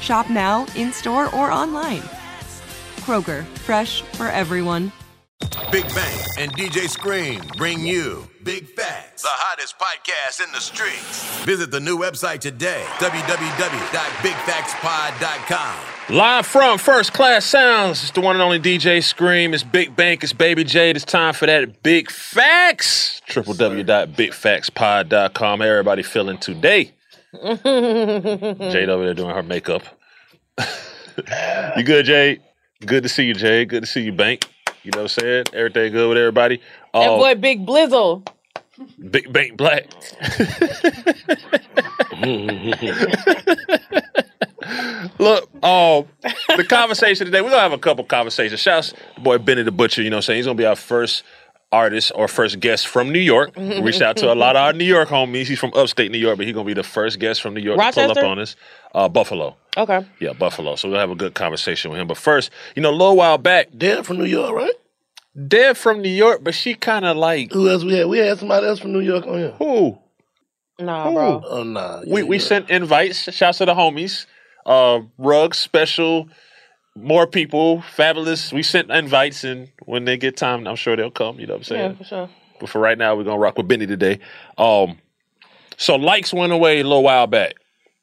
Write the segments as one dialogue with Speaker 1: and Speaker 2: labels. Speaker 1: Shop now, in store, or online. Kroger, fresh for everyone.
Speaker 2: Big Bang and DJ Scream bring you Big Facts, the hottest podcast in the streets. Visit the new website today, www.bigfactspod.com.
Speaker 3: Live from First Class Sounds, it's the one and only DJ Scream. It's Big Bank, it's Baby Jade. It's time for that Big Facts. www.bigfactspod.com. How Everybody feeling today. Jade over there doing her makeup. you good, Jade? Good to see you, Jade. Good to see you, Bank. You know what I'm saying? Everything good with everybody?
Speaker 4: That
Speaker 3: Oh,
Speaker 4: boy, Big Blizzle.
Speaker 3: Big Bank Black. Look, um, the conversation today, we're going to have a couple conversations. Shouts to boy Benny the Butcher, you know what I'm saying? He's going to be our first artist or first guest from New York. We reached out to a lot of our New York homies. He's from upstate New York, but he's going to be the first guest from New York to pull
Speaker 4: Rochester?
Speaker 3: up on us. Uh, Buffalo.
Speaker 4: Okay.
Speaker 3: Yeah, Buffalo. So we'll have a good conversation with him. But first, you know, a little while back,
Speaker 5: Dad from New York, right?
Speaker 3: Deb from New York, but she kind of like,
Speaker 5: Who else we had? We had somebody else from New York on here.
Speaker 3: ooh,
Speaker 4: Nah, bro.
Speaker 5: Oh nah. Yeah,
Speaker 3: we, we
Speaker 5: you're
Speaker 3: sent invites. Shouts to the homies. Uh, Rug special, more people, fabulous. We sent invites, and when they get time, I'm sure they'll come. You know what I'm saying?
Speaker 4: Yeah, for sure.
Speaker 3: But for right now, we're gonna rock with Benny today. Um, so likes went away a little while back.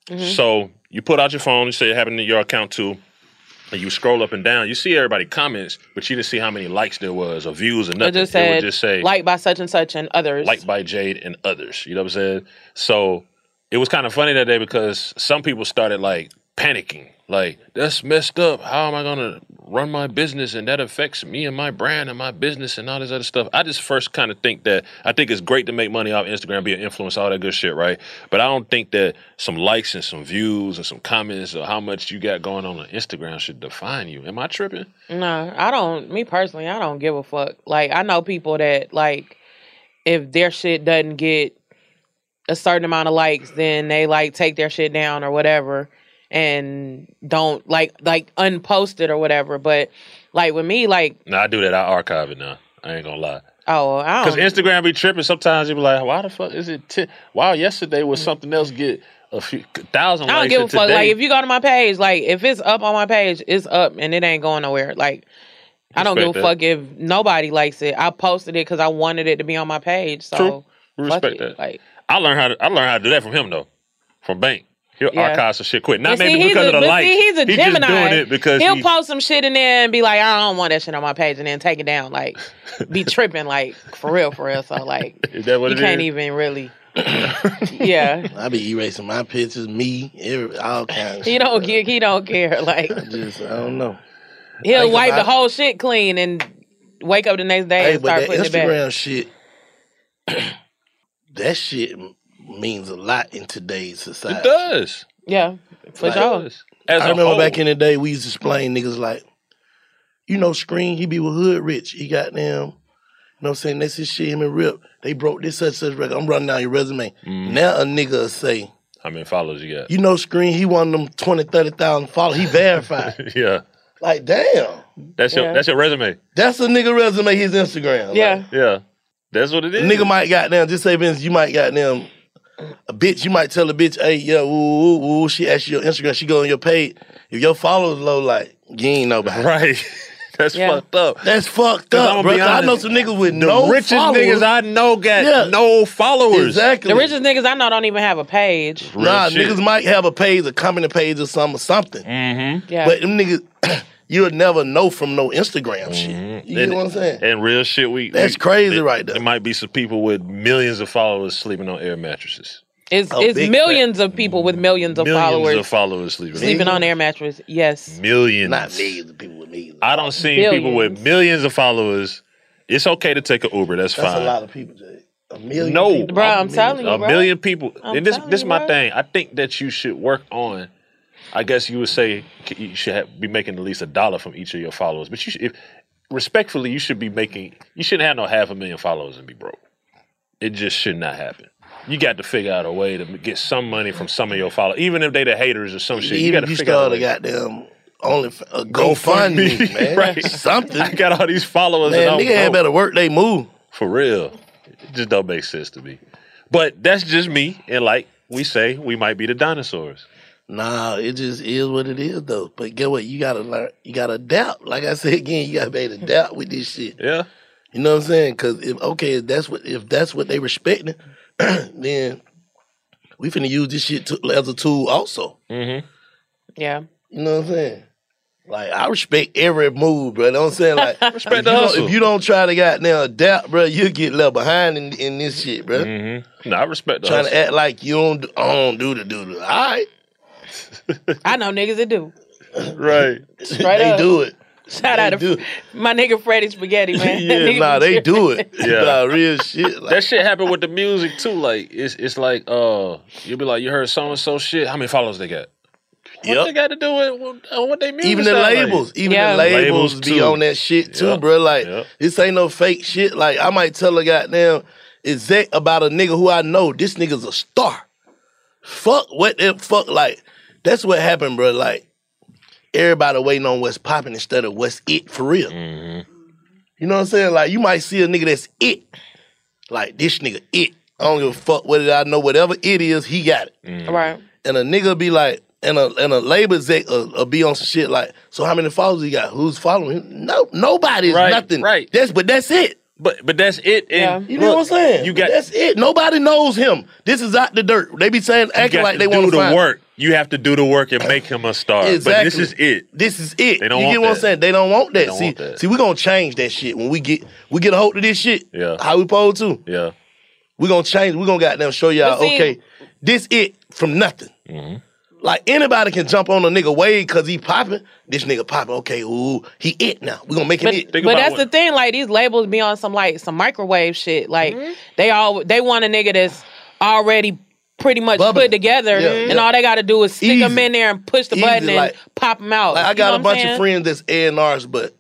Speaker 4: Mm-hmm.
Speaker 3: So you put out your phone, you say it happened to your account too, and you scroll up and down. You see everybody comments, but you didn't see how many likes there was or views or nothing.
Speaker 4: It just
Speaker 3: It would
Speaker 4: said,
Speaker 3: just say
Speaker 4: like by such and such and others.
Speaker 3: Liked by Jade and others. You know what I'm saying? So it was kind of funny that day because some people started like panicking. Like, that's messed up. How am I gonna run my business and that affects me and my brand and my business and all this other stuff? I just first kind of think that I think it's great to make money off Instagram, be an influencer, all that good shit, right? But I don't think that some likes and some views and some comments or how much you got going on on Instagram should define you. Am I tripping?
Speaker 4: No, I don't. Me personally, I don't give a fuck. Like I know people that like if their shit doesn't get a certain amount of likes, then they like take their shit down or whatever, and don't like like unpost it or whatever. But like with me, like
Speaker 3: No, I do that. I archive it now. I ain't gonna lie.
Speaker 4: oh, I
Speaker 3: Because
Speaker 4: don't.
Speaker 3: Instagram be tripping. Sometimes you be like, why the fuck is it? T-? Wow, yesterday was something else get a few a thousand
Speaker 4: Mm. I don't
Speaker 3: likes.
Speaker 4: give a
Speaker 3: and
Speaker 4: fuck.
Speaker 3: today-
Speaker 4: Like if you go to my page, like if it's up on my page, it's up and it ain't going nowhere. Like I don't give a
Speaker 3: Respect
Speaker 4: fuck if nobody likes it. I posted it because I wanted it to be on my page. So
Speaker 3: True. We
Speaker 4: fuck
Speaker 3: respect
Speaker 4: it.
Speaker 3: that.
Speaker 4: Like
Speaker 3: I learned how to I learned how to do that from him though, from Bank. He'll
Speaker 4: Yeah.
Speaker 3: archive some shit quick.
Speaker 4: But
Speaker 3: Not
Speaker 4: see,
Speaker 3: maybe
Speaker 4: he's
Speaker 3: because
Speaker 4: a,
Speaker 3: of the
Speaker 4: but
Speaker 3: likes.
Speaker 4: See, he's a Gemini.
Speaker 3: just doing it because
Speaker 4: he'll
Speaker 3: he-
Speaker 4: post some shit in there and be like, "I don't want that shit on my page," and then take it down. Like, be tripping, like for real, for real. So like,
Speaker 3: Is that what
Speaker 4: you
Speaker 3: it
Speaker 4: can't
Speaker 3: is?
Speaker 4: even really. yeah,
Speaker 5: right. I be erasing my pictures, me, every all kinds.
Speaker 4: he don't give. He don't care. Like
Speaker 5: Just I don't know.
Speaker 4: he'll
Speaker 5: Think
Speaker 4: wipe the
Speaker 5: about it.
Speaker 4: whole shit clean and wake up the next day
Speaker 5: Hey,
Speaker 4: and
Speaker 5: but
Speaker 4: start
Speaker 5: that
Speaker 4: putting it back.
Speaker 5: Instagram shit, that shit m- means a lot in today's society.
Speaker 3: It does.
Speaker 4: Yeah, for
Speaker 5: Like-
Speaker 4: sure.
Speaker 3: As a
Speaker 5: I remember
Speaker 3: whole.
Speaker 5: back in the day, we used to explain niggas like, you know, Screen, he be with Hood Rich. He got them, you know what I'm saying? That's his shit, him and Rip. They broke this such such record. I'm running down your resume.
Speaker 3: Mm.
Speaker 5: Now a nigga will say,
Speaker 3: How many followers you got?
Speaker 5: you know, Screen, he won them 20, 30,000 followers. He verified.
Speaker 3: yeah,
Speaker 5: like, damn.
Speaker 3: that's
Speaker 4: Yeah.
Speaker 3: your that's your resume.
Speaker 5: That's a nigga resume, his Instagram. Like,
Speaker 4: Yeah,
Speaker 3: Yeah, that's what it
Speaker 5: a
Speaker 3: is.
Speaker 5: nigga might got them, just say, Vince, you might got them. A bitch, you might tell a bitch, hey, yeah, woo, woo, woo. She ask you your Instagram, she go on your page. If your followers low, like, you ain't nobody.
Speaker 3: right. that's
Speaker 4: Yeah.
Speaker 3: fucked up.
Speaker 5: That's fucked
Speaker 3: 'Cause
Speaker 5: up,
Speaker 3: I'ma
Speaker 5: bro.
Speaker 3: be
Speaker 5: 'Cause I
Speaker 3: honest,
Speaker 5: know some niggas with
Speaker 3: The
Speaker 5: no
Speaker 3: richest
Speaker 5: followers.
Speaker 3: niggas I know got
Speaker 5: Yeah.
Speaker 3: no followers.
Speaker 5: exactly.
Speaker 4: the richest niggas I know don't even have a page.
Speaker 3: Real
Speaker 5: nah,
Speaker 3: shit.
Speaker 5: niggas might have a page, a comment page, or some or something.
Speaker 3: Mm-hmm.
Speaker 4: Yeah,
Speaker 5: But them niggas, you'll never know from no Instagram shit. You
Speaker 3: And-
Speaker 5: get what I'm saying?
Speaker 3: And real shit, we
Speaker 5: That's
Speaker 3: we-
Speaker 5: crazy
Speaker 3: there-
Speaker 5: right there.
Speaker 3: There might be some people with millions of followers sleeping on air mattresses.
Speaker 4: it's
Speaker 5: a
Speaker 4: it's
Speaker 5: big
Speaker 4: millions of people with millions of
Speaker 3: millions
Speaker 4: followers
Speaker 3: of followers sleeping. on-
Speaker 4: sleeping on air mattress. Yes,
Speaker 3: Millions.
Speaker 5: Not millions of people with millions.
Speaker 3: I don't see people with
Speaker 4: Billions.
Speaker 3: millions of followers. It's okay to take an Uber. That's,
Speaker 5: That's
Speaker 3: fine.
Speaker 5: a lot of people, Jay. A million.
Speaker 3: No.
Speaker 5: people.
Speaker 4: bro, I'm telling you,
Speaker 3: a
Speaker 4: bro.
Speaker 3: million people.
Speaker 4: I'm
Speaker 3: and this
Speaker 4: telling
Speaker 3: this
Speaker 4: you,
Speaker 3: my
Speaker 4: bro.
Speaker 3: thing. I think that you should work on. I guess you would say you should have, be making at least a dollar from each of your followers, but you should, if, respectfully, you should be making. You shouldn't have no half a million followers and be broke. It just should not happen. You got to figure out a way to get some money from some of your followers, even if they the haters or some shit. you got
Speaker 5: Even
Speaker 3: to
Speaker 5: if you
Speaker 3: figure out
Speaker 5: start
Speaker 3: a
Speaker 5: a
Speaker 3: way.
Speaker 5: goddamn only a GoFundMe, man,
Speaker 3: Right.
Speaker 5: something.
Speaker 3: I got all these followers.
Speaker 5: man,
Speaker 3: and I'm
Speaker 5: nigga had
Speaker 3: broke.
Speaker 5: better work. They move.
Speaker 3: For real. It just don't make sense to me. But that's just me. And like we say, we might be the dinosaurs.
Speaker 5: Nah, it just is what it is though. But get what? You gotta learn. You gotta adapt. Like I said again, you gotta be able to adapt with this shit.
Speaker 3: Yeah.
Speaker 5: You know what I'm saying? Because if okay, if that's what if that's what they respecting, then we finna use this shit to, as a tool also.
Speaker 3: Mm-hmm.
Speaker 4: Yeah,
Speaker 5: You know what I'm saying? Like I respect every move, bro. You know what I'm saying? Like
Speaker 3: Respect
Speaker 5: if,
Speaker 3: the
Speaker 5: you don't,
Speaker 3: hustle.
Speaker 5: if you don't try to goddamn adapt, bro, you get left behind in, in this shit, bro.
Speaker 3: Mm-hmm. No, I respect the
Speaker 5: Trying to
Speaker 3: hustle.
Speaker 5: act like you don't do, I don't do the doodle. All right,
Speaker 4: I know niggas that do.
Speaker 3: Right.
Speaker 4: Straight
Speaker 5: they
Speaker 4: up.
Speaker 5: do it.
Speaker 4: Shout
Speaker 5: They
Speaker 4: out to
Speaker 5: do.
Speaker 4: my nigga Freddie Spaghetti, man. That
Speaker 5: yeah,
Speaker 4: nigga
Speaker 5: nah,
Speaker 4: be
Speaker 5: they
Speaker 4: tripping.
Speaker 5: do it.
Speaker 3: Yeah.
Speaker 5: Nah, real shit. Like,
Speaker 3: That shit happened with the music too. Like it's it's like uh you'll be like, you heard so and so shit. How many followers they got? What
Speaker 5: Yep.
Speaker 3: they got to do with what- uh, what they music?
Speaker 5: even the
Speaker 3: sound like?
Speaker 5: labels, even
Speaker 4: Yeah.
Speaker 5: the labels,
Speaker 3: Labels,
Speaker 5: be
Speaker 3: too.
Speaker 5: on that shit too,
Speaker 3: Yeah.
Speaker 5: bro. Like
Speaker 3: Yeah.
Speaker 5: this ain't no fake shit. Like I might tell a goddamn exec about a nigga who I know. This nigga's a star. Fuck what the fuck like. That's what happened, bro. Like everybody waiting on what's popping instead of what's it for real.
Speaker 3: Mm-hmm.
Speaker 5: You know what I'm saying? Like you might see a nigga that's it. Like this nigga it. I don't give a fuck whether I know whatever it is, he got it
Speaker 3: Mm.
Speaker 4: Right.
Speaker 5: and a nigga be like, and a and a labor exec uh, uh, be on some shit like, so how many followers you got? Who's following him? No, nobody's
Speaker 3: Right,
Speaker 5: nothing.
Speaker 3: right.
Speaker 5: That's but that's it.
Speaker 3: But but that's it. And
Speaker 5: You know
Speaker 3: look,
Speaker 5: what I'm saying?
Speaker 3: You
Speaker 5: But
Speaker 3: got
Speaker 5: that's it. Nobody knows him. This is out the dirt. They be saying
Speaker 3: you
Speaker 5: acting
Speaker 3: got
Speaker 5: like
Speaker 3: to
Speaker 5: they
Speaker 3: do
Speaker 5: want
Speaker 3: the
Speaker 5: find
Speaker 3: work. You have to do the work and make him a star. But this
Speaker 5: Exactly.
Speaker 3: is it.
Speaker 5: This is it.
Speaker 3: They don't
Speaker 5: you
Speaker 3: want
Speaker 5: get what I'm
Speaker 3: that.
Speaker 5: saying? They don't want that.
Speaker 3: don't
Speaker 5: see,
Speaker 3: want that.
Speaker 5: see, we gonna change that shit when we get we get a hold of this shit.
Speaker 3: Yeah.
Speaker 5: How we supposed to?
Speaker 3: Yeah.
Speaker 5: We gonna change. We gonna goddamn show y'all.
Speaker 4: But see-
Speaker 5: okay, this it from nothing.
Speaker 3: Mm-hmm.
Speaker 5: Like anybody can jump on a nigga wave because he popping. This nigga popping. Okay, ooh, he it now. We gonna make him
Speaker 4: But,
Speaker 5: it.
Speaker 3: Think
Speaker 4: but
Speaker 3: about
Speaker 4: that's
Speaker 3: what-
Speaker 4: the thing, like these labels be on some like some microwave shit. Like they all they want a nnigga that's already pretty much
Speaker 5: Bubbling.
Speaker 4: put together,
Speaker 5: Yeah,
Speaker 4: and
Speaker 5: yeah.
Speaker 4: all they got to do is stick
Speaker 5: Easy.
Speaker 4: them in there and push the
Speaker 5: Easy,
Speaker 4: button and
Speaker 5: like-
Speaker 4: pop them out.
Speaker 5: Like, I
Speaker 4: Oh, You know
Speaker 5: got
Speaker 4: what
Speaker 5: a
Speaker 4: I'm
Speaker 5: bunch
Speaker 4: saying?
Speaker 5: of friends that's A and R's, but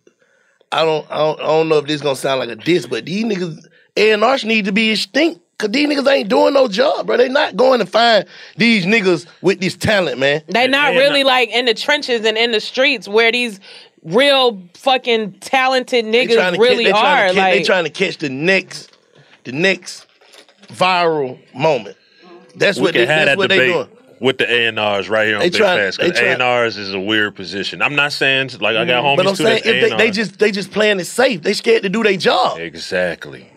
Speaker 5: I don't, I don't, I don't know if this gonna sound like a diss, but these niggas A and R's need to be extinct. Cause these niggas ain't doing no job, bro. They not going to find these niggas with this talent, man.
Speaker 4: They not
Speaker 3: and
Speaker 4: really like in the trenches and in the streets where these real fucking talented
Speaker 5: They trying
Speaker 4: niggas
Speaker 5: to
Speaker 4: really are.
Speaker 5: catch, they trying to catch,
Speaker 4: like
Speaker 5: they trying to catch the next, the next viral moment. That's
Speaker 3: we
Speaker 5: what
Speaker 3: can
Speaker 5: they,
Speaker 3: have
Speaker 5: that's
Speaker 3: that
Speaker 5: what they
Speaker 3: debate
Speaker 5: doing.
Speaker 3: with the A and R's right here on
Speaker 5: They
Speaker 3: Big
Speaker 5: try-
Speaker 3: Fast.
Speaker 5: they
Speaker 3: Because
Speaker 5: try- Mm.
Speaker 3: A and R's is a weird position. I'm not saying like I got homies
Speaker 5: Mm-hmm. But I'm
Speaker 3: too.
Speaker 5: saying
Speaker 3: that's
Speaker 5: if they, they
Speaker 3: A&Rs.
Speaker 5: just they just playing it safe. They scared to do their job.
Speaker 3: exactly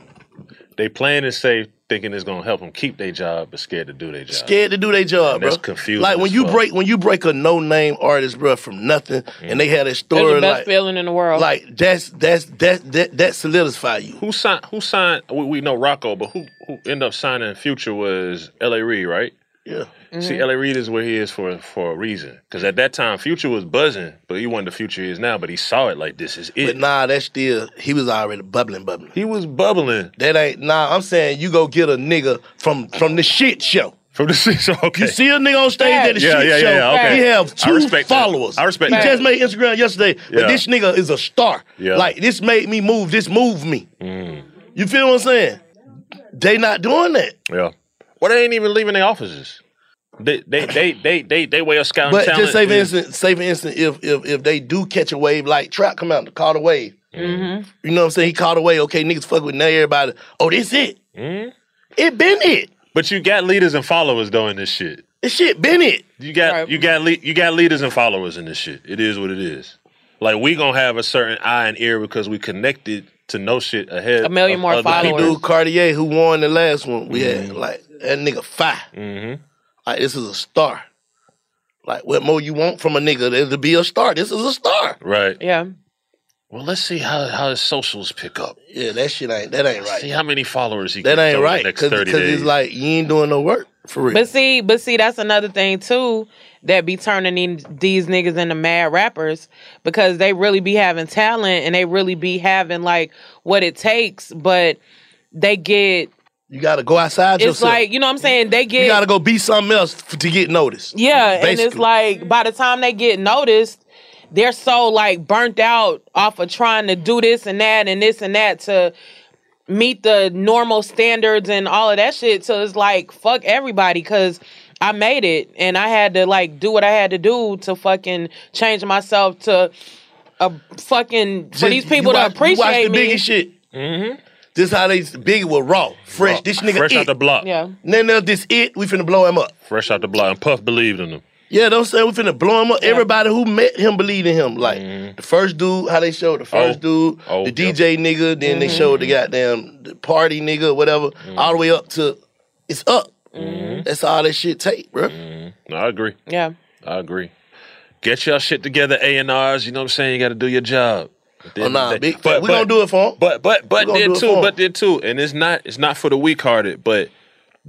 Speaker 3: they playing it safe, thinking it's gonna help them keep their job, but scared to do their job.
Speaker 5: Scared to do their job,
Speaker 3: And that's
Speaker 5: bro.
Speaker 3: confusing
Speaker 5: Like when
Speaker 3: as
Speaker 5: you
Speaker 3: fuck.
Speaker 5: break when you break a no name artist, bro, from nothing, and they had a
Speaker 4: it's
Speaker 5: story
Speaker 4: the best
Speaker 5: like
Speaker 4: feeling in the world.
Speaker 5: like that's that's that that that solidify you.
Speaker 3: Who signed? Who signed? We, we know Rocco, but who who ended up signing Future was L.A. Reid, right?
Speaker 5: Yeah,
Speaker 3: See, LA Reid is where he is for for a reason. Because at that time, Future was buzzing, but he wasn't the Future he is now. But he saw it like this is
Speaker 5: But
Speaker 3: it.
Speaker 5: nah, that's still he was already bubbling, bubbling.
Speaker 3: he was bubbling
Speaker 5: That ain't nah. I'm saying you go get a nigga from from the shit show.
Speaker 3: from the six. Okay.
Speaker 5: You see a nigga on stage at the
Speaker 3: Yeah,
Speaker 5: shit
Speaker 3: yeah, yeah,
Speaker 5: show.
Speaker 3: yeah, okay.
Speaker 5: He have
Speaker 3: I
Speaker 5: two
Speaker 3: respect that.
Speaker 5: followers.
Speaker 3: I respect
Speaker 5: He
Speaker 3: that.
Speaker 5: just made Instagram yesterday, but
Speaker 3: Yeah.
Speaker 5: this nigga is a star.
Speaker 3: Yeah. Mm.
Speaker 5: Like this made me move. This moved me. You feel what I'm saying? They not doing that.
Speaker 3: yeah. Well, they ain't even leaving their offices. They they they they they, they way of scouting
Speaker 5: But
Speaker 3: talent.
Speaker 5: just say for
Speaker 3: is-
Speaker 5: instance, say for instance, if if if they do catch a wave, like Trap come out and caught a wave.
Speaker 3: Mm-hmm.
Speaker 5: You know what I'm saying? He caught a wave. Okay, niggas fuck with now everybody. Oh, this it. It been it.
Speaker 3: Mm-hmm. but you got leaders and followers doing this shit.
Speaker 5: This shit been it.
Speaker 3: You got
Speaker 4: Right.
Speaker 3: you got le- you got leaders and followers in this shit. It is what it is. Like we gonna have a certain eye and ear because we connected to know shit ahead.
Speaker 4: A million
Speaker 3: of
Speaker 4: more
Speaker 3: other
Speaker 4: followers.
Speaker 3: people. Mm-hmm.
Speaker 5: Dude Cartier who won the last one we had, like that nigga 5 Like this is a star. Like what more you want from a nigga than to be a star? This is a star.
Speaker 3: Right.
Speaker 4: Yeah.
Speaker 3: Well, let's see how how his socials pick up.
Speaker 5: Yeah, that shit ain't that ain't
Speaker 3: See
Speaker 5: right.
Speaker 3: how many followers he
Speaker 5: That
Speaker 3: can
Speaker 5: ain't
Speaker 3: throw
Speaker 5: right.
Speaker 3: in the next
Speaker 5: Cause,
Speaker 3: 30
Speaker 5: 'cause
Speaker 3: days.
Speaker 5: it's like you ain't doing no work for real.
Speaker 4: But see, but see, that's another thing too that be turning in, these niggas into mad rappers because they really be having talent and they really be having like what it takes, but they get
Speaker 5: you gotta go outside
Speaker 4: it's
Speaker 5: yourself.
Speaker 4: like you know what I'm saying they
Speaker 5: you
Speaker 4: get
Speaker 5: gotta go be something else f- to get noticed.
Speaker 4: yeah, and it's
Speaker 5: basically.
Speaker 4: like by the time they get noticed, they're so like burnt out off of trying to do this and that and this and that to meet the normal standards and all of that shit. So it's like fuck everybody because I made it and I had to like do what I had to do to fucking change myself to a fucking for
Speaker 5: Just-
Speaker 4: these
Speaker 5: you
Speaker 4: people to
Speaker 5: watch- you watch
Speaker 4: appreciate
Speaker 5: the
Speaker 4: me.
Speaker 5: biggest shit. Mm-hmm. This how they Biggie was raw, fresh. This nigga
Speaker 3: fresh
Speaker 5: it.
Speaker 3: out the block.
Speaker 4: Yeah.
Speaker 5: Then there's this it. We finna blow him up.
Speaker 3: Fresh out the block. And Puff believed in him.
Speaker 5: Yeah, don't say we finna blow him up. Everybody who met him believed in him. Like the first dude, how they showed the first dude,
Speaker 3: Mm-hmm. Oh,
Speaker 5: the
Speaker 3: yep.
Speaker 5: DJ nigga, then
Speaker 4: Mm-hmm.
Speaker 5: they showed the goddamn the party nigga, whatever,
Speaker 3: Mm-hmm.
Speaker 5: all the way up to it's up. That's all that shit take, bro.
Speaker 3: No, I agree.
Speaker 4: Yeah.
Speaker 3: I agree. Get your shit together, A and R's. You know what I'm saying? You got to do your job.
Speaker 5: Oh, nah, big, we gonna do it for him.
Speaker 3: But but but
Speaker 5: Oh, gonna do
Speaker 3: did
Speaker 5: it
Speaker 3: too.
Speaker 5: for 'em.
Speaker 3: But did too. And it's not it's not for the weak hearted. But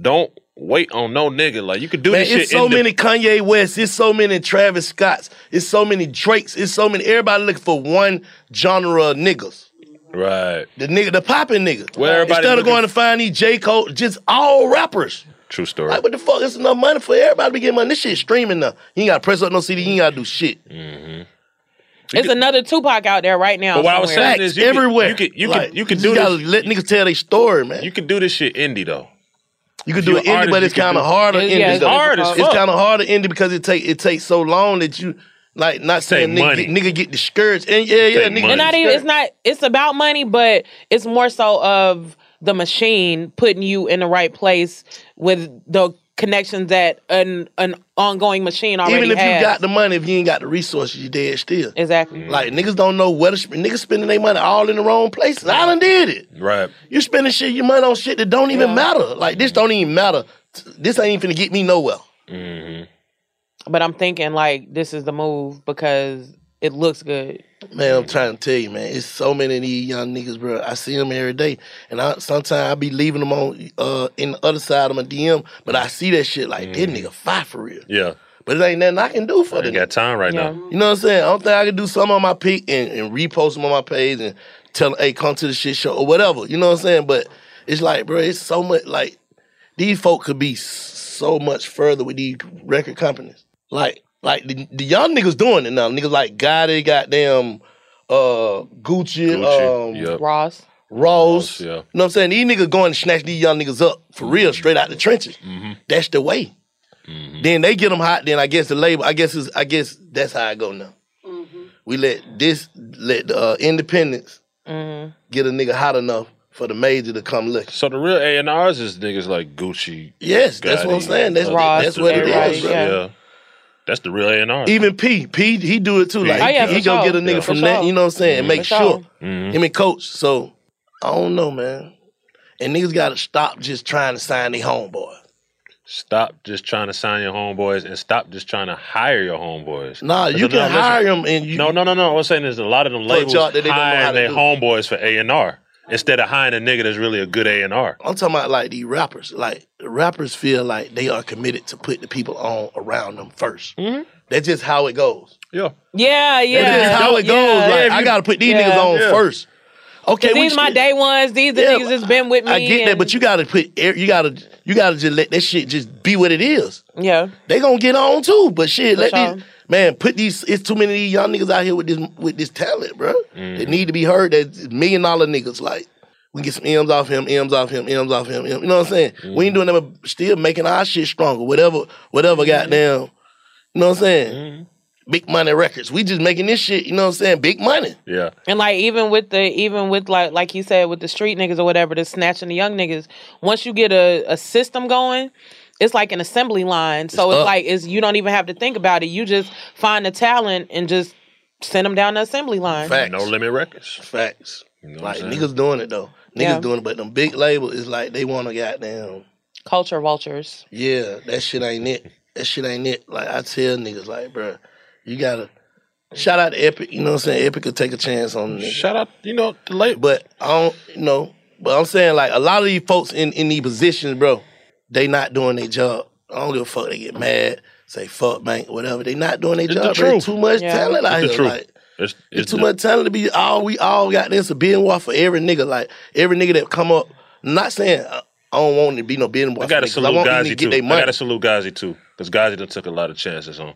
Speaker 3: don't wait on no nigga. Like you could do
Speaker 5: Man,
Speaker 3: this shit.
Speaker 5: it's so
Speaker 3: in the-
Speaker 5: many Kanye West, it's so many Travis Scotts, it's so many Drakes, it's so many everybody looking for one genre of niggas.
Speaker 3: right.
Speaker 5: The nigga, the popping nigga.
Speaker 3: Well, everybody
Speaker 5: Instead of
Speaker 3: looking-
Speaker 5: going to find these J. Cole, just all rappers.
Speaker 3: True story.
Speaker 5: Like, what the fuck? It's enough money for everybody to be getting money. This shit streaming now. You ain't got to press up no CD. You ain't got to do shit.
Speaker 3: Mm.
Speaker 4: It's another Tupac out there right now.
Speaker 3: But what I was
Speaker 4: somewhere.
Speaker 3: saying
Speaker 5: Facts
Speaker 3: is you could-
Speaker 5: everywhere.
Speaker 3: you could- you could- you could
Speaker 5: just
Speaker 3: do
Speaker 5: gotta
Speaker 3: this.
Speaker 5: let niggas tell their story, man.
Speaker 3: you
Speaker 5: You,
Speaker 3: can do this shit indie though.
Speaker 5: could
Speaker 3: if
Speaker 5: do
Speaker 3: you're
Speaker 5: it
Speaker 3: an
Speaker 5: indie,
Speaker 3: artist,
Speaker 5: but
Speaker 3: you
Speaker 5: it's
Speaker 3: can
Speaker 5: kind of
Speaker 3: do-
Speaker 5: harder
Speaker 4: It's-
Speaker 5: indie.
Speaker 4: yeah, it's
Speaker 5: though.
Speaker 4: hard as
Speaker 5: It's
Speaker 3: fuck.
Speaker 5: kind of harder indie because it take it takes so long that you like not saying
Speaker 3: take
Speaker 5: nigga
Speaker 3: money.
Speaker 5: get, nigga get discouraged and yeah yeah
Speaker 3: take
Speaker 5: nigga.
Speaker 3: money.
Speaker 4: And not even it's not it's about money, but it's more so of the machine putting you in the right place with the connections that an an ongoing machine already
Speaker 5: even if
Speaker 4: has.
Speaker 5: you got the money, if you ain't got the resources, you dead still.
Speaker 4: exactly.
Speaker 5: Like niggas don't know where to spend. Niggas spending their money all in the wrong places. I done did it.
Speaker 3: Right.
Speaker 5: You spending shit your money on shit that don't even
Speaker 4: Yeah.
Speaker 5: matter. Like this don't even matter. This ain't even finna get me nowhere.
Speaker 4: But I'm thinking like this is the move because it looks good.
Speaker 5: Man, I'm trying to tell you, man, it's so many of these young niggas, bro. I see them every day, and I sometimes I be leaving them on uh in the other side of my DM, but I see that shit like this nigga fight for real,
Speaker 3: Yeah.
Speaker 5: but it ain't nothing I can do for
Speaker 3: I
Speaker 5: the
Speaker 3: ain't got
Speaker 5: nigga.
Speaker 3: time right
Speaker 4: Yeah.
Speaker 3: now.
Speaker 5: You know what I'm saying? I don't think I can do some on my peak and, and repost them on my page and tell them, hey, come to the shit show or whatever. You know what I'm saying? But it's like, bro, it's so much like these folk could be s- so much further with these record companies. Like, like the, the young niggas doing it now. Niggas like Gotti, goddamn uh, Gucci,
Speaker 3: Gucci.
Speaker 5: um,
Speaker 3: Yep.
Speaker 4: Ross.
Speaker 3: Ross,
Speaker 5: Ross.
Speaker 3: yeah. Mm-hmm.
Speaker 5: You know what I'm saying? These niggas going to snatch these young niggas up for real, straight out the trenches. That's the way. Then they get them hot. Then I guess the label. I guess is. I guess that's how I go now.
Speaker 4: Mm-hmm.
Speaker 5: We let this let the uh, independence
Speaker 4: Mm-hmm.
Speaker 5: get a nigga hot enough for the major to come look.
Speaker 3: So the real A and R's is niggas like Gucci.
Speaker 5: Yes, that's what I'm
Speaker 3: Gotti,
Speaker 5: saying. That's
Speaker 3: uh,
Speaker 4: Ross,
Speaker 5: that's what it
Speaker 4: everybody,
Speaker 5: is. Bro.
Speaker 3: Yeah.
Speaker 4: yeah.
Speaker 3: That's the real A and R.
Speaker 5: Even P, P, he do it too. Like
Speaker 3: Oh, yeah,
Speaker 5: he, he
Speaker 4: for
Speaker 5: go
Speaker 4: sure.
Speaker 5: get a nigga
Speaker 3: Yeah.
Speaker 5: from
Speaker 4: For
Speaker 5: that.
Speaker 4: sure.
Speaker 5: You know what I'm saying?
Speaker 3: Mm-hmm.
Speaker 5: And make
Speaker 4: For sure.
Speaker 5: sure him and coach. So I don't know, man. And niggas gotta stop just trying to sign their homeboy.
Speaker 3: Stop just trying to sign your homeboys and stop just trying to hire your homeboys.
Speaker 5: Nah,
Speaker 3: That's
Speaker 5: you
Speaker 3: another lesson.
Speaker 5: can hire him and you
Speaker 3: No, no, no, no. What I'm saying is a lot of them
Speaker 5: Put
Speaker 3: labels
Speaker 5: y'all that they don't know how
Speaker 3: hiring
Speaker 5: to
Speaker 3: their
Speaker 5: do.
Speaker 3: homeboys for A and R. instead of hiring a nigga that's really a good A and R.
Speaker 5: I'm talking about like the rappers. Like the rappers feel like they are committed to put the people on around them 1st That's just how it goes.
Speaker 3: Mm-hmm. Yeah.
Speaker 4: Yeah, yeah.
Speaker 5: That's just how it
Speaker 4: yeah.
Speaker 5: goes. Like
Speaker 3: Yeah.
Speaker 5: I gotta put these
Speaker 4: Yeah.
Speaker 5: niggas on
Speaker 3: Yeah.
Speaker 5: first. Okay, we
Speaker 4: These my
Speaker 5: should-
Speaker 4: day ones. These the
Speaker 5: Yeah,
Speaker 4: niggas that's been with me.
Speaker 5: I get that,
Speaker 4: and-
Speaker 5: but you gotta put air- you gotta you gotta just let that shit just be what it is.
Speaker 4: yeah,
Speaker 5: They gonna get on too, but shit,
Speaker 4: For
Speaker 5: let these
Speaker 4: sure.
Speaker 5: man put these. It's too many of these young niggas out here with this with this talent, bro. They need to be heard. That million dollar niggas like. We get some M's off him, M's off him, M's off him. M. You know what I'm saying? We ain't doing nothing, but still making our shit stronger. Whatever, whatever, goddamn. You know what I'm saying? Big money records. We just making this shit. You know what I'm saying? Big money.
Speaker 3: Yeah.
Speaker 4: and like even with the even with like like you said with the street niggas or whatever, the snatching the young niggas. Once you get a, a system going. It's like an assembly line, so it's,
Speaker 5: up.
Speaker 4: like it's you don't even have to think about it. You just find the talent and just send them down the assembly line.
Speaker 5: Facts.
Speaker 3: No limit records.
Speaker 5: Facts.
Speaker 3: You know what
Speaker 5: Like
Speaker 3: I'm saying?
Speaker 5: niggas doing it though. Niggas
Speaker 4: Yeah.
Speaker 5: doing it, but them big labels is like they want to goddamn.
Speaker 4: Culture vultures.
Speaker 5: Yeah, that shit ain't it. That shit ain't it. Like I tell niggas, like, bruh, you gotta shout out to Epic. You know what I'm saying? Epic could take a chance on niggas.
Speaker 3: Shout out, you know, the late.
Speaker 5: But I don't, you know. But I'm saying like a lot of these folks in in these positions, bro, they not doing their job. I don't give a fuck. They get mad, say fuck bank, whatever. They not doing their
Speaker 3: the
Speaker 5: job. bro. There's
Speaker 3: truth.
Speaker 5: too much
Speaker 4: Yeah.
Speaker 5: talent out
Speaker 3: It's the
Speaker 5: here.
Speaker 3: truth.
Speaker 5: Like
Speaker 3: It's,
Speaker 5: it's
Speaker 3: it's
Speaker 5: too
Speaker 3: the-
Speaker 5: much talent to be all we all got this a bidding war for every nigga. Like every nigga that come up, not saying I I don't want to be no bidding war.
Speaker 3: I gotta
Speaker 5: for niggas. I
Speaker 3: salute
Speaker 5: want them
Speaker 3: Gazi
Speaker 5: to
Speaker 3: too.
Speaker 5: get their
Speaker 3: I
Speaker 5: money.
Speaker 3: gotta salute Gazi too, because Gazi done took a lot of chances on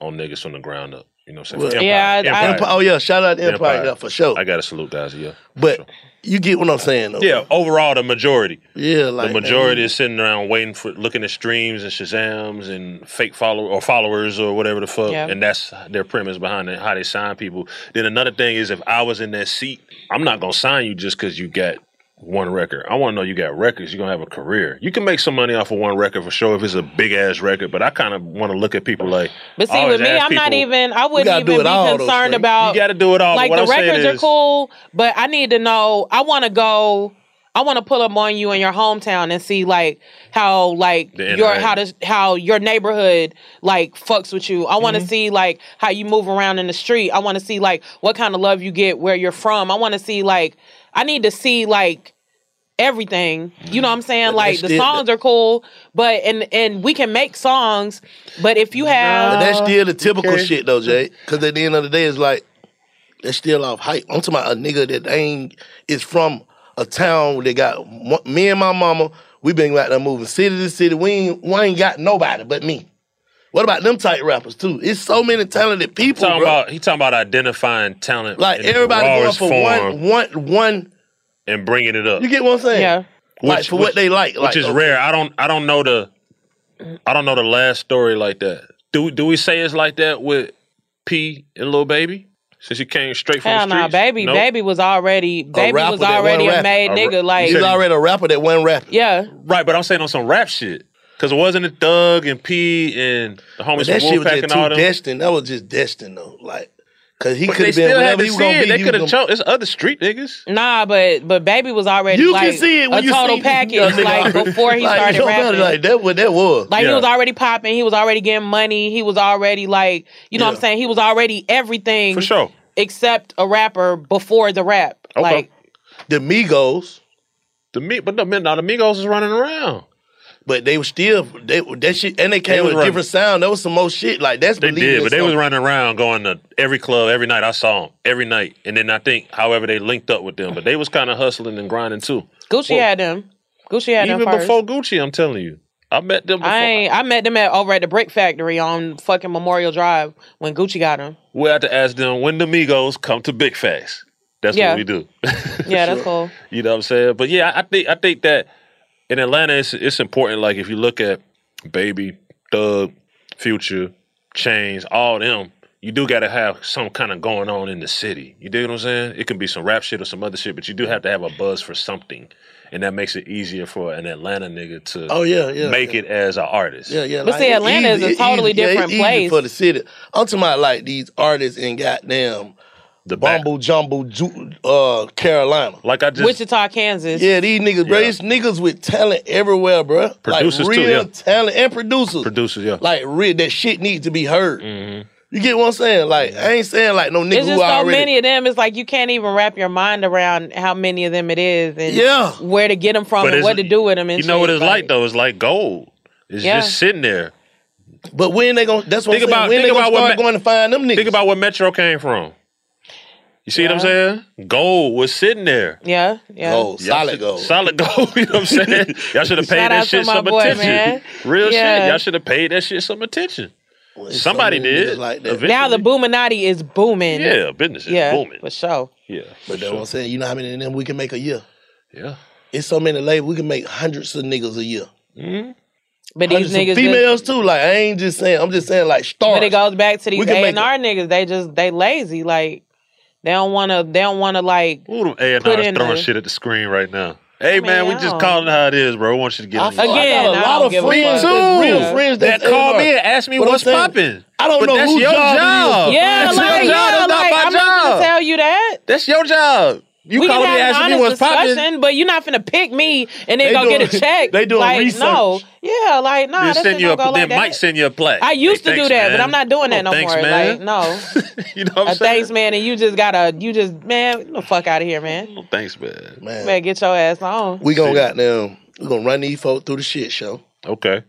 Speaker 3: on niggas from the ground up. You know what I'm saying?
Speaker 5: Well-
Speaker 3: Empire.
Speaker 4: Yeah, I-
Speaker 3: Empire.
Speaker 5: Empire. Oh yeah, shout out to Empire,
Speaker 3: Empire.
Speaker 5: yeah, for sure.
Speaker 3: I gotta salute Gazi. Yeah,
Speaker 5: but you get what I'm saying though.
Speaker 3: yeah. Overall, the majority,
Speaker 5: yeah, like
Speaker 3: the majority is sitting around waiting for looking at streams and Shazams and fake follow or followers or whatever the fuck,
Speaker 4: Yeah.
Speaker 3: and that's their premise behind it, how they sign people. Then another thing is, if I was in that seat, I'm not gonna sign you just because you got. One record. I want to know you got records. You're gonna have a career. You can make some money off of one record for sure if it's a big ass record. But I kind of want to look at people like.
Speaker 4: But
Speaker 3: I
Speaker 4: see,
Speaker 3: always
Speaker 4: with me,
Speaker 3: ask
Speaker 4: I'm not
Speaker 3: people,
Speaker 4: even. I
Speaker 5: gotta
Speaker 4: wouldn't
Speaker 5: do
Speaker 4: even
Speaker 5: it all,
Speaker 4: be
Speaker 5: though,
Speaker 4: concerned
Speaker 5: Slim.
Speaker 4: about.
Speaker 3: You gotta do it all, but
Speaker 4: Like
Speaker 3: what
Speaker 4: the
Speaker 3: I'm saying
Speaker 4: records are
Speaker 3: is-
Speaker 4: cool, but I need to know. I want to go. I want to pull up on you in your hometown and see like how like
Speaker 3: The
Speaker 4: your
Speaker 3: interaction.
Speaker 4: how does how your neighborhood like fucks with you. I want to see like how you move around in the street. I want to see like what kind of love you get where you're from. I want to see like I need to see like everything. You know what I'm saying?
Speaker 5: But
Speaker 4: Like
Speaker 5: that's
Speaker 4: the
Speaker 5: still-
Speaker 4: songs are cool, but and and we can make songs, but if you have
Speaker 5: But that's still the typical
Speaker 3: okay.
Speaker 5: shit though, Jay. Because at the end of the day, it's like that's still off hype. I'm talking about a nigga that ain't is from a town that got mo- me and my mama. We been out there moving city to city. We ain't, we ain't got nobody but me. What about them type rappers too? It's so many talented people.
Speaker 3: talking
Speaker 5: bro.
Speaker 3: about he talking about identifying talent
Speaker 5: like
Speaker 3: in its
Speaker 5: everybody going
Speaker 3: rawest
Speaker 5: for
Speaker 3: form
Speaker 5: one, one, one.
Speaker 3: and bringing it up
Speaker 5: You get what I'm saying?
Speaker 4: yeah.
Speaker 5: Like
Speaker 3: Which-
Speaker 5: for
Speaker 3: which-
Speaker 5: what they like,
Speaker 3: which
Speaker 5: like,
Speaker 3: is
Speaker 5: okay.
Speaker 3: rare i don't i don't know the i don't know the last story like that do do we say it's like that with p and Lil baby since he came straight from
Speaker 4: Hell
Speaker 3: the
Speaker 4: no,
Speaker 3: streets
Speaker 4: baby,
Speaker 3: Nope.
Speaker 4: baby was already baby
Speaker 5: rapper
Speaker 4: was
Speaker 5: that
Speaker 4: already
Speaker 5: wasn't
Speaker 4: a made
Speaker 5: rapping.
Speaker 3: A ra-
Speaker 4: nigga. Like
Speaker 5: He's already a rapper that wasn't rapping.
Speaker 4: yeah,
Speaker 3: right but i'm saying on some rap shit because it wasn't it thug and p and the homies
Speaker 5: But that
Speaker 3: from
Speaker 5: shit was
Speaker 3: Wolfpack
Speaker 5: just
Speaker 3: and all
Speaker 5: too
Speaker 3: them
Speaker 5: destined. That was just destined though. Like, cause he
Speaker 3: but
Speaker 5: could
Speaker 3: they
Speaker 5: have been
Speaker 3: still had
Speaker 5: whatever
Speaker 3: to
Speaker 5: he was
Speaker 3: see
Speaker 5: gonna
Speaker 3: it
Speaker 5: be.
Speaker 3: they
Speaker 5: he
Speaker 3: could have
Speaker 5: was gonna-
Speaker 3: chose it's other street niggas
Speaker 4: nah, but but baby was already
Speaker 5: You
Speaker 4: like
Speaker 5: can see it when
Speaker 4: a
Speaker 5: you
Speaker 4: total
Speaker 5: see
Speaker 4: package.
Speaker 5: Yeah,
Speaker 4: like
Speaker 5: nigga.
Speaker 4: before he
Speaker 5: Like,
Speaker 4: started
Speaker 5: yo, brother,
Speaker 4: rapping.
Speaker 5: Like
Speaker 4: Like,
Speaker 5: that what that was.
Speaker 4: he
Speaker 3: Yeah.
Speaker 4: was already popping, he was already getting money, he was already like, you know what I'm
Speaker 5: Yeah.
Speaker 4: saying? He was already everything
Speaker 3: for sure
Speaker 4: except a rapper before the rap.
Speaker 3: Okay.
Speaker 4: Like
Speaker 5: the Migos,
Speaker 3: the me but the men now the migos is running around
Speaker 5: but they were still they that shit, and they came
Speaker 3: They
Speaker 5: with
Speaker 3: was
Speaker 5: a different sound. That was some more shit. Like that's
Speaker 3: They
Speaker 5: believing
Speaker 3: did, but
Speaker 5: in
Speaker 3: they was
Speaker 5: something.
Speaker 3: running around going to every club every night. I saw them every night, and then I think, however, they linked up with them. But they was kind of hustling and grinding too.
Speaker 4: Gucci
Speaker 3: Well,
Speaker 4: had them. Gucci had
Speaker 3: Even
Speaker 4: them first.
Speaker 3: before Gucci, I'm telling you, I met them. Before.
Speaker 4: I ain't, I met them at over at the Brick Factory on fucking Memorial Drive when Gucci got them.
Speaker 3: We had to ask them when the Migos come to Big Facts. That's
Speaker 4: Yeah.
Speaker 3: what we do.
Speaker 4: Yeah, that's cool.
Speaker 3: You know what I'm saying? But yeah, I I think I think that in Atlanta, it's it's important. Like if you look at Baby, Thug, Future, Chains, all them, you do got to have some kind of going on in the city. You dig what I'm saying? It can be some rap shit or some other shit, but you do have to have a buzz for something, and that makes it easier for an Atlanta nigga to
Speaker 5: Oh yeah, yeah.
Speaker 3: make it as an artist.
Speaker 5: Yeah, yeah.
Speaker 4: But see,
Speaker 5: it's
Speaker 4: Atlanta is a
Speaker 5: it's
Speaker 4: totally
Speaker 5: yeah, it's
Speaker 4: different
Speaker 5: easy
Speaker 4: place.
Speaker 5: for the city. I'm talking about like these artists in goddamn
Speaker 3: The back-
Speaker 5: bumble jumble ju- uh, Carolina.
Speaker 3: like I just
Speaker 4: Wichita, Kansas.
Speaker 5: Yeah, these niggas, bro.
Speaker 3: Yeah.
Speaker 5: These niggas with talent everywhere, bro.
Speaker 3: Producers too,
Speaker 5: like real
Speaker 3: yeah.
Speaker 5: talent and producers.
Speaker 3: producers, yeah, Mm-hmm.
Speaker 5: Like real, that shit needs to be heard. You get what I'm saying? Like, I ain't saying like no nigga
Speaker 4: It's
Speaker 5: who
Speaker 4: just so
Speaker 5: I already.
Speaker 4: many of them. It's like you can't even wrap your mind around how many of them it is and
Speaker 5: Yeah.
Speaker 4: where to get them from
Speaker 3: But
Speaker 4: and
Speaker 3: it's-
Speaker 4: what to do with them. And
Speaker 3: You know what
Speaker 4: shit,
Speaker 3: it's like though? It's like gold. It's
Speaker 4: Yeah.
Speaker 3: just sitting there.
Speaker 5: But when they gonna? That's what
Speaker 3: Think
Speaker 5: I'm saying.
Speaker 3: about-
Speaker 5: when
Speaker 3: think
Speaker 5: they gonna
Speaker 3: about what
Speaker 5: start
Speaker 3: ma-
Speaker 5: going to find them niggas?
Speaker 3: Think about where Metro came from. You see what I'm saying? Gold was sitting there.
Speaker 4: Yeah, yeah.
Speaker 5: gold,
Speaker 3: Y'all
Speaker 5: solid
Speaker 3: should-
Speaker 5: gold.
Speaker 3: Solid gold. You know what I'm saying? Y'all should have paid
Speaker 4: Shout out
Speaker 3: that
Speaker 4: to
Speaker 3: shit
Speaker 4: my
Speaker 3: some
Speaker 4: boy,
Speaker 3: attention.
Speaker 4: man.
Speaker 3: Real
Speaker 4: Yeah.
Speaker 3: shit. Y'all should have paid that shit some attention.
Speaker 5: Well, it's so
Speaker 3: Somebody
Speaker 5: many
Speaker 3: did.
Speaker 5: niggas Like that.
Speaker 3: Eventually.
Speaker 4: Now the Boominati is booming.
Speaker 3: Yeah, business is
Speaker 4: yeah,
Speaker 3: booming.
Speaker 4: for sure.
Speaker 3: Yeah.
Speaker 5: But that's what I'm saying. You know how many of them we can make a year?
Speaker 3: Yeah.
Speaker 5: It's so many labels we can make hundreds of niggas a year.
Speaker 3: Mm-hmm.
Speaker 4: But these
Speaker 5: Hundreds of
Speaker 4: niggas, just,
Speaker 5: females too. Like I ain't just saying. I'm just saying like stars.
Speaker 4: but it goes back to
Speaker 5: We
Speaker 4: these
Speaker 5: can
Speaker 4: A
Speaker 5: make
Speaker 4: and R niggas. They just they lazy. Like they don't want to. They don't want to like.
Speaker 3: Ooh, them A and
Speaker 4: Put
Speaker 3: R's
Speaker 4: in
Speaker 3: throwing
Speaker 4: the-
Speaker 3: shit at the screen right now. Hey man, we just
Speaker 4: y'all-
Speaker 3: calling it how it is, bro. We want you to get on.
Speaker 5: I,
Speaker 3: your-
Speaker 5: fuck- I
Speaker 4: Again,
Speaker 5: got a
Speaker 4: I
Speaker 5: lot
Speaker 4: don't
Speaker 5: of
Speaker 4: give a
Speaker 5: friends,
Speaker 4: fuck.
Speaker 5: that's real
Speaker 4: Yeah.
Speaker 5: friends
Speaker 3: that
Speaker 5: that's
Speaker 3: call
Speaker 5: A&R.
Speaker 3: me and ask me
Speaker 5: But I'm
Speaker 3: what's
Speaker 5: saying,
Speaker 3: popping.
Speaker 5: I don't
Speaker 3: But
Speaker 5: know
Speaker 3: that's
Speaker 5: who
Speaker 3: your
Speaker 5: job,
Speaker 3: job.
Speaker 5: it is.
Speaker 4: Yeah,
Speaker 3: That's
Speaker 4: like,
Speaker 3: your job.
Speaker 4: yeah,
Speaker 3: That's not
Speaker 4: like
Speaker 3: my
Speaker 4: I'm not
Speaker 3: job.
Speaker 4: gonna tell you that.
Speaker 3: That's your job. You
Speaker 4: we can
Speaker 3: calling me
Speaker 4: have an
Speaker 3: asking me
Speaker 4: honest
Speaker 3: what's popping.
Speaker 4: discussion, but you're not finna pick me and then
Speaker 5: They
Speaker 4: go
Speaker 5: doing-
Speaker 4: get a check.
Speaker 5: they doing
Speaker 4: like,
Speaker 5: research.
Speaker 4: No, yeah, like no, nah,
Speaker 3: Then
Speaker 4: that shit
Speaker 3: send you
Speaker 4: don't
Speaker 3: a,
Speaker 4: go like
Speaker 3: then
Speaker 4: that.
Speaker 3: Mike send you a plaque.
Speaker 4: I used
Speaker 3: Hey,
Speaker 4: to do
Speaker 3: thanks,
Speaker 4: that, but
Speaker 3: man.
Speaker 4: I'm not doing that no
Speaker 3: Oh, thanks,
Speaker 4: more.
Speaker 3: Man.
Speaker 4: Like no,
Speaker 3: you know what
Speaker 4: a
Speaker 3: I'm saying?
Speaker 4: thanks man, and you just gotta, you just man, get the fuck out of here, man.
Speaker 3: Oh, thanks, man.
Speaker 5: Man,
Speaker 4: Man, get your ass on.
Speaker 5: we gonna
Speaker 3: See.
Speaker 5: goddamn. We gonna run these folk through the shit show.
Speaker 3: Okay.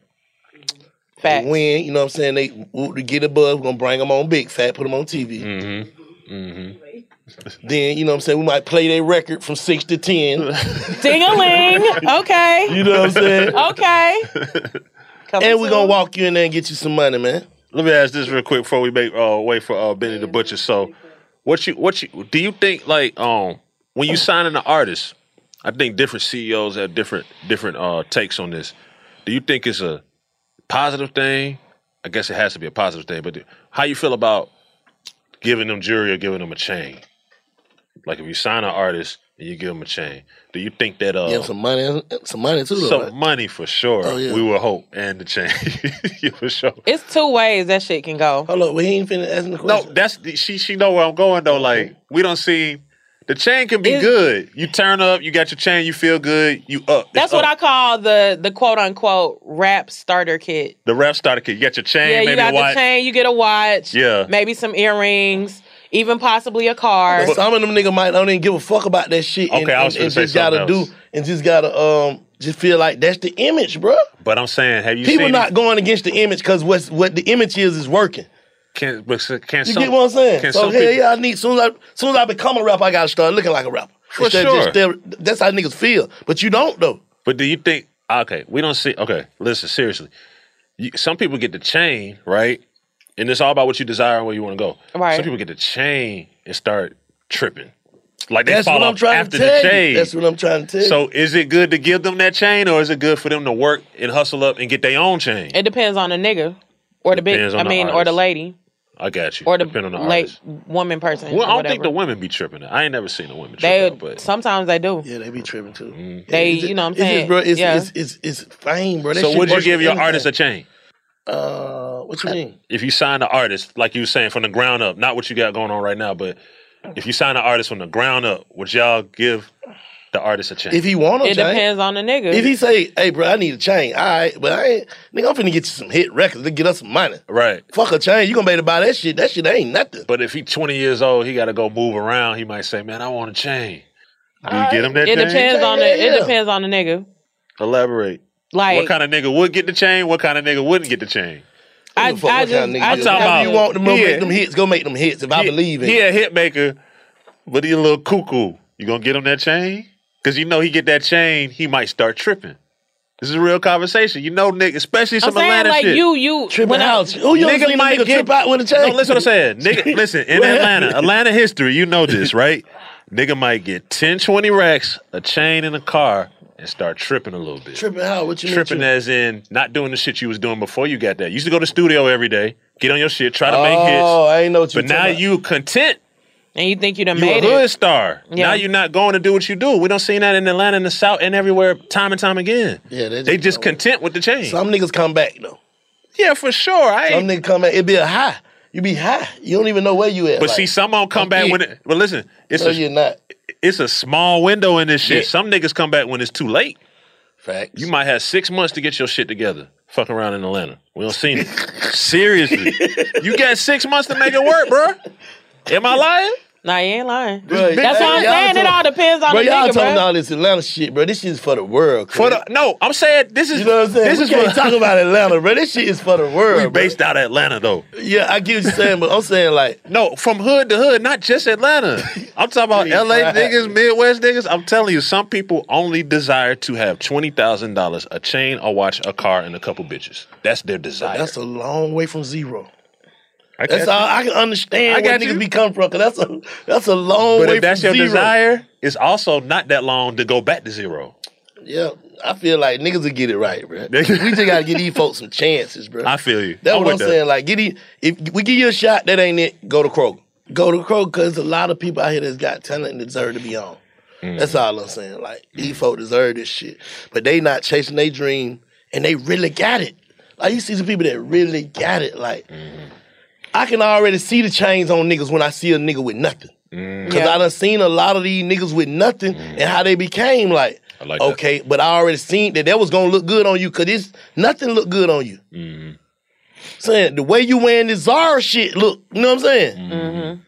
Speaker 4: Facts.
Speaker 5: They win. You know what I'm saying? They w- to get above. We gonna bring them on big fat. Put them on TV.
Speaker 3: Mm-hmm.
Speaker 5: Then you know what I'm saying. We might play their record from six to ten.
Speaker 4: Ding a ling. Okay.
Speaker 5: You know what I'm saying?
Speaker 4: Okay. Coming
Speaker 5: and we gonna
Speaker 4: soon.
Speaker 5: walk you in there and get you some money, man.
Speaker 3: Let me ask this real quick before we make uh, wait for uh, Benny the Butcher. So, what you what you do you think like um when you signing an artist? I think different CEOs have different different uh takes on this. Do you think it's a positive thing? I guess it has to be a positive thing. But how you feel about giving them jury or giving them a chain? Like if you sign an artist and you give them a chain, do you think that uh
Speaker 5: Give 'em some money, some money too. Though,
Speaker 3: some
Speaker 5: right?
Speaker 3: money for sure?
Speaker 5: Oh, yeah.
Speaker 3: We will hope and the chain for sure.
Speaker 4: It's two ways that shit can go.
Speaker 5: Hold up, well, he ain't finna ask me the
Speaker 3: No,
Speaker 5: question.
Speaker 3: that's she. She know where I'm going though. Like we don't see the chain can be
Speaker 4: It's-
Speaker 3: good. You turn up, you got your chain, you feel good, you up. It's
Speaker 5: Oh.
Speaker 4: That's what I
Speaker 3: up.
Speaker 4: call the the quote unquote rap starter kit.
Speaker 3: The rap starter kid. You got your chain,
Speaker 4: Yeah,
Speaker 3: maybe
Speaker 4: you got
Speaker 3: a watch.
Speaker 4: the chain, you get a watch.
Speaker 3: Yeah.
Speaker 4: Maybe some earrings, even possibly a car.
Speaker 5: But some of them nigga might don't even give a fuck about that shit. and,
Speaker 3: Okay, I was
Speaker 5: and- and
Speaker 3: finna say
Speaker 5: just gotta
Speaker 3: something
Speaker 5: do
Speaker 3: else.
Speaker 5: and just gotta um just feel like that's the image, bruh.
Speaker 3: But I'm saying, have you
Speaker 5: People
Speaker 3: seen
Speaker 5: not
Speaker 3: these-
Speaker 5: going against the image because what's what the image is is working.
Speaker 3: Can, but s- can
Speaker 5: You
Speaker 3: some,
Speaker 5: get what I'm saying?
Speaker 3: Can
Speaker 5: So
Speaker 3: some
Speaker 5: hell
Speaker 3: people,
Speaker 5: yeah, I need soon as I soon as I become a rapper, I gotta start looking like a rapper.
Speaker 3: For
Speaker 5: Instead of just stare- that's how niggas feel. But you don't though.
Speaker 3: But do you think? Okay, we don't see. Okay, listen seriously. You, some people get the chain right, and it's all about what you desire and where you want to go.
Speaker 4: Right.
Speaker 3: Some people get the chain and start tripping. Like they
Speaker 5: That's
Speaker 3: fall
Speaker 5: what I'm
Speaker 3: off
Speaker 5: trying
Speaker 3: after
Speaker 5: to tell
Speaker 3: the chain.
Speaker 5: you. That's what I'm trying to tell you.
Speaker 3: So is it good to give them that chain, or is it good for them to work and hustle up and get their own chain?
Speaker 4: It depends on the nigga. Or the big
Speaker 3: Depends on
Speaker 4: I
Speaker 3: the
Speaker 4: mean, or the
Speaker 3: artist.
Speaker 4: lady.
Speaker 3: I got you.
Speaker 4: Or the,
Speaker 3: Depending on the
Speaker 4: late
Speaker 3: artist.
Speaker 4: woman person.
Speaker 3: Well, I
Speaker 4: or
Speaker 3: don't think
Speaker 4: whatever.
Speaker 3: the women be tripping. I ain't never seen a woman trip
Speaker 4: they
Speaker 3: out, but Mm.
Speaker 4: sometimes they do.
Speaker 5: Yeah, they be tripping too.
Speaker 4: They
Speaker 5: It's just-
Speaker 4: you know what I'm
Speaker 5: it's just,
Speaker 4: saying?
Speaker 5: bro, it's,
Speaker 4: yeah.
Speaker 5: it's, it's, it's fame, bro. That
Speaker 3: so
Speaker 5: shit
Speaker 3: would you
Speaker 5: works
Speaker 3: give
Speaker 5: for
Speaker 3: your
Speaker 5: anything.
Speaker 3: artist a chain
Speaker 5: Uh, what you mean?
Speaker 3: if you sign the artist, like you were saying, from the ground up? Not what you got going on right now, but if you sign the artist from the ground up, would y'all give the artist a chain?
Speaker 5: If he want a
Speaker 4: it
Speaker 5: chain,
Speaker 4: depends on the nigga.
Speaker 5: if he say, "Hey, bro, I need a chain," all right, but I ain't, nigga, I'm finna get you some hit records to get us some money.
Speaker 3: right.
Speaker 5: Fuck a chain, you gonna be able to buy that shit? That shit ain't nothing.
Speaker 3: But if he twenty years old, he got to go move around. He might say, "Man, I want a chain." Do you get him that
Speaker 4: Uh, it
Speaker 3: chain?
Speaker 4: depends on the
Speaker 5: Yeah, yeah.
Speaker 4: it depends on the nigga.
Speaker 3: Elaborate.
Speaker 4: Like
Speaker 3: what kind of nigga would get the chain? What kind of nigga wouldn't get the chain?
Speaker 4: I,
Speaker 5: Fuck
Speaker 4: I
Speaker 5: what
Speaker 4: just
Speaker 5: kind of nigga
Speaker 4: I
Speaker 5: you
Speaker 4: just
Speaker 5: are.
Speaker 3: talking
Speaker 4: have
Speaker 5: If
Speaker 3: about-
Speaker 5: you want them, go
Speaker 3: Yeah.
Speaker 5: make them hits. Go make them hits. If I believe in,
Speaker 3: He
Speaker 5: you.
Speaker 3: a hit maker, but he a little cuckoo. You gonna get him that chain? Cause you know he get that chain, he might start tripping. This is a real conversation. You know, nigga, especially
Speaker 4: I'm
Speaker 3: some
Speaker 4: saying
Speaker 3: Atlanta
Speaker 4: like
Speaker 3: shit.
Speaker 4: you you
Speaker 5: tripping
Speaker 4: when I-
Speaker 5: out. Who you ever seen a nigga trip out with a chain?
Speaker 3: No, listen what I'm saying. Nigga, listen, in
Speaker 5: Well-
Speaker 3: Atlanta, Atlanta history, you know this, right? nigga might get 10, 20 racks, a chain in a car, and start tripping a little bit.
Speaker 5: Tripping out. What you mean?
Speaker 3: tripping as in not doing the shit you was doing before you got there. You used to go to the studio every day, get on your shit, try to make
Speaker 5: Oh,
Speaker 3: hits.
Speaker 5: I ain't know what you.
Speaker 3: But now
Speaker 5: talking about.
Speaker 3: you content
Speaker 4: and you think you done
Speaker 3: you a
Speaker 4: made
Speaker 3: hood
Speaker 4: it.
Speaker 3: star.
Speaker 4: Yeah.
Speaker 3: Now you're not going to do what you do. We don't see that in Atlanta and the South and everywhere time and time again.
Speaker 5: Yeah,
Speaker 3: they,
Speaker 5: they just-
Speaker 3: just content with the change.
Speaker 5: Some niggas come back though.
Speaker 3: yeah, for sure. I
Speaker 5: Some
Speaker 3: ain't,
Speaker 5: niggas come back. It be a high. You be high. You don't even know where you at.
Speaker 3: but
Speaker 5: like,
Speaker 3: see, some don't come back when. It, but listen, it's
Speaker 5: no,
Speaker 3: a
Speaker 5: you're not.
Speaker 3: it's a small window in this shit.
Speaker 5: Yeah.
Speaker 3: Some niggas come back when it's too late.
Speaker 5: Facts.
Speaker 3: You might have six months to get your shit together. fuck around in Atlanta. We don't seen it. Seriously, you got six months to make it work, bro. Am I lying?
Speaker 4: Nah, you ain't lying.
Speaker 5: Bruh,
Speaker 4: That's
Speaker 5: hey,
Speaker 4: what I'm
Speaker 5: y'all
Speaker 4: saying. It
Speaker 5: talk-
Speaker 4: all depends on
Speaker 5: Bro,
Speaker 4: the
Speaker 5: y'all
Speaker 4: nigga,
Speaker 5: talking
Speaker 4: bro.
Speaker 5: all this Atlanta shit, bro. This shit is for the world.
Speaker 3: For
Speaker 5: cuz.
Speaker 3: the no, I'm saying this is
Speaker 5: you know what I'm saying?
Speaker 3: this
Speaker 5: we
Speaker 3: is
Speaker 5: can't
Speaker 3: what
Speaker 5: talk about Atlanta, bro. This shit is for the world.
Speaker 3: we
Speaker 5: bro.
Speaker 3: based out of Atlanta though.
Speaker 5: Yeah, I get what you're saying, but I'm saying like
Speaker 3: No, from hood to hood, not just Atlanta. I'm talking about
Speaker 5: Please,
Speaker 3: LA
Speaker 5: what
Speaker 3: niggas,
Speaker 5: happened?
Speaker 3: Midwest niggas. I'm telling you, some people only desire to have twenty thousand dollars, a chain, a watch, a car, and a couple bitches. That's their desire.
Speaker 5: that's a long way from zero.
Speaker 3: I
Speaker 5: That's
Speaker 3: got
Speaker 5: all I can understand
Speaker 3: I
Speaker 5: where
Speaker 3: got you.
Speaker 5: niggas be coming from. Cause that's a that's a
Speaker 3: you.
Speaker 5: long
Speaker 3: But
Speaker 5: way
Speaker 3: if that's
Speaker 5: from
Speaker 3: your
Speaker 5: zero.
Speaker 3: desire, it's also not that long to go back to zero.
Speaker 5: Yeah, I feel like niggas will get it right, bro. we just gotta give these folks some chances, bro.
Speaker 3: I feel you.
Speaker 5: That's
Speaker 3: I'm
Speaker 5: what I'm
Speaker 3: with that.
Speaker 5: saying. Like, get it. If we give you a shot, that ain't it. Go to Kroger. Go to Kroger because a lot of people out here that's got talent and deserve to be on.
Speaker 3: Mm.
Speaker 5: That's all I'm saying. Like, these folk deserve this shit, but they not chasing their dream, and they really got it. Like, you see some people that really got it. Like,
Speaker 3: Mm-hmm.
Speaker 5: I can already see the chains on niggas when I see a nigga with nothing. Cause
Speaker 4: Yeah.
Speaker 5: I done seen a lot of these niggas with nothing and how they became like,
Speaker 3: I like that.
Speaker 5: okay, but Mm. I already seen that that was gonna look good on you because it's nothing look good on you. Mm-hmm. Saying the way you wearing this Zara shit, look, you know what I'm saying?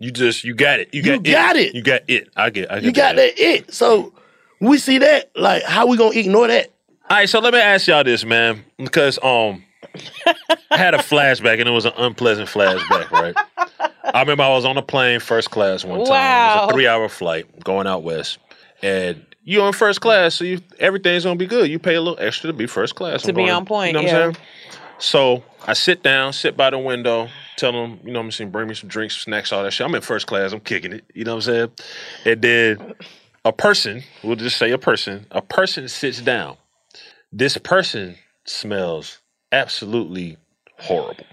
Speaker 3: You just you got it. You
Speaker 5: You
Speaker 3: got,
Speaker 5: got it.
Speaker 3: You got it. I get. I get
Speaker 5: You got that it. So we see that, like, how we gonna ignore that?
Speaker 3: All right, so let me ask y'all this, man, because um, I had a flashback and it was an unpleasant flashback, right? I remember I was on a plane, first class, one time. It
Speaker 4: Wow.
Speaker 3: was a three-hour flight going out west, and you're in first class, so you everything's gonna be good. You pay a little extra to be first class
Speaker 4: To
Speaker 3: I'm
Speaker 4: be
Speaker 3: going-
Speaker 4: on point,
Speaker 3: You know what
Speaker 4: yeah.
Speaker 3: I'm saying? So I sit down, sit by the window, tell them, you know what I'm saying, bring me some drinks, snacks, all that shit. I'm in first class, I'm kicking it. You know what I'm saying? And then a person, we'll just say a person, a person sits down. This person smells absolutely horrible.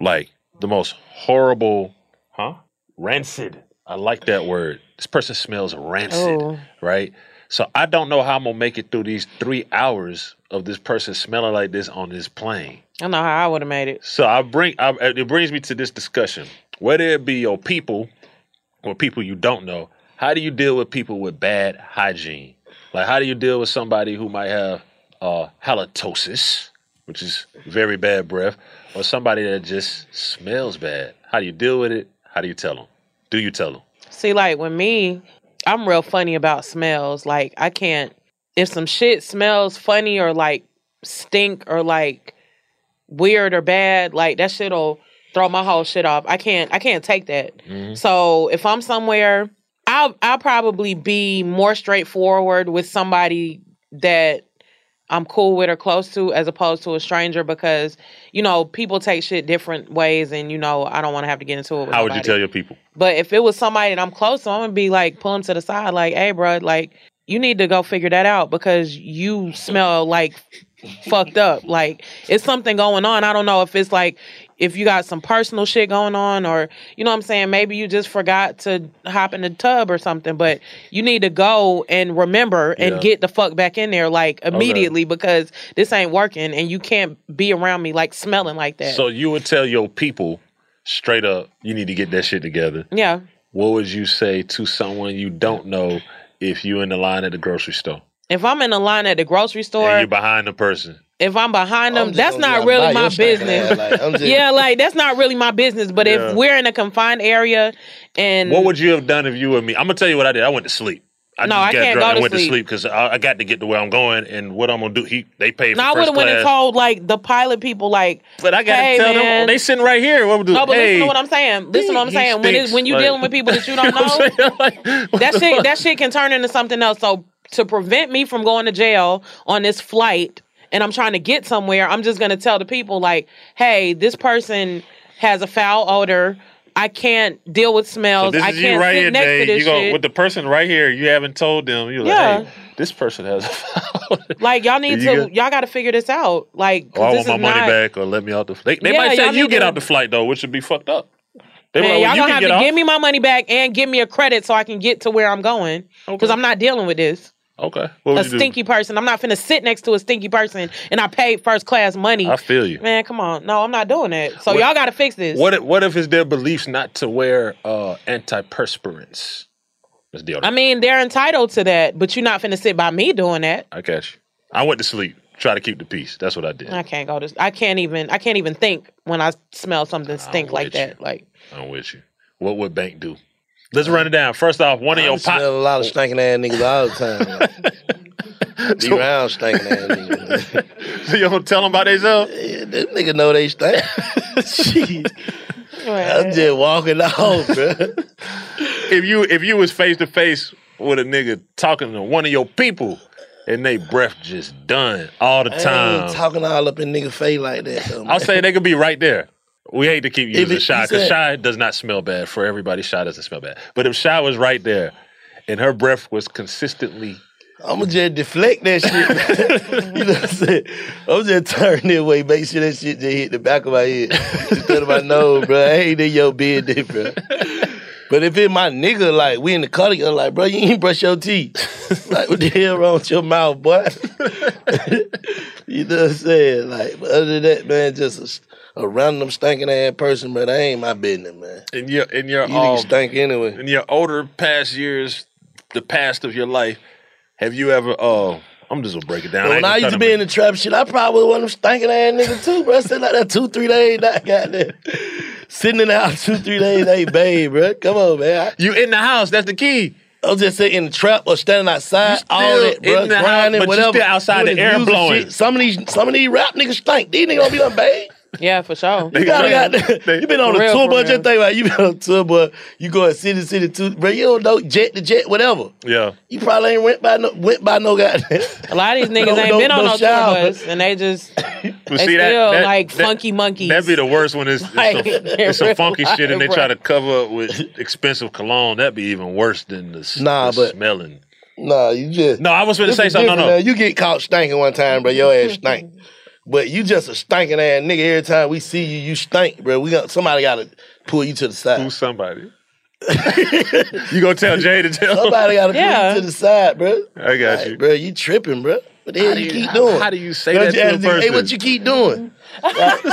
Speaker 3: Like the most horrible, huh? Rancid. I like that word. This person smells rancid,
Speaker 4: Oh.
Speaker 3: right? So I don't know how I'm gonna make it through these three hours of this person smelling like this on this plane.
Speaker 4: I know how I would have made it.
Speaker 3: So I bring I, it brings me to this discussion. Whether it be your people or people you don't know, how do you deal with people with bad hygiene? Like how do you deal with somebody who might have uh, halitosis, which is very bad breath, or somebody that just smells bad? How do you deal with it? How do you tell them? Do you tell them?
Speaker 4: See, like with me, I'm real funny about smells. Like I can't if some shit smells funny or like stink or like weird or bad, like that shit'll throw my whole shit off. I can't I can't take that.
Speaker 3: Mm-hmm.
Speaker 4: So if I'm somewhere, I'll I'll probably be more straightforward with somebody that I'm cool with or close to as opposed to a stranger because, you know, people take shit different ways and you know, I don't want to have to get into it with
Speaker 3: How would you
Speaker 4: nobody.
Speaker 3: tell your people?
Speaker 4: But if it was somebody that I'm close to, I'm gonna be like pull him to the side, like, "Hey, bro, like you need to go figure that out because you smell like fucked up. Like it's something going on. I don't know if it's like if you got some personal shit going on or you know what I'm saying. Maybe you just forgot to hop in the tub or something. But you need to go and remember and
Speaker 3: Yeah.
Speaker 4: get the fuck back in there like immediately because this ain't working and you can't be around me like smelling like that.
Speaker 3: So you would tell your people straight up, you need to get that shit together.
Speaker 4: yeah.
Speaker 3: what would you say to someone you don't know if you in the line at the grocery store
Speaker 4: If I'm in the line at the grocery store,
Speaker 3: and you're behind the person?
Speaker 4: if I'm behind them,
Speaker 5: I'm just
Speaker 4: that's
Speaker 5: gonna
Speaker 4: not
Speaker 5: be like,
Speaker 4: really
Speaker 5: "Buy
Speaker 4: my
Speaker 5: your shit,
Speaker 4: business.
Speaker 5: man." Like, I'm just-
Speaker 4: yeah, like that's not really my business. But
Speaker 3: Yeah.
Speaker 4: if we're in a confined area and
Speaker 3: What would you have done if you were me? I'm gonna tell you what I did. I went to sleep. I
Speaker 4: No,
Speaker 3: just
Speaker 4: I
Speaker 3: got
Speaker 4: can't
Speaker 3: drunk
Speaker 4: go
Speaker 3: and
Speaker 4: to
Speaker 3: went to
Speaker 4: sleep.
Speaker 3: sleep because I, I got to get to where I'm going and what I'm gonna do. He they paid for
Speaker 4: no, I would
Speaker 3: first
Speaker 4: have went and
Speaker 3: class,
Speaker 4: told like the pilot people like
Speaker 3: but I gotta
Speaker 4: "Hey,
Speaker 3: tell them
Speaker 4: man."
Speaker 3: oh, they sitting right here. What we do?
Speaker 4: No, but
Speaker 3: hey,
Speaker 4: listen to what I'm saying. Listen to what I'm
Speaker 3: he
Speaker 4: saying. When it's,
Speaker 3: stinks,
Speaker 4: when you
Speaker 3: like-
Speaker 4: dealing with people that you don't
Speaker 3: you know
Speaker 4: know,
Speaker 3: what I'm saying? Like, what
Speaker 4: that
Speaker 3: the
Speaker 4: shit
Speaker 3: fuck?
Speaker 4: that shit can turn into something else. So to prevent me from going to jail on this flight and I'm trying to get somewhere, I'm just gonna tell the people like, hey, this person has a foul odor. I can't deal with
Speaker 3: So
Speaker 4: smells.
Speaker 3: this
Speaker 4: I
Speaker 3: is you
Speaker 4: can't
Speaker 3: right
Speaker 4: sit
Speaker 3: here,
Speaker 4: next to
Speaker 3: Jay.
Speaker 4: this
Speaker 3: You go
Speaker 4: shit.
Speaker 3: with the person right here. You haven't told them. You're like,
Speaker 4: Yeah.
Speaker 3: hey, this person has a foul.
Speaker 4: Like y'all need
Speaker 3: You
Speaker 4: to,
Speaker 3: good?
Speaker 4: y'all got to figure this out. Like, 'cause
Speaker 3: Or I
Speaker 4: this
Speaker 3: want my
Speaker 4: is
Speaker 3: money
Speaker 4: not,
Speaker 3: back, or let me out the. They, they
Speaker 4: Yeah,
Speaker 3: might
Speaker 4: y'all
Speaker 3: say you
Speaker 4: need
Speaker 3: get
Speaker 4: to-
Speaker 3: out the flight though, which would be fucked up. They be
Speaker 4: Man,
Speaker 3: like,
Speaker 4: y'all
Speaker 3: well, you
Speaker 4: gonna
Speaker 3: can
Speaker 4: have
Speaker 3: get
Speaker 4: to
Speaker 3: off.
Speaker 4: give me my money back and give me a credit so I can get to where I'm going. Because
Speaker 3: Okay.
Speaker 4: I'm not dealing with this.
Speaker 3: okay, what would
Speaker 4: A
Speaker 3: you do?
Speaker 4: stinky person. I'm not finna sit next to a stinky person and I paid first class money.
Speaker 3: I feel you.
Speaker 4: Man, come on. No, I'm not doing that. So
Speaker 3: What-
Speaker 4: y'all got to fix this.
Speaker 3: What if, what if it's their beliefs not to wear uh, antiperspirants? That's deodorant.
Speaker 4: I mean, they're entitled to that, but you're not finna sit by me doing that.
Speaker 3: I got you. I went to sleep. try to keep the peace. That's what I did.
Speaker 4: I can't go to. I can't even. I can't even think when I smell something stink like
Speaker 3: with you.
Speaker 4: that. Like
Speaker 3: I'm with you. What would bank do? Let's run it down. First off, one of
Speaker 5: I
Speaker 3: your
Speaker 5: smell
Speaker 3: pop.
Speaker 5: a lot of stinking ass niggas all the time. like. Be around stinking ass niggas.
Speaker 3: you don't tell them about themselves.
Speaker 5: Yeah, this nigga know they stink. Jeez. I'm just walking off, bro.
Speaker 3: Oh, If you if you was face to face with a nigga talking to one of your people, and they breath just done all the
Speaker 5: I ain't
Speaker 3: time,
Speaker 5: talking all up in nigga face like that. Though, man.
Speaker 3: I'll say they could be right there. We hate to keep
Speaker 5: If
Speaker 3: using
Speaker 5: it-
Speaker 3: shy
Speaker 5: you
Speaker 3: because
Speaker 5: said-
Speaker 3: shy does not smell bad for everybody. Shy doesn't smell bad, but if shy was right there, and her breath was consistently
Speaker 5: I'ma just deflect that shit. you know what I'm saying? I'm just turning it away, make sure that shit just hit the back of my head. Instead of my nose, bro. I ain't in your business, bro. But if it's my nigga, like we in the car together, like, bro, you ain't brush your teeth. like, what the hell wrong with your mouth, boy? you know what I'm saying? Like, but other than that, man, just a, a random stinking ass person, but that ain't my business, man.
Speaker 3: in your in your
Speaker 5: You
Speaker 3: um,
Speaker 5: niggas stink anyway.
Speaker 3: in your older past years, the past of your life, have you ever? uh I'm just gonna break it down.
Speaker 5: When I
Speaker 3: ain't
Speaker 5: used to
Speaker 3: gonna
Speaker 5: be
Speaker 3: try
Speaker 5: in the trap shit, I probably was one of them stinking ass niggas too, bro. I Sitting like that two, three days, I got there. Sitting in the house two, three days, hey, babe, bro. Come on, man.
Speaker 3: make- you in the house. That's the key.
Speaker 5: I, I'm just sitting in the trap or standing outside,
Speaker 3: You
Speaker 5: all
Speaker 3: still
Speaker 5: that, bro.
Speaker 3: in the house,
Speaker 5: grinding,
Speaker 3: but you
Speaker 5: whatever.
Speaker 3: still outside,
Speaker 5: doing
Speaker 3: the
Speaker 5: this
Speaker 3: air
Speaker 5: music
Speaker 3: blowing.
Speaker 5: shit. Some of these, some of these rap niggas stink. These niggas gonna be like, babe.
Speaker 4: yeah, for sure.
Speaker 5: You gotta got You been on
Speaker 4: For
Speaker 5: a
Speaker 4: real,
Speaker 5: tour
Speaker 4: for
Speaker 5: bus. Just
Speaker 4: real.
Speaker 5: think about it. you been on a tour bus. You going city to city to, bro. You don't know jet to jet, whatever.
Speaker 3: Yeah.
Speaker 5: You probably ain't went by no went by no goddamn.
Speaker 4: A lot of these
Speaker 5: No-
Speaker 4: niggas ain't
Speaker 5: no-
Speaker 4: been on
Speaker 5: no
Speaker 4: no tour
Speaker 5: shower.
Speaker 4: bus, and they just
Speaker 3: But
Speaker 4: They still like funky monkeys.
Speaker 3: That'd be the worst one. It's, it's
Speaker 4: Like,
Speaker 3: some,
Speaker 4: they're
Speaker 3: it's some
Speaker 4: real
Speaker 3: funky
Speaker 4: life,
Speaker 3: shit, and they
Speaker 4: bro.
Speaker 3: try to cover up with expensive cologne. That'd be even worse than the, s-
Speaker 5: Nah,
Speaker 3: the
Speaker 5: but-
Speaker 3: smelling.
Speaker 5: Nah, you just
Speaker 3: No, I was gonna
Speaker 5: This
Speaker 3: say
Speaker 5: is
Speaker 3: something. No,
Speaker 5: different,
Speaker 3: no.
Speaker 5: now. You get caught stinking one time, bro. Your ass stink. But you just a stinking ass nigga. Every time we see you, you stink, bro. We got somebody got to pull you to the side.
Speaker 3: Who's somebody? you gonna tell Jay to tell? him?
Speaker 5: Somebody got to
Speaker 4: Yeah.
Speaker 5: pull you to the side, bro.
Speaker 3: I got
Speaker 5: Like,
Speaker 3: you.
Speaker 5: bro, you tripping, bro. What the hell
Speaker 3: do
Speaker 5: you,
Speaker 3: you-
Speaker 5: keep
Speaker 3: how-
Speaker 5: doing?
Speaker 3: how do you say
Speaker 5: Bro,
Speaker 3: that to
Speaker 5: ask
Speaker 3: a
Speaker 5: the nigga, Hey,
Speaker 3: person? Mm-hmm.
Speaker 5: what you keep doing? Like,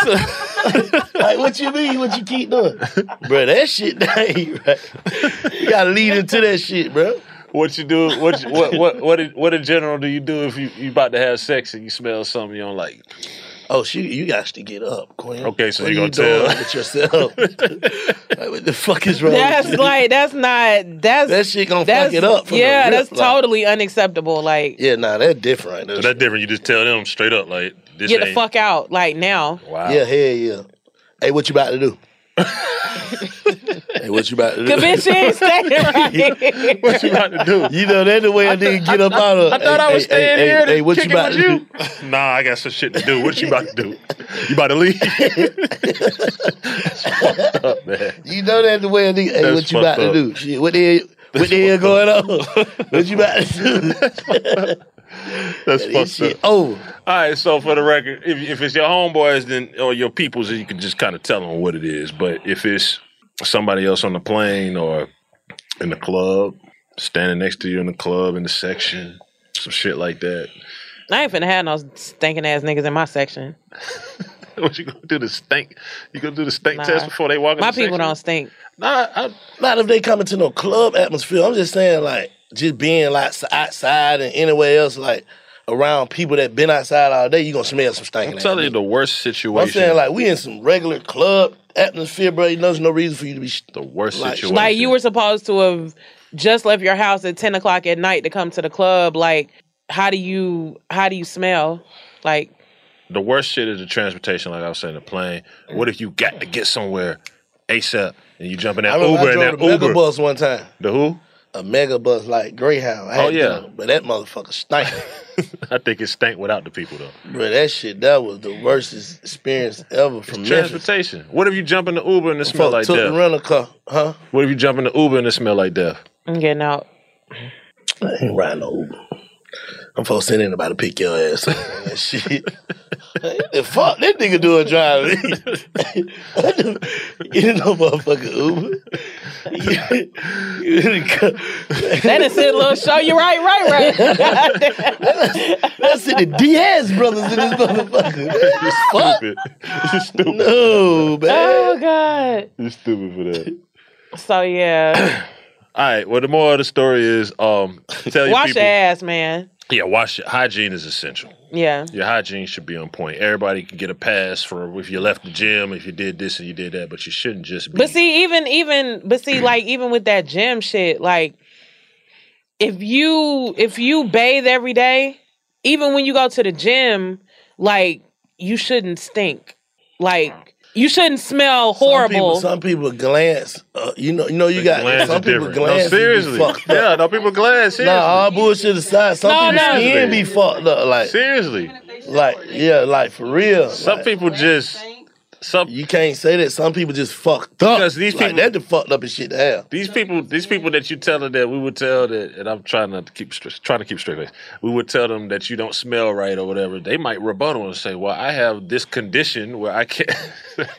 Speaker 5: like, what you mean? What you keep doing, bro? That shit, that ain't right. You gotta lead into that shit, bro.
Speaker 3: What you do? What you, what what what in, what in general do you do if you you about to have sex and you smell something you don't like?
Speaker 5: Oh shoot, you got to get up, Queen.
Speaker 3: Okay, so
Speaker 5: What
Speaker 3: you
Speaker 5: are
Speaker 3: gonna tell.
Speaker 5: doing with yourself? like, what the fuck is wrong?
Speaker 4: that's
Speaker 5: with you?
Speaker 4: like that's not that's
Speaker 5: that shit gonna
Speaker 4: that's
Speaker 5: fuck it up. For
Speaker 4: yeah,
Speaker 5: the
Speaker 4: that's
Speaker 5: real, like-
Speaker 4: totally unacceptable. Like
Speaker 5: Yeah, nah, that's different. Right?
Speaker 3: So that's different. You just tell them straight up like this.
Speaker 4: get the
Speaker 3: ain't-
Speaker 4: fuck out, like now.
Speaker 3: Wow.
Speaker 5: Yeah, hell yeah. Hey, what you about to do? hey, what you about to
Speaker 4: The
Speaker 5: do?
Speaker 4: bitch ain't staying right.
Speaker 3: What you about to do?
Speaker 5: You know, that's the way I didn't get up out of.
Speaker 3: I thought I was staying
Speaker 5: hey,
Speaker 3: here.
Speaker 5: Hey, what you about to do?
Speaker 3: do? Nah, I got some shit to do. What you about to do? You about to leave? That's fucked up, man.
Speaker 5: You know that's the way I nigga. Hey,
Speaker 3: That's
Speaker 5: what you
Speaker 3: fucked
Speaker 5: about to
Speaker 3: up.
Speaker 5: do? Shit, what the hell? What the hell going on? what you about to
Speaker 3: That's
Speaker 5: do? this
Speaker 3: fucked
Speaker 5: shit
Speaker 3: up.
Speaker 5: over.
Speaker 3: All right, so for the record, if, if it's your homeboys, then or your peoples, then you can just kind of tell them what it is. But if it's somebody else on the plane or in the club, standing next to you in the club in the section, some shit like that,
Speaker 4: I ain't finna have no stinking ass niggas in my section.
Speaker 3: what you gonna do the stink? You gonna do the stink
Speaker 4: Nah.
Speaker 3: test before they walk? in
Speaker 4: My
Speaker 3: the
Speaker 4: people
Speaker 3: section?
Speaker 4: don't stink.
Speaker 3: Nah, I,
Speaker 5: Not if they come into no club atmosphere. I'm just saying, like, just being like s- outside and anywhere else, like around people that been outside all day, you gonna smell some stinking.
Speaker 3: I'm
Speaker 5: ass
Speaker 3: telling you,
Speaker 5: nigga.
Speaker 3: the worst
Speaker 5: I'm
Speaker 3: situation.
Speaker 5: saying, like, we in some regular club atmosphere, bro. You know, There's no reason for you to be. Sh-
Speaker 3: the worst
Speaker 5: like-
Speaker 3: situation.
Speaker 4: Like you were supposed to have just left your house at ten o'clock at night to come to the club. Like, how do you how do you smell? Like,
Speaker 3: the worst shit is the transportation. Like I was saying, the plane. What if you got to get somewhere ASAP and you jump in
Speaker 5: I
Speaker 3: that
Speaker 5: remember
Speaker 3: Uber
Speaker 5: I
Speaker 3: and
Speaker 5: drove
Speaker 3: that
Speaker 5: a mega
Speaker 3: Uber?
Speaker 5: bus one time.
Speaker 3: The who?
Speaker 5: A mega bus like Greyhound. I
Speaker 3: Oh,
Speaker 5: had
Speaker 3: yeah.
Speaker 5: done it, but that motherfucker stank.
Speaker 3: I think it stank without the people though.
Speaker 5: Bro, that shit, that was the worstest experience ever from Memphis.
Speaker 3: Transportation. What if you jump in the Uber and it smell
Speaker 5: Fuck,
Speaker 3: like
Speaker 5: took the
Speaker 3: death?
Speaker 5: rental car, huh?
Speaker 3: What if you jump in the Uber and it smell like death?
Speaker 4: I'm getting out.
Speaker 5: I ain't riding no Uber. I'm supposed to send anybody to pick your ass up. man. That shit. the fuck that nigga doing driving? Get in no motherfucking Uber. You in the car.
Speaker 4: That is it, little show. You right, right, right.
Speaker 5: That's in the Diaz brothers in this motherfucker. Fuck
Speaker 3: Stupid. you stupid.
Speaker 5: no, man.
Speaker 4: Oh God.
Speaker 3: You stupid for that.
Speaker 4: So yeah,
Speaker 3: All right. Well, the moral of the story is, um, tell your
Speaker 4: Wash
Speaker 3: people.
Speaker 4: your ass, man.
Speaker 3: Yeah, wash. Hygiene is essential.
Speaker 4: Yeah.
Speaker 3: Your hygiene should be on point. Everybody can get a pass for if you left the gym, if you did this and you did that, but you shouldn't just be.
Speaker 4: But see, even even but see, like even with that gym shit, like if you if you bathe every day, even when you go to the gym, like you shouldn't stink. Like you shouldn't smell horrible.
Speaker 5: Some people, some people glance. Uh, you know, you know, you got
Speaker 3: Glands
Speaker 5: some
Speaker 3: are
Speaker 5: people
Speaker 3: different.
Speaker 5: glance.
Speaker 3: No,
Speaker 5: be
Speaker 3: seriously.
Speaker 5: fucked up.
Speaker 3: Yeah, no people glance. Seriously.
Speaker 5: Nah, all bullshit aside, some
Speaker 4: No,
Speaker 5: people
Speaker 4: no.
Speaker 5: skin be fucked up. Like,
Speaker 3: seriously.
Speaker 5: like, yeah, like for real.
Speaker 3: Some
Speaker 5: Like,
Speaker 3: people just some
Speaker 5: you can't say that. Some people just fucked up.
Speaker 3: Because these
Speaker 5: like,
Speaker 3: people-
Speaker 5: that the fucked up and shit to have.
Speaker 3: these people these people that you tell them that we would tell that and I'm trying not to keep str- trying to keep straight face. We would tell them that you don't smell right or whatever. They might rebuttal and say, "Well, I have this condition where I can't.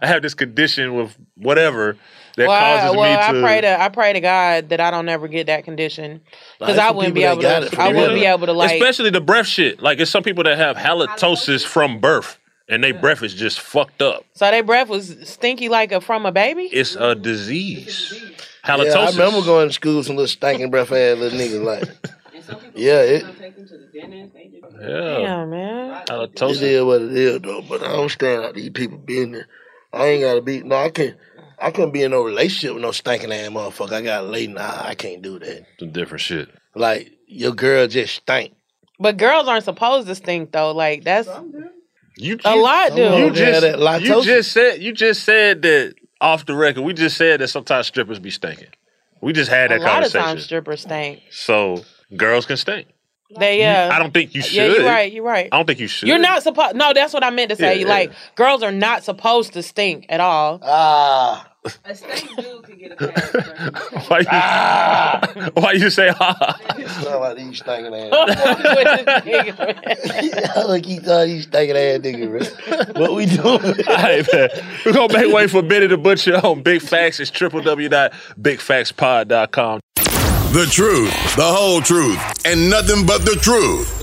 Speaker 3: I have this condition with whatever that
Speaker 4: Well,
Speaker 3: causes
Speaker 4: I, well,
Speaker 3: me to."
Speaker 4: I pray to I pray to God that I don't ever get that condition because
Speaker 5: Nah,
Speaker 4: I
Speaker 5: some
Speaker 4: wouldn't be
Speaker 5: people
Speaker 4: able
Speaker 5: that got it
Speaker 4: to.
Speaker 5: for
Speaker 4: I
Speaker 5: real.
Speaker 4: wouldn't be able to like.
Speaker 3: especially the breath shit. Like it's some people that have halitosis from birth and they breath is just fucked up.
Speaker 4: so their breath was stinky like a from a baby.
Speaker 3: It's a disease. Halitosis.
Speaker 5: Yeah, I remember going to school with some little stinking breath ass little niggas. Like, yeah, it, Oh.
Speaker 3: Yeah.
Speaker 4: Yeah, man.
Speaker 5: it
Speaker 3: Halitosis.
Speaker 5: is what it is though. But I don't stand out these people being there. I ain't gotta be. No, I can't. I couldn't be in no relationship with no stinking ass motherfucker. I got laid. Nah, I can't do that.
Speaker 3: Some different shit.
Speaker 5: Like your girl just stank.
Speaker 4: But girls aren't supposed to stink though. Like that's
Speaker 3: You,
Speaker 4: a
Speaker 3: you-
Speaker 4: lot, dude.
Speaker 5: You
Speaker 3: You
Speaker 5: Yeah,
Speaker 3: just,
Speaker 5: that
Speaker 3: you
Speaker 5: litosis.
Speaker 3: just said you just said that off the record. We just said that sometimes strippers be stinking. We just had
Speaker 4: a
Speaker 3: that
Speaker 4: lot of
Speaker 3: conversation.
Speaker 4: times strippers stink.
Speaker 3: so girls can stink.
Speaker 4: They
Speaker 3: You-
Speaker 4: yeah.
Speaker 3: I don't think you
Speaker 4: Yeah,
Speaker 3: should.
Speaker 4: you're right. You're right.
Speaker 3: I don't think you should.
Speaker 4: You're not supposed. No, that's what I meant to say.
Speaker 3: Yeah,
Speaker 4: like
Speaker 3: yeah.
Speaker 4: girls are not supposed to stink at all.
Speaker 5: Ah,
Speaker 3: Why you,
Speaker 4: Ah.
Speaker 3: why you say ha?
Speaker 5: sound like these stinking ass. I keep calling these stinking ass niggas. bro. What we doing?
Speaker 3: Hey man, we're gonna make way for Benny the Butcher on Big Facts. It's www.bigfactspod.com.
Speaker 2: The truth, the whole truth, and nothing but the truth.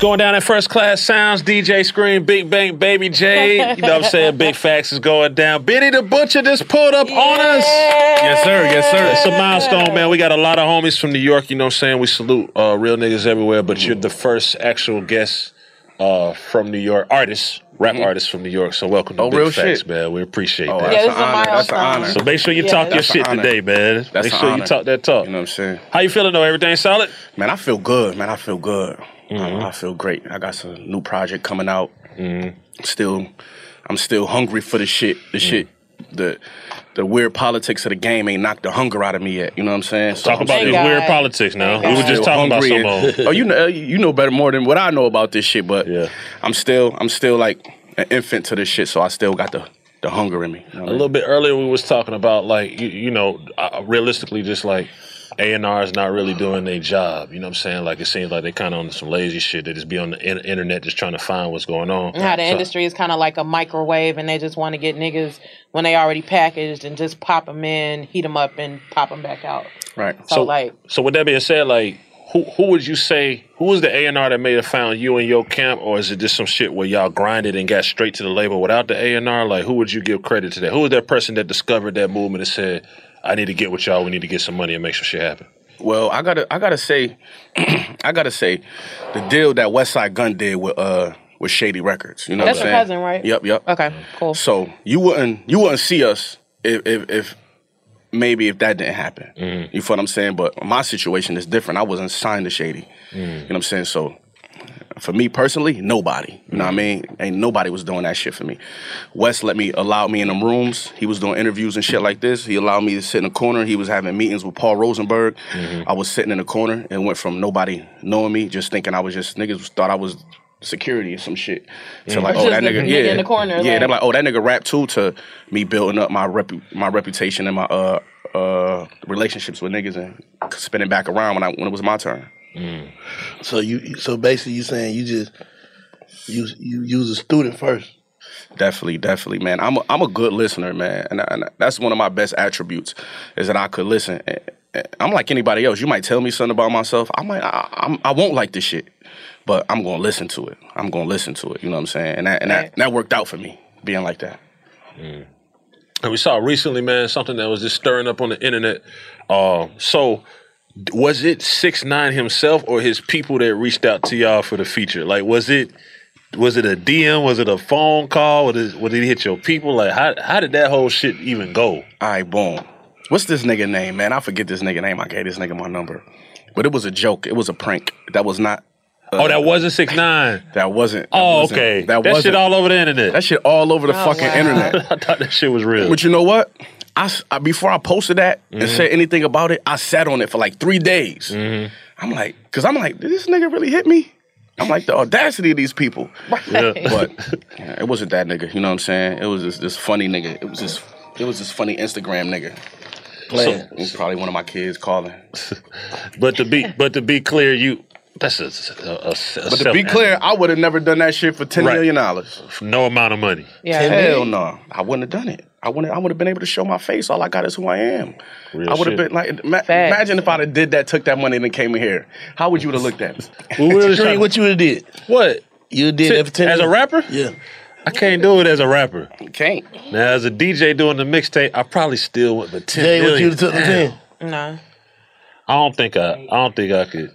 Speaker 3: going down in first class sounds. DJ Scream, Big Bang, Baby J. You know what I'm saying? Big Facts is going down. Benny the Butcher just pulled up on us.
Speaker 6: Yes, sir. Yes, sir.
Speaker 3: It's a milestone, man. We got a lot of homies from New York. You know what I'm saying? We salute uh, real niggas everywhere, but you're the first actual guest uh, from New York, artist, rap artist from New York. So welcome to
Speaker 6: Oh,
Speaker 3: Big
Speaker 6: real
Speaker 3: Facts,
Speaker 6: shit.
Speaker 3: man. We appreciate
Speaker 6: Oh,
Speaker 3: that.
Speaker 6: that's
Speaker 4: this
Speaker 6: an
Speaker 4: is a
Speaker 6: honor. That's an
Speaker 4: milestone.
Speaker 6: honor.
Speaker 3: So make sure you
Speaker 4: Yeah,
Speaker 3: talk your
Speaker 6: that's an
Speaker 3: shit
Speaker 6: honor.
Speaker 3: today, man.
Speaker 6: That's
Speaker 3: make
Speaker 6: an
Speaker 3: sure you
Speaker 6: honor.
Speaker 3: talk that talk.
Speaker 6: You know what I'm saying?
Speaker 3: How you feeling though? Everything solid? Mm-hmm.
Speaker 6: Man, I feel good. Man, I feel good. I, I feel great. I got some new project coming out. Still, I'm still hungry for the shit. The
Speaker 3: Mm.
Speaker 6: shit. The the weird politics of the game ain't knocked the hunger out of me yet. You know what I'm saying? So
Speaker 3: Talk
Speaker 6: I'm
Speaker 3: about
Speaker 4: Thank
Speaker 3: this
Speaker 4: God.
Speaker 3: weird politics now. We
Speaker 4: God.
Speaker 3: were just
Speaker 6: still
Speaker 3: talking about
Speaker 6: hungry
Speaker 3: some
Speaker 6: and-
Speaker 3: of 'em.
Speaker 6: oh, you know, you know better more than what I know about this shit. But
Speaker 3: Yeah.
Speaker 6: I'm still, I'm still like an infant to this shit. So I still got the the hunger in me. You know what I
Speaker 3: A
Speaker 6: mean?
Speaker 3: little bit earlier, we was talking about like you, you know, uh, realistically, just like A and R is not really doing their job. You know what I'm saying? Like it seems like they kind of on some lazy shit. They just be on the in- internet, just trying to find what's going on.
Speaker 4: And how the
Speaker 3: So-
Speaker 4: industry is kind of like a microwave, and they just want to get niggas when they already packaged and just pop them in, heat them up, and pop them back out.
Speaker 6: right.
Speaker 4: So, like,
Speaker 3: So with that being said, like who who would you say who was the A and R that may have found you in your camp, or is it just some shit where y'all grinded and got straight to the label without the A and R? Like who would you give credit to that? Who was that person that discovered that movement and said, "I need to get with y'all. We need to get some money and make some shit happen."
Speaker 6: Well, Oh, I gotta, I gotta say, I gotta say, the deal that Westside Gun did with uh with Shady Records. You know,
Speaker 4: That's
Speaker 6: what
Speaker 4: your
Speaker 6: I'm saying?
Speaker 4: cousin, right?
Speaker 6: Yep, yep.
Speaker 4: okay, cool.
Speaker 6: So you wouldn't, you wouldn't see us if, if, if maybe if that didn't happen. You feel what I'm saying? But my situation is different. I wasn't signed to Shady. You
Speaker 3: Mm.
Speaker 6: know what I'm saying? So for me personally, nobody. You know what I mean? Ain't nobody was doing that shit for me. Wes let me allowed me in them rooms. He was doing interviews and shit like this. He allowed me to sit in the corner. He was having meetings with Paul Rosenberg.
Speaker 4: Mm-hmm.
Speaker 3: Mm-hmm.
Speaker 6: I was sitting in the corner and went from nobody knowing me, just thinking I was just niggas thought I was security or some shit. To like,
Speaker 4: Or
Speaker 6: oh
Speaker 4: just
Speaker 6: that
Speaker 4: the
Speaker 6: nigga,
Speaker 4: nigga
Speaker 6: yeah,
Speaker 4: in the corner,
Speaker 6: yeah.
Speaker 4: like-
Speaker 6: They're like, oh that nigga rap too. To me building up my repu- my reputation and my uh uh relationships with niggas and spinning back around when I when it was my turn.
Speaker 3: Mm.
Speaker 5: So you, so basically, you saying you just you you use a student first.
Speaker 6: Definitely, definitely, man. I'm a, I'm a good listener, man, and, and that's one of my best attributes is that I could listen. And- and I'm like anybody else. You might tell me something about myself. I might I, I'm, I won't like this shit, but I'm gonna listen to it. I'm gonna listen to it. You know what I'm saying? And that and that, that worked out for me being like that.
Speaker 3: And we saw recently, man, something that was just stirring up on the internet. Uh, so d- was it six nine himself or his people that reached out to y'all for the feature? Like, was it was it a DM? Was it a phone call? Was it, was it hit your people? Like, how how did that whole shit even go?
Speaker 6: All right, boom. What's this nigga name, man? I forget this nigga name. I gave this nigga my number, but it was a joke. It was a prank. That was not. uh,
Speaker 3: oh, that wasn't six nine.
Speaker 6: That wasn't. that
Speaker 3: Oh,
Speaker 6: wasn't-
Speaker 3: okay. That,
Speaker 6: That, wasn't.
Speaker 3: shit all over the internet.
Speaker 6: that shit all over the fucking
Speaker 4: wow.
Speaker 6: internet.
Speaker 3: I thought that shit was real. Mm-hmm.
Speaker 6: But you know what? I, s- I- before I posted that and said anything about it, I sat on it for like three days.
Speaker 3: Mm-hmm.
Speaker 6: I'm like, cause I'm like, did this nigga really hit me? I'm like, the audacity of these people. But yeah, it wasn't that nigga. You know what I'm saying? It was this, this funny nigga. It was this it was this funny Instagram nigga.
Speaker 3: So-
Speaker 6: It was probably one of my kids calling.
Speaker 3: but to be but to be clear, you that's a, a, a- a
Speaker 6: But to be clear, I would have never done that shit for ten
Speaker 3: Right.
Speaker 6: million dollars.
Speaker 3: no amount of money.
Speaker 4: yeah.
Speaker 6: Hell no, I wouldn't have done it. I wouldn't. I would have been able to show my face. All I got is who I am.
Speaker 3: Real
Speaker 6: I would
Speaker 3: shit.
Speaker 6: have been like, ma-
Speaker 4: Facts.
Speaker 6: imagine if I'd have did that, took that money, and then came in here. How would you have looked at me?
Speaker 3: We were just trying
Speaker 5: Dream,
Speaker 3: to-
Speaker 5: what you would have did?
Speaker 3: what?
Speaker 5: You did
Speaker 3: Ti-
Speaker 5: it for 10
Speaker 3: as a
Speaker 5: years?
Speaker 3: rapper?
Speaker 5: Yeah.
Speaker 3: I can't do it as a rapper.
Speaker 6: Can't.
Speaker 3: Now, as a DJ doing the mixtape, I probably still went the ten
Speaker 5: Jay, what you
Speaker 3: million.
Speaker 5: would took the
Speaker 3: Damn.
Speaker 5: ten?
Speaker 4: No.
Speaker 3: I don't think I. I don't think I could.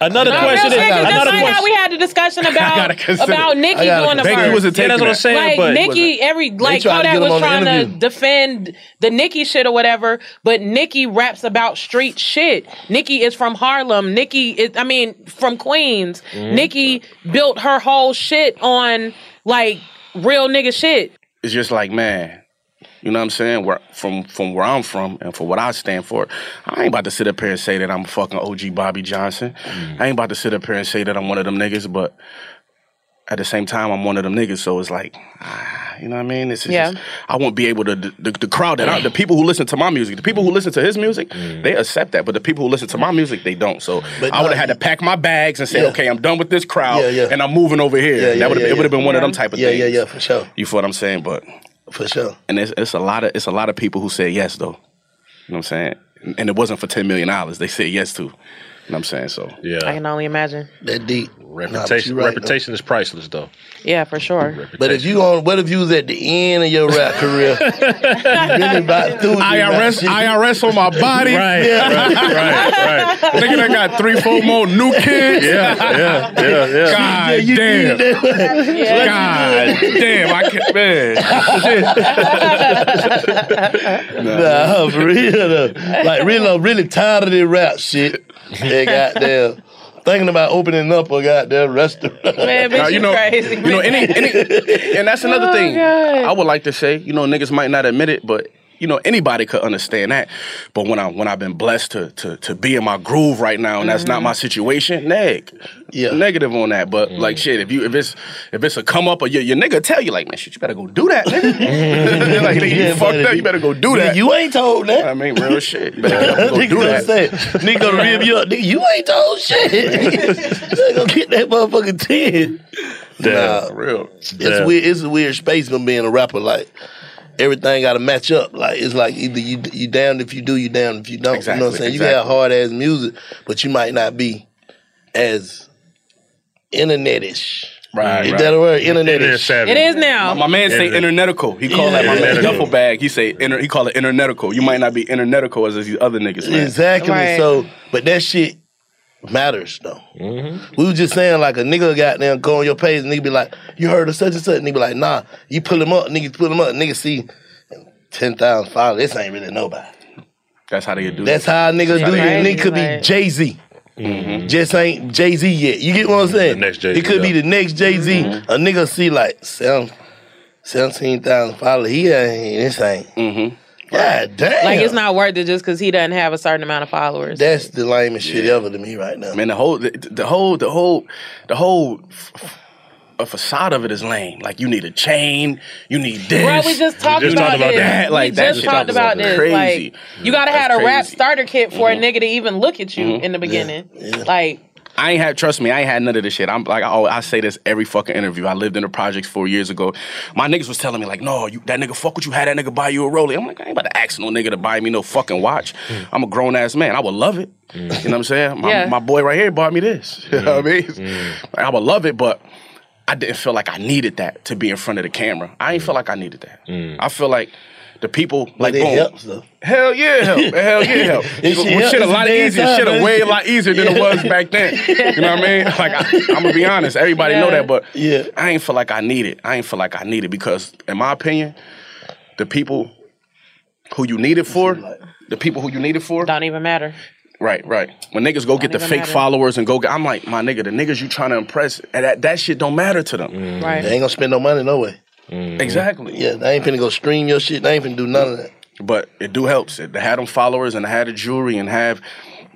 Speaker 3: Another
Speaker 4: No, real
Speaker 3: question.
Speaker 4: shit,
Speaker 3: Is,
Speaker 4: 'cause that's
Speaker 3: another
Speaker 4: like how we
Speaker 3: question.
Speaker 4: had the discussion
Speaker 6: gotta
Speaker 4: about
Speaker 6: consider-
Speaker 4: about Nikki
Speaker 5: I gotta
Speaker 4: doing the
Speaker 5: consider-
Speaker 6: Nikki
Speaker 4: verse.
Speaker 6: was a
Speaker 3: Yeah, that's what I'm
Speaker 6: taking that.
Speaker 3: saying.
Speaker 4: like
Speaker 3: but
Speaker 4: Nikki, every like
Speaker 5: tried to
Speaker 4: Kodak
Speaker 5: get him
Speaker 4: was
Speaker 5: on the
Speaker 4: trying to
Speaker 5: interview.
Speaker 4: defend the Nikki shit or whatever, but Nikki raps about street shit. Nikki is from Harlem. Nikki is, I mean, from Queens.
Speaker 5: Mm-hmm.
Speaker 4: Nikki built her whole shit on like real nigga shit.
Speaker 6: It's just like, man, you know what I'm saying? Where from from where I'm from and for what I stand for, I ain't about to sit up here and say that I'm fucking OG Bobby Johnson.
Speaker 5: Mm.
Speaker 6: I ain't about to sit up here and say that I'm one of them niggas, but at the same time, I'm one of them niggas. So it's like, ah, you know what I mean? It's, it's
Speaker 4: Yeah.
Speaker 6: just, I won't be able to the, the, the crowd that I, the people who listen to my music, the people who listen to his music, they accept that, but the people who listen to my music, they don't. So
Speaker 5: Mm. But
Speaker 6: I would have
Speaker 5: no,
Speaker 6: had to pack my bags and say,
Speaker 5: Yeah.
Speaker 6: okay, I'm done with this crowd,
Speaker 5: Yeah, yeah.
Speaker 6: and I'm moving over here.
Speaker 5: Yeah, yeah,
Speaker 6: that would have
Speaker 5: yeah,
Speaker 6: it would have been one of them
Speaker 4: yeah.
Speaker 6: type of
Speaker 5: Yeah,
Speaker 6: things.
Speaker 5: yeah, yeah, for sure,
Speaker 6: You feel what I'm saying? But
Speaker 5: for sure.
Speaker 6: and it's, it's a lot of it's a lot of people who said yes though. You know what I'm saying? And it wasn't for ten million dollars. They said yes to. know what I'm saying? So
Speaker 3: Yeah.
Speaker 4: I can only imagine.
Speaker 5: That deep.
Speaker 3: Reputation,
Speaker 5: Nah, but you right,
Speaker 3: reputation is priceless, though.
Speaker 4: Yeah, for sure.
Speaker 5: But if you on, what if you was at the end of your rap career? you really about through.
Speaker 6: IRS, IRS on my body.
Speaker 3: Right,
Speaker 5: Yeah.
Speaker 3: right, right, right.
Speaker 6: Nigga, I got three, four more new kids.
Speaker 3: Yeah, yeah, yeah, yeah.
Speaker 6: God
Speaker 5: you
Speaker 6: damn.
Speaker 5: did that.
Speaker 6: God damn. I can't, man.
Speaker 5: Nah, for real though. Like really, I'm really tired of this rap shit. They goddamn thinking about opening up a goddamn restaurant.
Speaker 4: Man, bitch,
Speaker 6: Nah,
Speaker 4: you,
Speaker 6: you know,
Speaker 4: crazy.
Speaker 6: you know, any, any, and that's another
Speaker 4: Oh,
Speaker 6: thing
Speaker 4: God.
Speaker 6: I would like to say. You know, niggas might not admit it, but you know, anybody could understand that. But when I when I've been blessed to to to be in my groove right now, and that's
Speaker 4: Mm-hmm.
Speaker 6: not my situation, neg,
Speaker 5: Yeah. Mm.
Speaker 6: negative on that. But like shit, if you if it's if it's a come up or your, your nigga tell you like, man, shit, you better go do that, nigga. like, nigga, you
Speaker 5: Yeah,
Speaker 6: fucked
Speaker 5: buddy.
Speaker 6: up, you better go do
Speaker 5: Yeah,
Speaker 6: that.
Speaker 5: You ain't told that.
Speaker 6: I mean, real shit. You better go
Speaker 5: nigga
Speaker 6: do
Speaker 5: gonna
Speaker 6: that.
Speaker 5: say, nigga gonna rib you up. Nigga, you ain't told oh, shit. nigga gonna get that motherfucking ten.
Speaker 3: Damn.
Speaker 6: For real.
Speaker 5: It's
Speaker 3: Yeah.
Speaker 5: weird. It's a weird space from being a rapper. Like everything got to match up. Like it's like either you you down if you do, you down if you don't. you know what I'm
Speaker 6: Exactly,
Speaker 5: saying? You got
Speaker 6: exactly.
Speaker 5: hard ass music, but you might not be as internetish.
Speaker 6: Right,
Speaker 5: Is
Speaker 6: right.
Speaker 5: that a word?
Speaker 3: It is
Speaker 5: Internetish.
Speaker 3: savvy.
Speaker 4: it is
Speaker 6: My,
Speaker 4: now.
Speaker 6: my man say internetical. He call that my man
Speaker 3: Internetical.
Speaker 6: duffel bag. He say inter, he call it internetical. You might not be internetical as these other niggas. Man.
Speaker 5: Exactly.
Speaker 4: Right.
Speaker 5: So, but that shit matters though.
Speaker 3: Mm-hmm.
Speaker 5: We was just saying like a nigga got there go on your page and nigga be like, you heard of such and such, and nigga be like, nah, you pull him up, nigga pull him up, nigga see ten thousand followers. This ain't really nobody.
Speaker 6: That's how they do.
Speaker 5: That's
Speaker 6: it.
Speaker 5: how niggas do. it.
Speaker 4: Right,
Speaker 5: Nigga could be
Speaker 4: like-
Speaker 5: Jay Z. Just ain't Jay Z yet. You get what I'm saying?
Speaker 3: Mm-hmm. next Jay-Z,
Speaker 5: It could be
Speaker 3: yeah. Mm-hmm.
Speaker 5: the next Jay Z. A nigga see like seven, 17,000 followers. He ain't this ain't.
Speaker 3: Mm-hmm.
Speaker 5: God damn.
Speaker 4: Like it's not worth it just because he doesn't have a certain amount of followers.
Speaker 5: That's the lamest shit ever to me right now.
Speaker 6: man. The whole the, the whole the whole the whole f- f- a facade of it is lame. Like you need a chain. You need this.
Speaker 4: Bro, we just talked
Speaker 3: just
Speaker 4: about,
Speaker 3: talked about
Speaker 4: this.
Speaker 6: that. Like,
Speaker 4: we
Speaker 6: that
Speaker 4: just
Speaker 6: shit
Speaker 4: talked
Speaker 6: is
Speaker 4: about this.
Speaker 6: crazy.
Speaker 4: Like, you gotta have
Speaker 6: That's
Speaker 4: a rap
Speaker 6: crazy. Mm-hmm.
Speaker 4: starter kit for a nigga to even look at you in the beginning. Like,
Speaker 6: I ain't had. Trust me, I ain't had none of this shit. I'm like I, always, I say this every fucking interview. I lived in the projects four years ago. My niggas was telling me like, no, you, that nigga fuck with you. Had that nigga buy you a Rolex. I'm like, I ain't about to ask no nigga to buy me no fucking watch.
Speaker 5: Mm.
Speaker 6: I'm a grown ass man. I would love it. You know what I'm saying? My,
Speaker 4: Yeah.
Speaker 6: my boy right here bought me this. You know what I mean?
Speaker 5: Mm.
Speaker 6: Like, I would love it, but. I didn't feel like I needed that to be in front of the camera. I ain't feel like I needed that.
Speaker 3: Mm.
Speaker 6: I feel like the people like
Speaker 5: Mm. it
Speaker 6: boom.
Speaker 5: helps, though.
Speaker 6: Hell yeah, help. hell yeah, help.
Speaker 5: It should
Speaker 6: Well,
Speaker 5: help.
Speaker 6: shit a
Speaker 5: It's
Speaker 6: lot
Speaker 5: a damn
Speaker 6: easier.
Speaker 5: time,
Speaker 6: Shit a
Speaker 5: man.
Speaker 6: way a lot easier than it was back then. You know what I mean? Like I, I'm gonna be honest, everybody know that, but
Speaker 5: Yeah.
Speaker 6: I ain't feel like I need it. I ain't feel like I need it because, in my opinion, the people who you need it for, the people who you need it for,
Speaker 4: don't even matter.
Speaker 6: Right, right. When niggas go get the
Speaker 4: even
Speaker 6: fake
Speaker 4: matter.
Speaker 6: followers and go get, I'm like, my nigga, the niggas you trying to impress, and that, that shit don't matter to them.
Speaker 4: Mm.
Speaker 6: Mm-hmm.
Speaker 4: Right.
Speaker 5: They ain't gonna spend no money, no way.
Speaker 6: Exactly.
Speaker 5: Yeah, they ain't finna go stream your shit. They ain't finna do none of that.
Speaker 6: But it do helps. It, to have them followers and to have the jewelry and have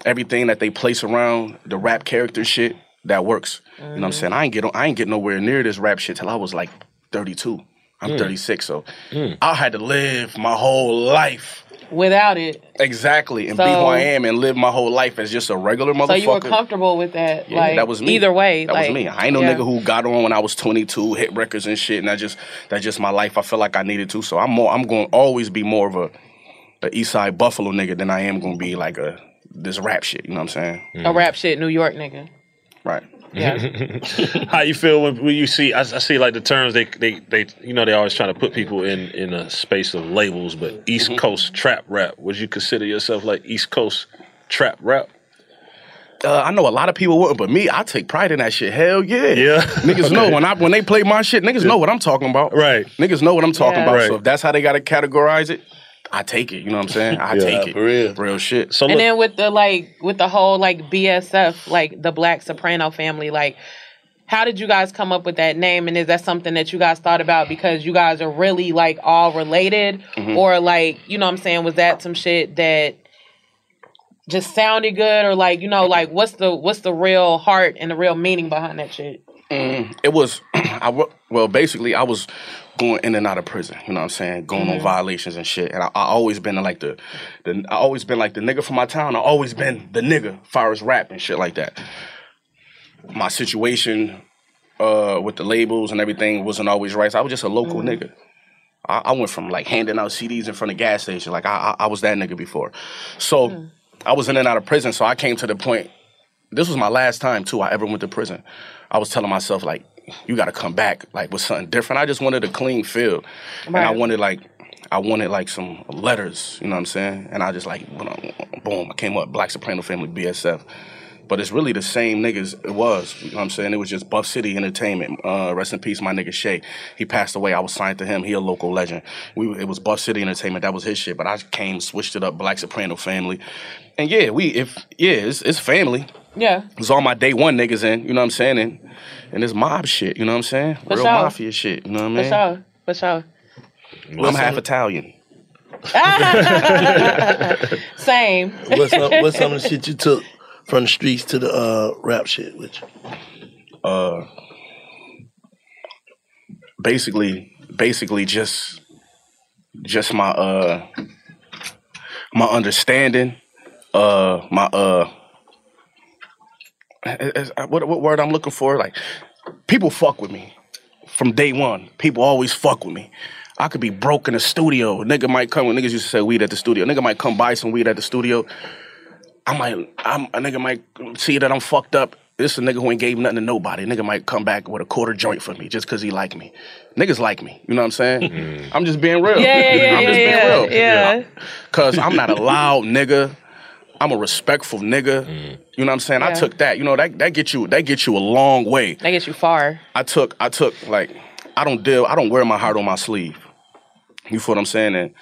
Speaker 6: everything that they place around the rap character shit that works. You
Speaker 4: Mm-hmm.
Speaker 6: know what I'm saying? I ain't get on- I ain't get nowhere near this rap shit till I was like 32. I'm
Speaker 4: Hmm.
Speaker 6: 36, so
Speaker 3: Mm.
Speaker 6: I had to live my whole life
Speaker 4: Without it.
Speaker 6: exactly and be who
Speaker 4: So-
Speaker 6: I am and live my whole life as just a regular motherfucker.
Speaker 4: So you were comfortable with that.
Speaker 6: Yeah,
Speaker 4: like
Speaker 6: that was me.
Speaker 4: Either way.
Speaker 6: that
Speaker 4: like,
Speaker 6: was me. I ain't no
Speaker 4: yeah.
Speaker 6: nigga who got on when I was 22, hit records and shit, and I just that's just my life. I feel like I needed to, so I'm more. I'm going to always be more of a the East Side Buffalo nigga than I am going to be like a this rap shit. You know what I'm saying?
Speaker 4: a rap shit New York nigga.
Speaker 6: Right.
Speaker 4: Yeah.
Speaker 3: How you feel when, when you see? I, I see like the terms they, they they you know they always trying to put people in in a space of labels, but East
Speaker 6: Mm-hmm.
Speaker 3: Coast trap rap. Would you consider yourself like East Coast trap rap?
Speaker 6: Uh, I know a lot of people wouldn't, but me, I take pride in that shit. Hell yeah.
Speaker 3: Yeah.
Speaker 6: Niggas know when I when they play my shit, niggas know what I'm talking about.
Speaker 3: Right.
Speaker 6: Niggas know what I'm talking
Speaker 4: Yeah.
Speaker 6: about.
Speaker 3: Right.
Speaker 6: So if that's how they gotta categorize it, I take it. You know what I'm saying? I take it.
Speaker 5: for real.
Speaker 6: Real shit.
Speaker 3: So
Speaker 4: and
Speaker 3: look,
Speaker 4: then with the like with the whole like BSF, like the Black Soprano family, like how did you guys come up with that name? And is that something that you guys thought about because you guys are really like all related?
Speaker 5: Mm-hmm.
Speaker 4: Or like, you know what I'm saying, was that some shit that just sounded good or like, you know, like what's the what's the real heart and the real meaning behind that shit?
Speaker 5: Mm-hmm.
Speaker 6: Mm, it was I wa- well basically I was going in and out of prison. You know what I'm saying? Going
Speaker 4: Mm.
Speaker 6: on violations and shit. And I, I always been like the, the I always been like the nigga from my town. I always been the nigga far as rap and shit like that. My situation uh, with the labels and everything wasn't always right. So I was just a local
Speaker 4: Mm.
Speaker 6: nigga. I, I went from like handing out CDs in front of gas stations. Like I, I, I was that nigga before. So I was in and out of prison. So I came to the point this was my last time too I ever went to prison. I was telling myself like, you got to come back like with something different. I just wanted a clean field, and I
Speaker 7: Right.
Speaker 6: wanted like. I wanted like some letters, you know what I'm saying? And I just like, went on- boom, I came up, Black Soprano Family, BSF. But it's really the same niggas it was. You know what I'm saying? It was just Buff City Entertainment. Uh, rest in peace, my nigga Shay. He passed away. I was signed to him. He a local legend. We it was Buff City Entertainment. That was his shit. But I came, switched it up, Black Soprano family. And yeah, we if yeah, it's, it's family.
Speaker 4: Yeah.
Speaker 6: It's all my day one niggas in, you know what I'm saying? And and it's mob shit, you know what I'm saying?
Speaker 4: For
Speaker 6: Real
Speaker 4: sure.
Speaker 6: mafia shit, you know what I
Speaker 4: For sure.
Speaker 6: mean?
Speaker 4: For sure.
Speaker 6: I'm half Italian.
Speaker 4: Same.
Speaker 5: What's some, what's some of the shit you took from the streets to the uh, rap shit? Which
Speaker 6: uh basically basically just just my uh my understanding uh my uh is- is- uh, what what word I'm looking for like people fuck with me from day one people always fuck with me I could be broke in the studio nigga might come when niggas used to say weed at the studio nigga might come buy some weed at the studio I might, I'm a nigga might see that I'm fucked up. This a nigga who ain't gave nothing to nobody. Nigga might come back with a quarter joint for me just cause he like me. Niggas like me. You know what I'm saying? I'm just being real.
Speaker 4: Yeah, yeah, yeah,
Speaker 6: I'm just
Speaker 4: yeah,
Speaker 6: being real.
Speaker 4: yeah, yeah.
Speaker 6: Cause I'm not a loud nigga. I'm a respectful nigga. You know what I'm saying? I
Speaker 4: Yeah.
Speaker 6: took that. You know that that get you that get you a long way.
Speaker 4: That gets you far.
Speaker 6: I took I took like I don't deal I don't wear my heart on my sleeve. You feel what I'm saying? And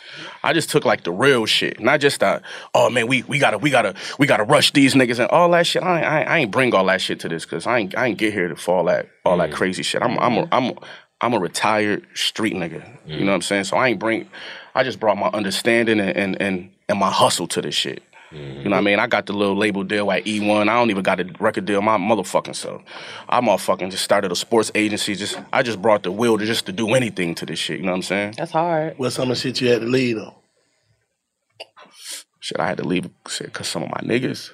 Speaker 6: I just took like the real shit, not just that. Oh man, we we gotta we gotta we gotta rush these niggas and all that shit. I ain't- I, ain't- I ain't bring all that shit to this because I ain't I ain't get here to fall that all that crazy shit. I'm I'm a, I'm a, I'm a retired street nigga. You know what I'm saying? So I ain't bring. I just brought my understanding and and and, and my hustle to this shit. You know what I mean? I got the little label deal at E1. I don't even got a record deal my motherfucking self. I motherfucking just started a sports agency. Just I just brought the will to just to do anything to this shit. You know what I'm saying?
Speaker 4: That's hard.
Speaker 5: what's some of the shit you had to lead on?
Speaker 6: shit, I had to leave shit, cause some of my niggas.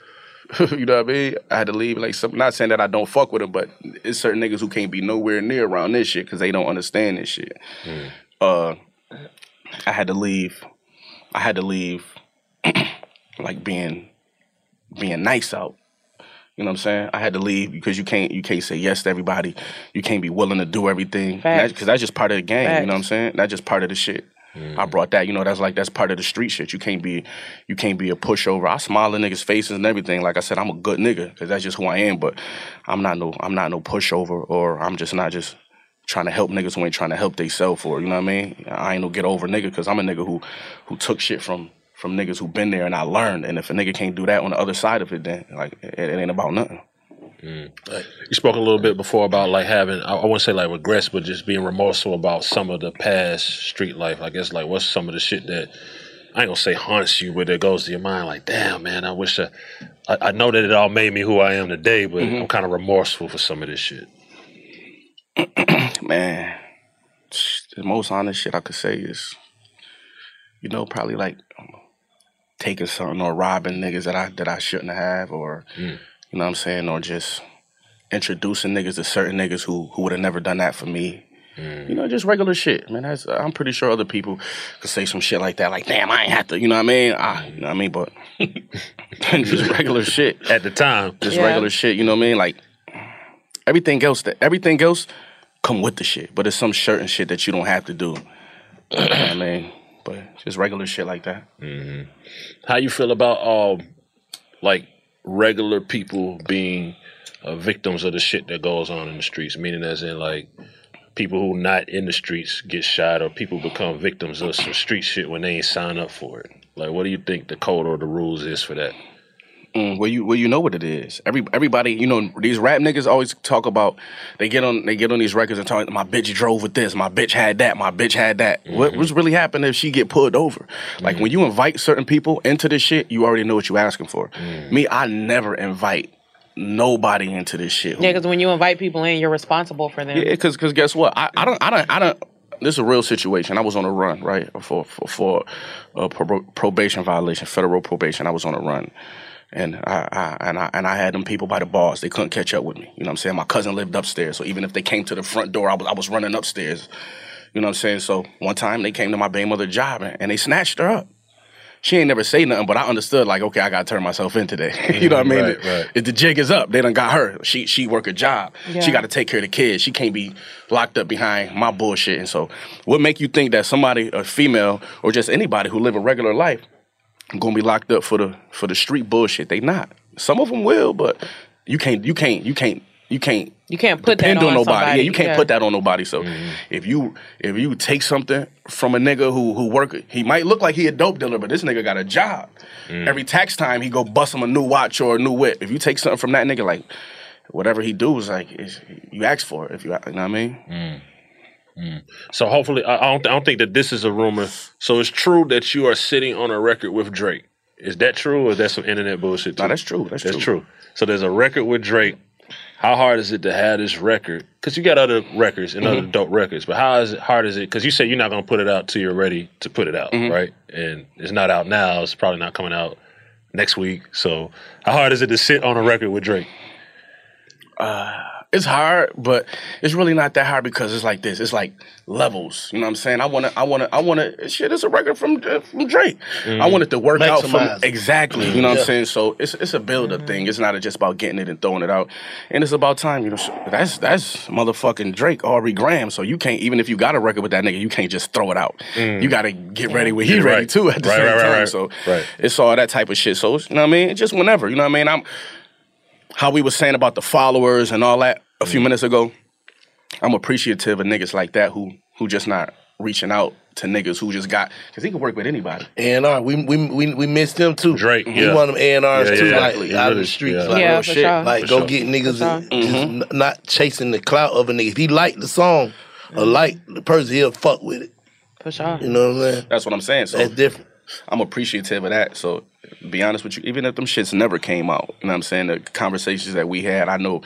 Speaker 6: you know what I mean? I had to leave. Like, some, not saying that I don't fuck with them, but it's certain niggas who can't be nowhere near around this shit because they don't understand this shit. Uh, I had to leave. I had to leave. like being, being nice out. You know what I'm saying? I had to leave because you can't you can't say yes to everybody. You can't be willing to do everything because
Speaker 7: Facts.
Speaker 6: that's just part of the game. You know what I'm
Speaker 7: Facts.
Speaker 6: saying? That's just part of the shit. I
Speaker 3: Mm.
Speaker 6: brought that. You know, that's like that's part of the street shit. You can't be, you can't be a pushover. I smile in niggas' faces and everything. Like I said, I'm a good nigga because that's just who I am. But I'm not no, I'm not no pushover, or I'm just not just trying to help niggas who ain't trying to help theyself. Or you know what I mean? I ain't no get over nigga because I'm a nigga who, who took shit from from niggas who been there and I learned. And if a nigga can't do that on the other side of it, then like it, it ain't about nothing.
Speaker 3: You spoke a little bit before about like having Mm, I, I wouldn't say like regrets, but just being remorseful about some of the past street life. I guess like what's some of the shit that I ain't gonna say haunts you, but it goes to your mind like, damn man, I wish I I, I know that it all made me who I am today, but
Speaker 6: Mhm.
Speaker 3: I'm kind of remorseful for some of this shit.
Speaker 6: man, the most honest shit I could say is, you know, probably like taking something or robbing niggas that I that I shouldn't have, or you know what I'm saying, or just introducing niggas to certain niggas who who would have never done that for me.
Speaker 3: Mm.
Speaker 6: You know, just regular shit, man. That's, I'm pretty sure other people could say some shit like that, like, "Damn, I ain't have to," you know what I mean? I, you know what I mean? But just regular shit
Speaker 3: at the time,
Speaker 6: just
Speaker 3: Yeah.
Speaker 6: regular shit. You know what I mean? Like everything else that everything else come with the shit, but it's some certain shit that you don't have to do. You know what I mean, but just regular shit like that.
Speaker 3: Mm-hmm. How you feel about um like regular people being uh, victims of the shit that goes on in the streets? Meaning, as in like people who not in the streets get shot, or people become victims of some street shit when they ain't sign up for it. Like, what do you think the code or the rules is for that?
Speaker 6: Mm, well, you well you know what it is. Every everybody, you know, these rap niggas always talk about. They get on they get on these records and talk. My bitch drove with this. My bitch had that. My bitch had that. What
Speaker 3: Mm-hmm.
Speaker 6: what's really happened if she get pulled over? Like when you invite certain people into this shit, you already know what you asking for.
Speaker 3: Mm.
Speaker 6: Me, I never invite nobody into this shit. who
Speaker 4: Yeah, because when you invite people in, you're responsible for them.
Speaker 6: Yeah, because guess what? I, I don't I don't I don't. This is a real situation. I was on a run, right, for for, for a pro- probation violation, federal probation. I was on a run, and I, I and I and I had them people by the bars. They couldn't catch up with me. You know what I'm saying? My cousin lived upstairs, so even if they came to the front door, I was I was running upstairs. You know what I'm saying? So one time they came to my baby mother job and, and they snatched her up. she ain't never say nothing, but I understood like, okay, I gotta turn myself in today. you know what I mean?
Speaker 3: right, right.
Speaker 6: If the jig is up, they done got her. She she work a job.
Speaker 4: Yeah.
Speaker 6: She gotta take care of the kids. She can't be locked up behind my bullshit. And so what make you think that somebody, a female or just anybody who live a regular life, gonna be locked up for the for the street bullshit? They not. Some of them will, but you can't you can't you can't you can't
Speaker 4: You can't put
Speaker 6: depend
Speaker 4: that on,
Speaker 6: on, nobody.
Speaker 4: somebody.
Speaker 6: Yeah, you can't put that on nobody. So if you if you take something from a nigga who who work, he might look like he a dope dealer, but this nigga got a job.
Speaker 7: Mm.
Speaker 3: Mm.
Speaker 6: Every tax time he go bust him a new watch or a new whip. If you take something from that nigga, like whatever he do is like it's, you ask for it. If you, you know what I mean?
Speaker 3: So hopefully, I I don't, I don't think that this is a rumor. So it's true that you are sitting on a record with Drake. Is that true, or is that some internet bullshit? Too?
Speaker 6: No, that's true. That's true.
Speaker 3: So there's a record with Drake. How hard is it to have this record? Because you got other records and
Speaker 6: Mm-hmm.
Speaker 3: other dope records, but how is it hard is it? Because you said you're not gonna put it out till you're ready to put it out,
Speaker 6: Mm-hmm.
Speaker 3: right? And it's not out now. It's probably not coming out next week. So how hard is it to sit on a record with Drake?
Speaker 6: uh, it's hard, but it's really not that hard because it's like this. It's like levels. You know what I'm saying? I wanna, I wanna, I wanna. Shit, it's a record from uh, from Drake.
Speaker 3: Mm-hmm.
Speaker 6: I wanted to work out
Speaker 5: Maximize
Speaker 6: from
Speaker 5: it.
Speaker 6: exactly. You know what
Speaker 5: Yeah.
Speaker 6: I'm saying? So it's it's a build up thing. It's not just about getting it and throwing it out. And it's about time. You know, sh- that's that's motherfucking Drake, Aubrey Graham. So you can't even if you got a record with that nigga, you can't just throw it out. You gotta get ready when he
Speaker 3: Mm. Get it
Speaker 6: ready
Speaker 3: right.
Speaker 6: too at the
Speaker 3: Right,
Speaker 6: same
Speaker 3: right, right,
Speaker 6: time.
Speaker 3: right.
Speaker 6: So
Speaker 3: Right.
Speaker 6: it's all that type of shit. So it's- you know what I mean? Just whenever. You know what I mean? I'm how we were saying about the followers and all that a few minutes ago. I'm appreciative of niggas like that who who just not reaching out to niggas who just got because he can work with anybody.
Speaker 5: and R. We we we we missed them too.
Speaker 3: Drake,
Speaker 5: We
Speaker 3: yeah.
Speaker 5: want them A and R's
Speaker 3: Yeah,
Speaker 5: too,
Speaker 3: yeah,
Speaker 5: like
Speaker 3: exactly.
Speaker 5: out of
Speaker 3: Yeah,
Speaker 5: the streets.
Speaker 3: for
Speaker 5: Like,
Speaker 4: Yeah,
Speaker 5: real
Speaker 4: for
Speaker 5: shit.
Speaker 4: sure.
Speaker 5: Like
Speaker 3: For
Speaker 5: go
Speaker 3: sure. Mm-hmm.
Speaker 5: get niggas
Speaker 4: sure.
Speaker 5: and just n- not chasing the clout of a nigga. If he like the song or like the person, he'll fuck with it.
Speaker 4: Mm-hmm. For sure.
Speaker 5: You know what I'm saying?
Speaker 6: That's what I'm saying. So
Speaker 5: That's different.
Speaker 6: I'm appreciative of that. So be honest with you, even if them shits never came out, you know what I'm saying? The conversations that we had, I know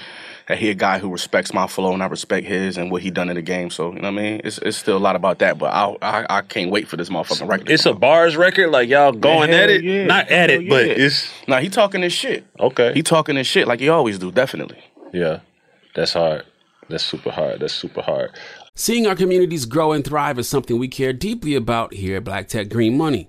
Speaker 6: that he a guy who respects my flow and I respect his and what he done in the game. So, you know what I mean? It's, it's still a lot about that, but I, I I can't wait for this motherfucking record. to
Speaker 3: It's
Speaker 6: come
Speaker 3: a bars record, like y'all going
Speaker 6: hell
Speaker 3: at it,
Speaker 6: yeah.
Speaker 3: not at
Speaker 6: Hell
Speaker 3: it, but
Speaker 6: yeah.
Speaker 3: it's
Speaker 6: out. Nah, he talking his shit.
Speaker 3: okay.
Speaker 6: He talking his shit like he always do, definitely.
Speaker 3: Yeah, that's hard. That's super hard. That's super hard.
Speaker 7: Seeing our communities grow and thrive is something we care deeply about here at Black Tech Green Money.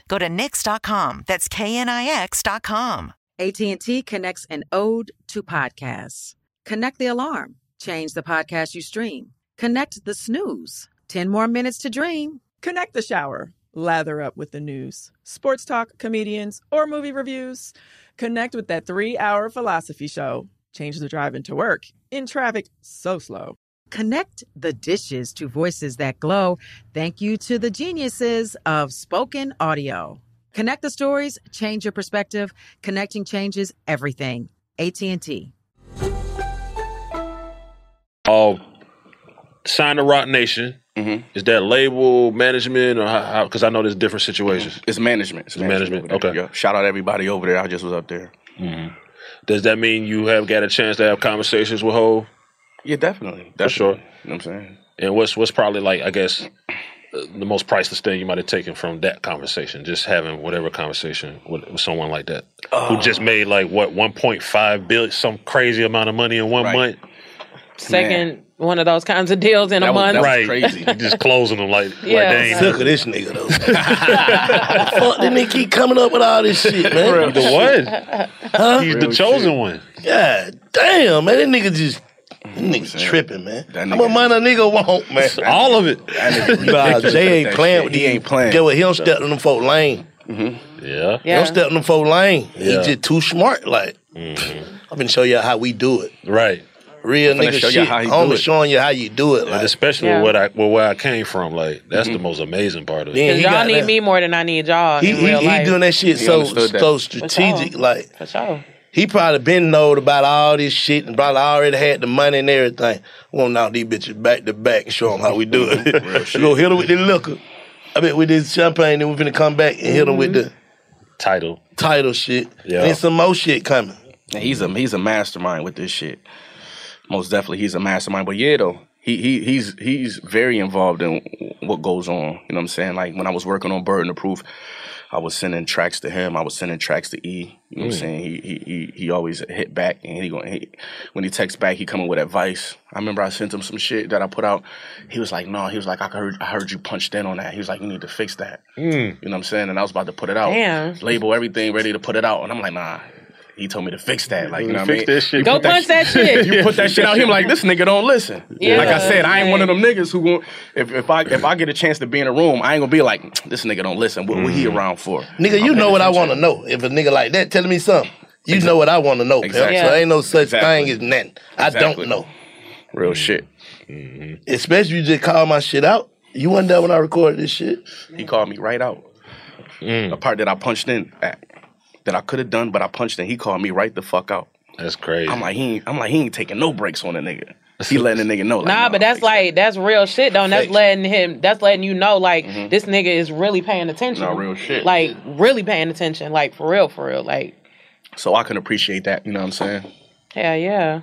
Speaker 8: Go to NYX.com. That's knix.com.
Speaker 9: AT&T connects an ode to podcasts. Connect the alarm, change the podcast you stream. Connect the snooze, 10 more minutes to dream.
Speaker 10: Connect the shower. Lather up with the news, sports talk, comedians, or movie reviews. Connect with that three hour philosophy show. Change the drive into work in traffic so slow.
Speaker 9: Connect the dishes to voices that glow. Thank you to the geniuses of spoken audio. Connect the stories, change your perspective. Connecting changes everything. AT&T.
Speaker 3: All sign to Rock Nation.
Speaker 6: Mm-hmm.
Speaker 3: Is that label management or how? Because I know there's different situations.
Speaker 6: Mm-hmm. It's management.
Speaker 3: It's management.
Speaker 6: over there.
Speaker 3: Okay.
Speaker 6: Yeah. Shout out everybody over there. I just was up there.
Speaker 3: Mhm. Does that mean you have got a chance to have conversations with Hove?
Speaker 6: Yeah, definitely.
Speaker 3: For sure.
Speaker 6: You know what I'm saying?
Speaker 3: And what's what's probably like I guess uh, the most priceless thing you might have taken from that conversation, just having whatever conversation with, with someone like that
Speaker 6: Uh,
Speaker 3: who just made like what 1.5 billion, some crazy amount of money in one month.
Speaker 4: Second one of those kinds of deals in a month.
Speaker 3: right? just closing them like,
Speaker 4: Yeah,
Speaker 3: like
Speaker 4: it
Speaker 3: dang.
Speaker 4: was Sick
Speaker 5: of this nigga though. Fuck, then they keep coming up with all this shit, man.
Speaker 3: You the one.
Speaker 5: Huh?
Speaker 3: He's the chosen one.
Speaker 5: God damn, man. That nigga just. That nigga's tripping, man.
Speaker 6: Mm-hmm. That
Speaker 5: How much money a nigga want, man?
Speaker 3: All of it.
Speaker 5: Nah, Jay ain't playing with
Speaker 6: He
Speaker 5: these-
Speaker 6: ain't playing.
Speaker 5: Get what he don't step in them folk lane.
Speaker 3: Mm-hmm. Yeah.
Speaker 5: He don't step in them folk lane. He
Speaker 6: Yeah.
Speaker 5: just too smart. Like
Speaker 6: Mm-hmm.
Speaker 5: I'm gonna show you how we do it.
Speaker 3: Right.
Speaker 5: Real
Speaker 3: I'm finna
Speaker 5: nigga
Speaker 3: show you
Speaker 5: shit.
Speaker 3: how you
Speaker 5: I'm
Speaker 3: do
Speaker 5: only
Speaker 3: it.
Speaker 5: showing you how you do it. Like
Speaker 3: And especially
Speaker 4: Yeah.
Speaker 3: where I where, where I came from, like that's
Speaker 6: Mm-hmm.
Speaker 3: the most amazing part of it.
Speaker 5: Then
Speaker 4: Cause
Speaker 5: he
Speaker 4: y'all
Speaker 5: got
Speaker 4: need
Speaker 5: that-
Speaker 4: me more than I need y'all
Speaker 5: he,
Speaker 4: in
Speaker 5: he,
Speaker 4: real life.
Speaker 5: he doing that shit
Speaker 6: He
Speaker 5: so
Speaker 6: understood that.
Speaker 5: so
Speaker 4: For sure.
Speaker 5: strategic. Like
Speaker 4: for sure.
Speaker 5: he probably been knowed about all this shit and probably already had the money and everything. Want out these bitches back to back and show them how we do it. we gonna hit them with the liquor. I bet with this champagne, then we finna come back and hit them with
Speaker 6: Mm-hmm.
Speaker 5: the
Speaker 3: Title.
Speaker 5: title shit.
Speaker 6: Yeah.
Speaker 5: And some more shit coming.
Speaker 6: And he's a he's a mastermind with this shit. Most definitely, he's a mastermind. But yeah, though he he he's he's very involved in what goes on. You know what I'm saying? Like when I was working on Burden of Proof, I was sending tracks to him. I was sending tracks to E. You know what
Speaker 3: Mm.
Speaker 6: I'm saying? He he he, he always hit back, and he going he, when he texts back, he coming with advice. I remember I sent him some shit that I put out. He was like, no. He was like, I heard I heard you punched in on that. He was like, you need to fix that.
Speaker 3: Mm.
Speaker 6: You know what I'm saying? And I was about to put it out,
Speaker 4: Damn.
Speaker 6: label everything, ready to put it out, and I'm like, nah. He told me to fix that.
Speaker 5: Mm,
Speaker 6: Like, you know what I
Speaker 3: Fix
Speaker 6: mean?
Speaker 3: that shit.
Speaker 6: You
Speaker 4: Go
Speaker 6: put
Speaker 4: punch that shit.
Speaker 6: You put that shit out. Him like this nigga don't listen.
Speaker 4: Yeah.
Speaker 6: Like I said, I ain't one of them niggas who won't. If, if I if I get a chance to be in a room, I ain't gonna be like this nigga don't listen. What, what he around for?
Speaker 5: Mm. Nigga,
Speaker 6: I'm
Speaker 5: you know
Speaker 6: paying
Speaker 5: what I
Speaker 6: attention.
Speaker 5: want to know. If a nigga like that telling me something, you know what I want to know,
Speaker 6: Exactly.
Speaker 5: pimp. So ain't no such
Speaker 6: Exactly.
Speaker 5: thing as nothing. I
Speaker 6: Exactly.
Speaker 5: don't know.
Speaker 6: Real shit.
Speaker 5: Mm-hmm. Especially you just call my shit out. You wasn't there when I recorded this shit.
Speaker 6: He called me right out.
Speaker 3: Mm.
Speaker 6: A part that I punched in at that I could have done, but I punched in. He called me right the fuck out.
Speaker 3: That's crazy.
Speaker 6: I'm like he. Ain't, I'm like he ain't taking no breaks on a nigga. He letting the nigga know. Like,
Speaker 4: nah, but that's like that's real shit though. And that's
Speaker 6: Facts. Mm-hmm.
Speaker 4: letting him. That's letting you know like this nigga is really paying attention.
Speaker 6: Nah, real shit.
Speaker 4: Like really paying attention. Like for real, for real. Like
Speaker 6: so I can appreciate that. You know what I'm saying?
Speaker 4: hell yeah.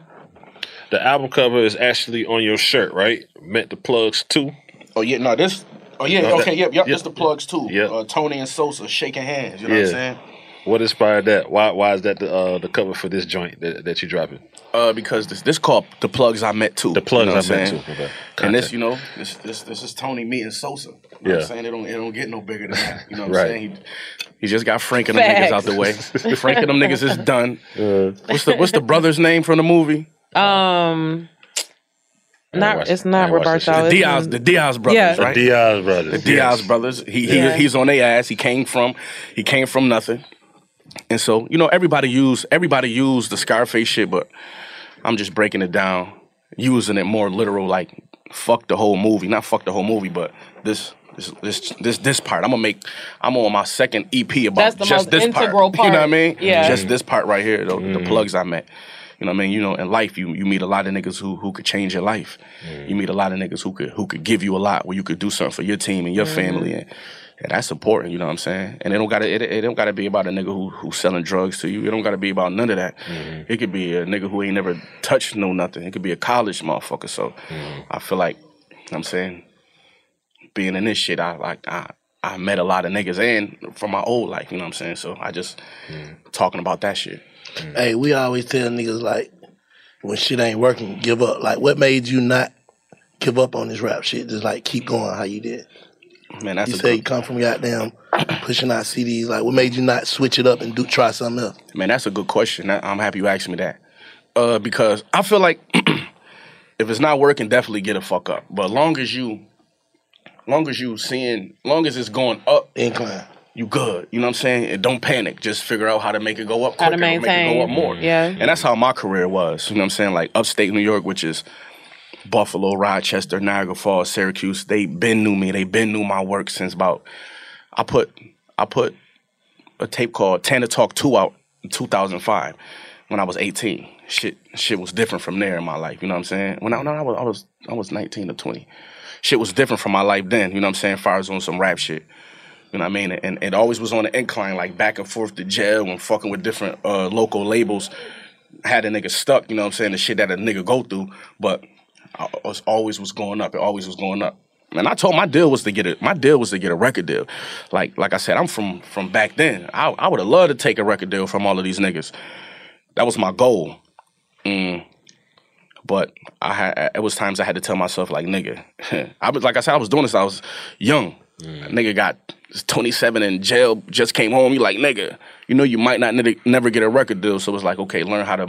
Speaker 3: The album cover is actually on your shirt, right? Meant the plugs too.
Speaker 6: Oh yeah, no this. Oh yeah,
Speaker 3: Okay.
Speaker 6: okay, yep, yep.
Speaker 3: Yeah.
Speaker 6: Just the plugs too.
Speaker 3: Yeah.
Speaker 6: Uh, Tony and Sosa shaking hands. You know what I'm
Speaker 3: Yeah.
Speaker 6: saying?
Speaker 3: What inspired that? Why why is that the uh, the cover for this joint that, that you dropping?
Speaker 6: Uh, because this this called the plugs I met too.
Speaker 3: The plugs
Speaker 6: you know what
Speaker 3: I
Speaker 6: I'm
Speaker 3: met
Speaker 6: saying?
Speaker 3: too. Okay.
Speaker 6: And
Speaker 3: Content.
Speaker 6: this, you know, this this this is Tony meeting Sosa. You know what
Speaker 3: Yeah.
Speaker 6: I'm saying? It don't it don't get no bigger than that. You know what
Speaker 3: Right.
Speaker 6: I'm saying? He, he just got Frank and them niggas out the way. Frank and them niggas is done.
Speaker 3: Uh.
Speaker 6: What's the what's the brother's name from the movie?
Speaker 4: Um, not
Speaker 3: watch-
Speaker 4: it's
Speaker 3: I
Speaker 4: not
Speaker 3: ain't watch this
Speaker 4: Roberto.
Speaker 6: the
Speaker 4: it's
Speaker 6: Diaz,
Speaker 4: him.
Speaker 6: the Diaz brothers,
Speaker 4: Yeah.
Speaker 6: right?
Speaker 3: the Diaz brothers.
Speaker 6: The Diaz brothers. He, he
Speaker 4: Yeah.
Speaker 6: he's on their ass. He came from he came from nothing. And so, you know, everybody use everybody use the Scarface shit, but I'm just breaking it down, using it more literal, like fuck the whole movie. Not fuck the whole movie, but this this this this, this part. I'm gonna make I'm on my second EP
Speaker 4: That's
Speaker 6: about
Speaker 4: the
Speaker 6: just
Speaker 4: most
Speaker 6: this
Speaker 4: integral
Speaker 6: You know what I
Speaker 4: part.
Speaker 6: mean?
Speaker 4: Yeah.
Speaker 6: Just this part right here, though, the plugs I met. You know what I mean? You know, in life, you you meet a lot of niggas who who could change your life. You meet a lot of niggas who could who could give you a lot, where you could do something for your team and your family, and, and that's important. You know what I'm saying? And it don't gotta it, it don't gotta be about a nigga who who's selling drugs to you. It don't gotta be about none of that.
Speaker 3: Mm-hmm.
Speaker 6: It could be a nigga who ain't never touched no nothing. It could be a college motherfucker. So
Speaker 3: Mm-hmm.
Speaker 6: I feel like you know what I'm saying being in this shit, I like I I met a lot of niggas and from my old life. You know what I'm saying? So I just talking about that shit.
Speaker 5: Hey, we always tell niggas like when shit ain't working, give up. Like what made you not give up on this rap shit? Just like keep going how you did.
Speaker 6: Man, that's
Speaker 5: you
Speaker 6: a
Speaker 5: say
Speaker 6: good
Speaker 5: you come from goddamn pushing out CDs. Like what made you not switch it up and do try something else?
Speaker 6: Man, that's a good question. I- I'm happy you asked me that. Uh, because I feel like if it's not working, definitely get a fuck up. But long as you, long as you seeing, long as it's going up,
Speaker 5: Incline.
Speaker 6: you good. You know what I'm saying? And don't panic. Just figure out how to make it go up
Speaker 4: How
Speaker 6: quicker,
Speaker 4: to
Speaker 6: or make it
Speaker 4: maintain.
Speaker 6: go up more.
Speaker 4: Yeah.
Speaker 6: And that's how my career was. You know what I'm saying? Like upstate New York, which is Buffalo, Rochester, Niagara Falls, Syracuse. They been knew me. They been knew my work since about I put I put a tape called Tana Talk 2 out in 2005 when I was 18. shit shit was different from there in my life. You know what I'm saying? When I, when I was I was I was 19 or 20, shit was different from my life then. You know what I'm saying? Far as on some rap shit. You know what I mean? And it always was on the incline, like back and forth to jail and fucking with different uh, local labels. Had a nigga stuck. You know what I'm saying? The shit that a nigga go through, but I was, always was going up. It always was going up. And I told my deal was to get it. My deal was to get a record deal. Like like I said, I'm from from back then. I I would have loved to take a record deal from all of these niggas. That was my goal. Mm. But I had it was times I had to tell myself like nigga, I was like I said I was doing this. I was young. A nigga got 27 in jail, just came home. You like nigga, you know you might not ne- never get a record deal. So it's like okay, learn how to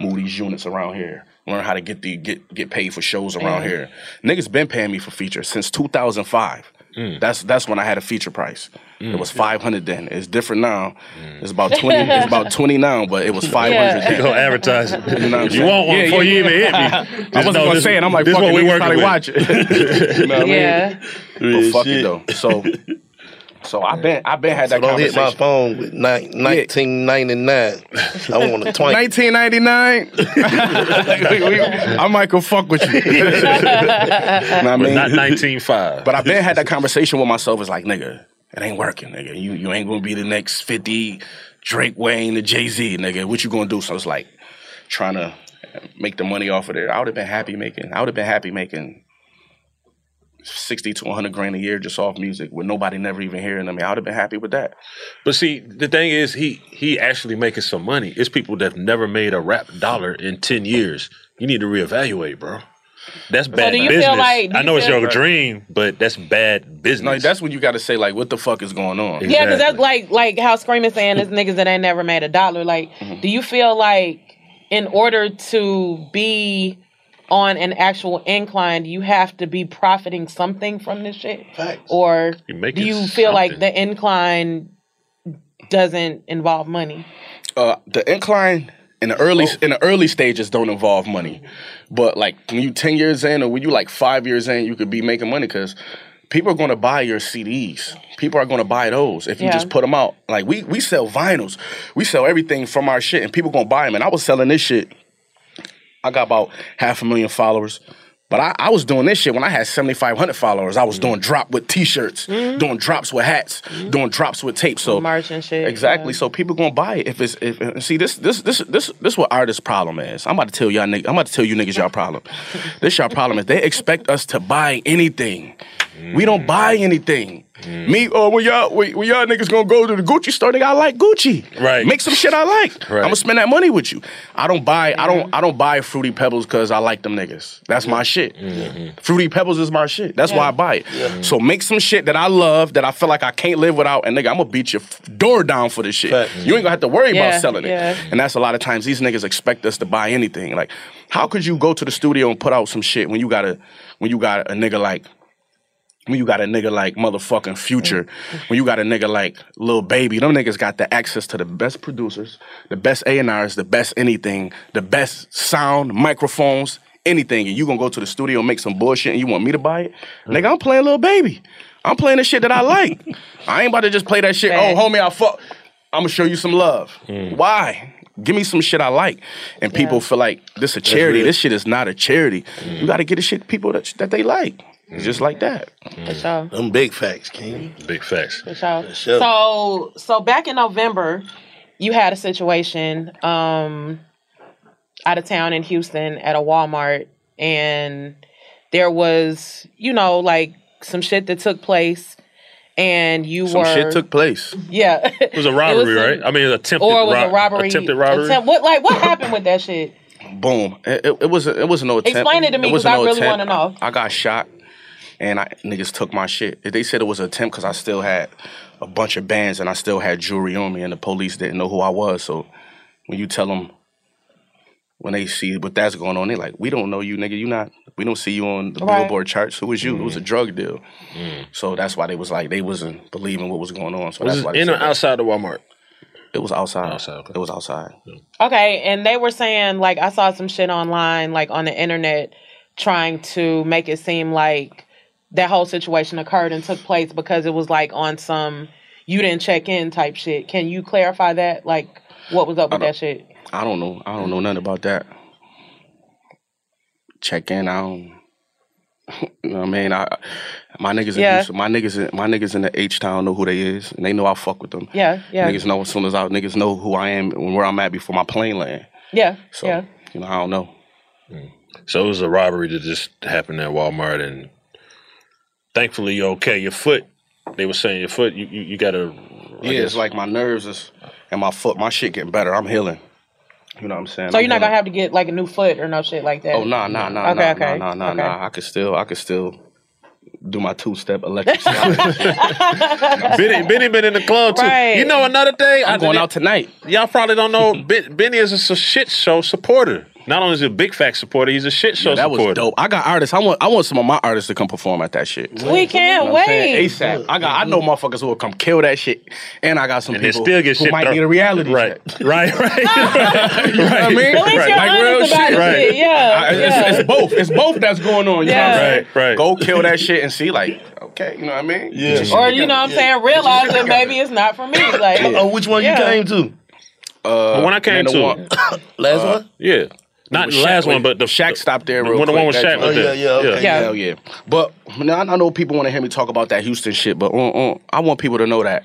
Speaker 6: move these units around here. Learn how to get the get get paid for shows around
Speaker 3: Mhm.
Speaker 6: here. Niggas been paying me for features since 2005. That's that's when I had a feature price. It was 500 then. It's different now. It's about 20. it's about 20 now, but it was 500. then.
Speaker 3: You gonna advertise it.
Speaker 6: You know what I'm
Speaker 3: You
Speaker 6: saying?
Speaker 3: want one before you even hit me. Just
Speaker 6: I wasn't
Speaker 3: know
Speaker 6: gonna
Speaker 3: this-
Speaker 6: say it. I'm like,
Speaker 3: this
Speaker 6: fuck
Speaker 3: what
Speaker 6: it,
Speaker 3: we
Speaker 6: niggas
Speaker 3: working
Speaker 6: probably
Speaker 3: with.
Speaker 6: watch it. you know what
Speaker 4: Yeah.
Speaker 6: I mean? But fuck it though. So, so I've been, I've been had
Speaker 5: So
Speaker 6: that
Speaker 5: don't hit
Speaker 6: conversation.
Speaker 5: my phone with ni- 1999. I want to twank.
Speaker 6: 1999. I might go fuck with you. you know what I
Speaker 3: But
Speaker 6: mean?
Speaker 3: not 195.
Speaker 6: But I've been had that conversation with myself. It's like, nigga, it ain't working, nigga. You you ain't gonna be the next 50 Drake Wayne to Jay Z, nigga. What you gonna do? So it's like trying to make the money off of it. I would have been happy making. I would have been happy making. 60 to 100 grand a year just off music with nobody never even hearing of me. I would have been happy with that.
Speaker 3: But see, the thing is, he he actually making some money. It's people that've never made a rap dollar in ten years. You need to reevaluate, bro. That's bad
Speaker 4: do you feel
Speaker 3: business.
Speaker 4: like- do
Speaker 3: I
Speaker 4: you
Speaker 3: know it's
Speaker 4: feel-
Speaker 3: your dream, but that's bad business.
Speaker 6: Like, that's when you got to say, like, what the fuck is going on?
Speaker 4: Yeah, because that's like like how Scream is saying is niggas that ain't never made a dollar. Like, do you feel like in order to be on an actual incline, you have to be profiting something from this shit? Or
Speaker 3: You
Speaker 4: do you feel like the incline doesn't involve money?
Speaker 6: uh, the incline in the early in the early stages don't involve money, but like when you ten years in or when you like five years in, you could be making money because people are going to buy your CDs. People are going to buy those if you
Speaker 3: Yeah.
Speaker 6: just put them out. Like we we sell vinyls, we sell everything from our shit, and people going to buy them. And I was selling this shit. I got about half a million followers. But I, I was doing this shit when I had 7,500 followers. I was doing drop with t-shirts, doing drops with hats, doing drops with tape. So
Speaker 4: merch and shit.
Speaker 6: Exactly. So people gonna buy it if it's if and see this this this this this what artists' problem is. I'm about to tell y'all niggas. I'm about to tell you niggas y'all problem. this y'all problem is they expect us to buy anything. We don't buy anything. Me, oh, when y'all, when, when y'all niggas gonna go to the Gucci store, nigga, I like Gucci. Right. Make some shit I like.
Speaker 3: Right.
Speaker 6: I'm gonna spend that money with you. I don't buy, I don't, I don't buy Fruity Pebbles because I like them niggas. That's my shit.
Speaker 3: Mm-hmm.
Speaker 6: Fruity Pebbles is my shit. That's why I buy it. So make some shit that I love that I feel like I can't live without, and nigga, I'm gonna beat your f- door down for this shit. You ain't gonna have to worry
Speaker 3: Yeah,
Speaker 6: about selling
Speaker 3: yeah.
Speaker 6: it. And that's a lot of times these niggas expect us to buy anything. Like, how could you go to the studio and put out some shit when you got a when you got a nigga like when you got a nigga like motherfucking Future, when you got a nigga like Lil Baby, them niggas got the access to the best producers, the best A&Rs, the best anything, the best sound, microphones, anything. And you gonna go to the studio and make some bullshit and you want me to buy it? Nigga, I'm playing Lil Baby. I'm playing the shit that I like. I ain't about to just play that shit. Oh, homie, I fuck. I'm gonna show you some love. Why? Give me some shit I like. And people feel like this a charity.
Speaker 3: real.
Speaker 6: This shit is not a charity. You gotta get the shit people that, that they like. Just like that.
Speaker 4: For sure.
Speaker 6: Them big facts, King.
Speaker 3: Big facts.
Speaker 4: For sure.
Speaker 6: sure.
Speaker 4: So so back in November, you had a situation um out of town in Houston at a Walmart and there was, you know, like some shit that took place and you
Speaker 3: Some
Speaker 4: were
Speaker 3: shit took
Speaker 6: place.
Speaker 4: Yeah.
Speaker 3: It was a robbery, right? I mean, an attempted
Speaker 4: or it was
Speaker 3: rob-
Speaker 4: a robbery.
Speaker 3: Attempted robbery.
Speaker 4: attempt- what like what happened with that shit?
Speaker 6: Boom. It, it, it was it was no attempt.
Speaker 4: Explain it to me, 'cause
Speaker 6: wasn't
Speaker 4: I really
Speaker 6: attempt.
Speaker 4: wanna know.
Speaker 6: I, I got shot, and I niggas took my shit. They said it was an attempt because I still had a bunch of bands and I still had jewelry on me, and the police didn't know who I was. So when you tell them, when they see what that's going on, they like, we don't know you, nigga. You not. We don't see you on the
Speaker 3: Right.
Speaker 6: Billboard charts. Who is you? It was
Speaker 3: Mm-hmm.
Speaker 6: a drug deal.
Speaker 3: Mm.
Speaker 6: So that's why they was like they wasn't believing what was going on. So
Speaker 3: Was
Speaker 6: that's
Speaker 3: it
Speaker 6: why they
Speaker 3: in
Speaker 6: said
Speaker 3: or
Speaker 6: that.
Speaker 3: outside the Walmart?
Speaker 6: It was outside. It was outside.
Speaker 4: Okay, and they were saying like I saw some shit online, like on the internet, trying to make it seem like that whole situation occurred and took place because it was like on some you didn't check in type shit. Can you clarify that? Like what was up with that shit?
Speaker 6: I don't know. I don't know nothing about that. Check in. I don't. You know what I mean? I my niggas in
Speaker 4: Yeah.
Speaker 6: Houston, my niggas in my niggas in the H town know who they is, and they know I fuck with them.
Speaker 4: Yeah, yeah.
Speaker 6: Niggas know as soon as I niggas know who I am and where I'm at before my plane land.
Speaker 4: Yeah,
Speaker 6: So
Speaker 4: yeah.
Speaker 6: you know I don't know.
Speaker 3: Mm. So it was a robbery that just happened at Walmart, and thankfully you're okay. Your foot, they were saying your foot, you you, you got to.
Speaker 6: yeah, it's like my nerves is and my foot, my shit getting better. I'm healing. You know what I'm saying?
Speaker 4: So
Speaker 6: I'm
Speaker 4: you're not
Speaker 6: healing.
Speaker 4: gonna have to get like a new foot or no shit like that.
Speaker 6: Oh no no no
Speaker 4: Okay,
Speaker 6: no
Speaker 4: okay,
Speaker 6: no no
Speaker 4: okay.
Speaker 6: no I could still I could still do my two step electric. slide.
Speaker 3: Benny, Benny been in the club too.
Speaker 6: Right.
Speaker 3: You know another thing?
Speaker 6: I'm going out
Speaker 3: tonight. Y'all probably don't know. Ben, Benny is a s- shit show supporter. Not only is he a big fact supporter, he's a shit show
Speaker 6: Yeah, that was
Speaker 3: supporter.
Speaker 6: dope. I got artists. I want I want some of my artists to come perform at that shit.
Speaker 4: We can't
Speaker 6: You know what I'm saying?
Speaker 4: wait.
Speaker 6: ASAP. I got I know motherfuckers who will come kill that shit. And I got some
Speaker 3: And they
Speaker 6: people
Speaker 3: still get
Speaker 6: who
Speaker 3: shit
Speaker 6: might
Speaker 3: thrown-
Speaker 6: need a reality
Speaker 3: right.
Speaker 6: check.
Speaker 3: Right, right.
Speaker 6: you know what I mean?
Speaker 3: At least you're honest about the
Speaker 6: Right.
Speaker 3: shit, yeah,
Speaker 6: I- it's- It's,
Speaker 3: yeah.
Speaker 6: it's both. It's both that's going on. You know what
Speaker 4: Yeah.
Speaker 6: I'm saying? Right, right. Go kill that shit and see like, okay, you know what I mean? Yeah.
Speaker 4: Or you know what I'm saying? Realize that maybe it's not for me. Like,
Speaker 6: Uh-oh, which one
Speaker 4: yeah.
Speaker 6: you came to? Uh,
Speaker 3: The one I came to.
Speaker 6: last
Speaker 3: Uh,
Speaker 6: one?
Speaker 3: Yeah. Not
Speaker 6: With
Speaker 3: the last
Speaker 6: Shaq,
Speaker 3: one, but the
Speaker 6: Shaq stopped there.
Speaker 3: the
Speaker 6: Real
Speaker 3: one- the
Speaker 6: quick.
Speaker 3: one with
Speaker 6: That
Speaker 3: Shaq
Speaker 6: joint.
Speaker 3: was there. Oh, Yeah.
Speaker 6: hell yeah. But now I know people want to hear me talk about that Houston shit, but uh, uh, I want people to know that.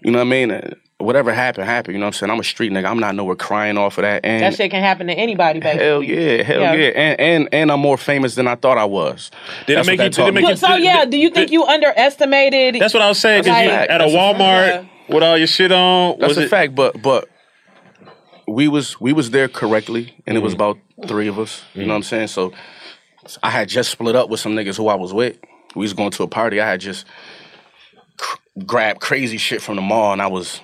Speaker 6: You know what I mean? Uh, Whatever happened, happened. You know what I'm saying? I'm a street nigga. I'm not nowhere crying off of that. And
Speaker 4: that shit can happen to anybody, baby.
Speaker 6: hell yeah, hell yeah. And, and and I'm more famous than I thought I was.
Speaker 3: Did it
Speaker 6: That's
Speaker 3: make you-
Speaker 6: what that
Speaker 3: did it
Speaker 6: taught
Speaker 3: make
Speaker 6: me.
Speaker 3: you-
Speaker 4: So yeah, do you think you underestimated?
Speaker 3: That's what I was saying. Cause
Speaker 4: Like,
Speaker 3: you at a Walmart with all your shit on.
Speaker 6: That's
Speaker 3: was
Speaker 6: a
Speaker 3: it-
Speaker 6: fact, but but we was we was there correctly,
Speaker 3: Mm-hmm.
Speaker 6: and it was about three of us. You know what I'm saying? So I had just split up with some niggas who I was with. We was going to a party. I had just cr- grabbed crazy shit from the mall, and I was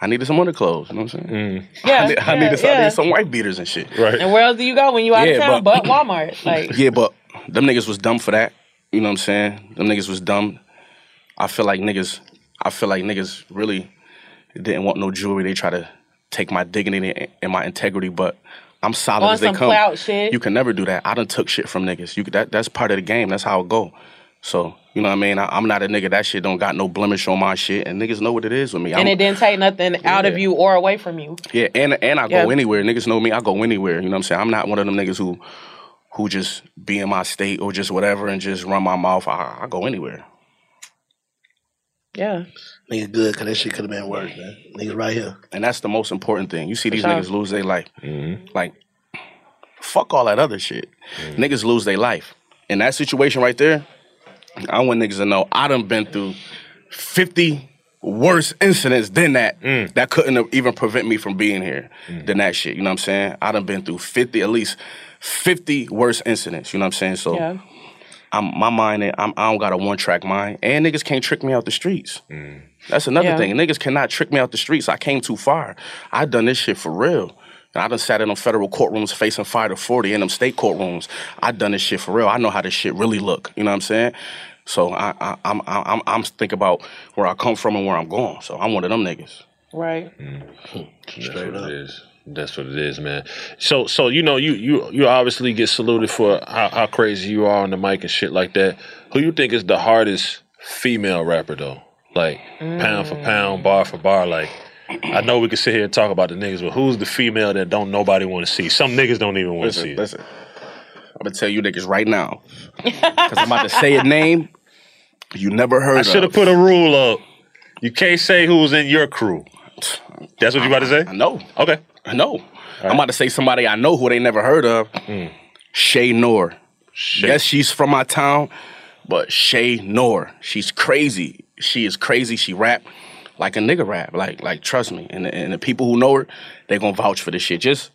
Speaker 6: I needed some underclothes. You know what I'm saying?
Speaker 4: Yeah,
Speaker 6: I, need, I
Speaker 4: yeah,
Speaker 6: needed I
Speaker 4: yeah.
Speaker 6: needed some white beaters and shit.
Speaker 3: Mm. Right.
Speaker 4: And where else do you go when you out of
Speaker 6: Yeah,
Speaker 4: town but,
Speaker 6: but-
Speaker 4: Walmart? Like,
Speaker 6: yeah, but them niggas was dumb for that. You know what I'm saying? Them niggas was dumb. I feel like niggas. I feel like niggas really didn't want no jewelry. They try to take my dignity and my integrity, but I'm solid
Speaker 4: On
Speaker 6: as they
Speaker 4: some
Speaker 6: come.
Speaker 4: clout shit.
Speaker 6: You can never do that. I done took shit from niggas. You could- that that's part of the game. That's how it go. So you know what I mean? I, I'm not a nigga. That shit don't got no blemish on my shit, and niggas know what it is with me.
Speaker 4: and
Speaker 6: I'm-
Speaker 4: it didn't take nothing out of
Speaker 6: Yeah.
Speaker 4: you or away from you.
Speaker 6: yeah, and and I
Speaker 4: Yeah.
Speaker 6: go anywhere. Niggas know me. I go anywhere. You know what I'm saying? I'm not one of them niggas who who just be in my state or just whatever and just run my mouth. I, I go anywhere.
Speaker 4: Yeah.
Speaker 11: Nigga, good, because that shit could have been worse, man. Nigga, right here.
Speaker 6: And that's the most important thing. You see
Speaker 11: For
Speaker 6: these
Speaker 11: sure.
Speaker 6: niggas lose their life. Like, fuck all that other shit. Niggas lose their life. In that situation right there, I want niggas to know I done been through 50 worse incidents than that that couldn't have even prevent me from being here than that shit. You know what I'm saying? I done been through 50, at least 50 worse incidents. You know what I'm saying? So
Speaker 4: Yeah.
Speaker 6: I'm my mind. ain't- I'm, I don't got a one track mind, and niggas can't trick me out the streets.
Speaker 3: Mm.
Speaker 6: That's another
Speaker 4: Yeah.
Speaker 6: thing. Niggas cannot trick me out the streets. I came too far. I done this shit for real. And I done sat in them federal courtrooms facing five to forty in them state courtrooms. I done this shit for real. I know how this shit really look. You know what I'm saying? So I, I, I'm, I'm, I'm thinking about where I come from and where I'm going. So I'm one of them niggas.
Speaker 4: Right.
Speaker 6: Mm.
Speaker 3: That's what it is. That's what it is, man. So, so you know, you you you obviously get saluted for how, how crazy you are on the mic and shit like that. Who you think is the hardest female rapper though? Like pound for pound, bar for bar. Like, I know we can sit here and talk about the niggas, but who's the female that don't nobody want to see? Some niggas don't even want to
Speaker 6: Listen,
Speaker 3: see. it.
Speaker 6: listen. I'm gonna tell you niggas right now, because I'm about to say a name you never heard.
Speaker 3: I should have put a rule up. You can't say who's in your crew. That's what you about to say?
Speaker 6: No.
Speaker 3: Okay.
Speaker 6: No. I'm about to say somebody I know who they never heard of.
Speaker 3: Mm,
Speaker 6: Shay Noor. Yes, she's from my town, but Shay Noor. She's crazy. She is crazy. She rap like a nigga rap. Like, like trust me. And, and the people who know her, they gonna vouch for this shit. Just,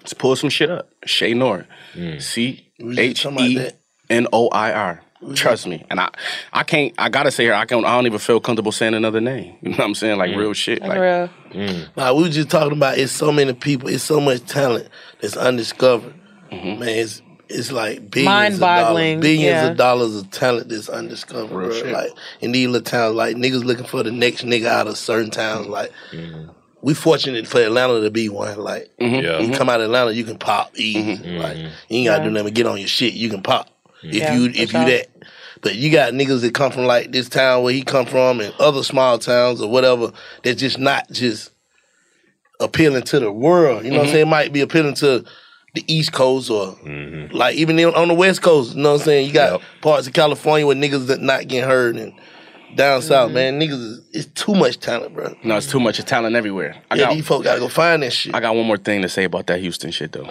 Speaker 6: just pull some shit up. Shay Noor.
Speaker 3: Mm.
Speaker 6: C H E N O I R. Trust me. And I I can't I gotta say here, I can I don't even feel comfortable saying another name. You know what I'm saying? Like real shit. Like
Speaker 4: real.
Speaker 6: Mm.
Speaker 11: Nah, we were just talking about it's so many people, it's so much talent that's undiscovered. Man, it's it's like billions of dollars,
Speaker 4: Mind-boggling,
Speaker 11: billions
Speaker 4: yeah.
Speaker 11: of dollars of talent that's undiscovered.
Speaker 4: Real
Speaker 11: Bro.
Speaker 4: shit.
Speaker 11: Like in these little towns, like niggas looking for the next nigga out of certain towns. Like
Speaker 6: Mm-hmm.
Speaker 11: we fortunate for Atlanta to be one. Like
Speaker 6: Mhm. Yeah.
Speaker 11: you come out of Atlanta, you can pop easy. Like you ain't gotta do
Speaker 6: Yeah.
Speaker 11: nothing but get on your shit. You can pop if
Speaker 6: Yeah,
Speaker 11: you
Speaker 6: for
Speaker 11: if
Speaker 6: sure.
Speaker 11: you that. But you got niggas that come from like this town where he come from and other small towns or whatever that's just not just appealing to the world. You know what I'm
Speaker 5: Mhm.
Speaker 11: saying? It might be appealing to the East Coast or like even in- on the West Coast. You know what I'm saying? You got parts of California where niggas that not getting heard and down
Speaker 6: Mm-hmm.
Speaker 11: south, man, niggas is it's too much talent, bro.
Speaker 6: No, it's too much of talent everywhere. I
Speaker 11: Yeah,
Speaker 6: got,
Speaker 11: these folk gotta go find that shit.
Speaker 6: I got one more thing to say about that Houston shit, though.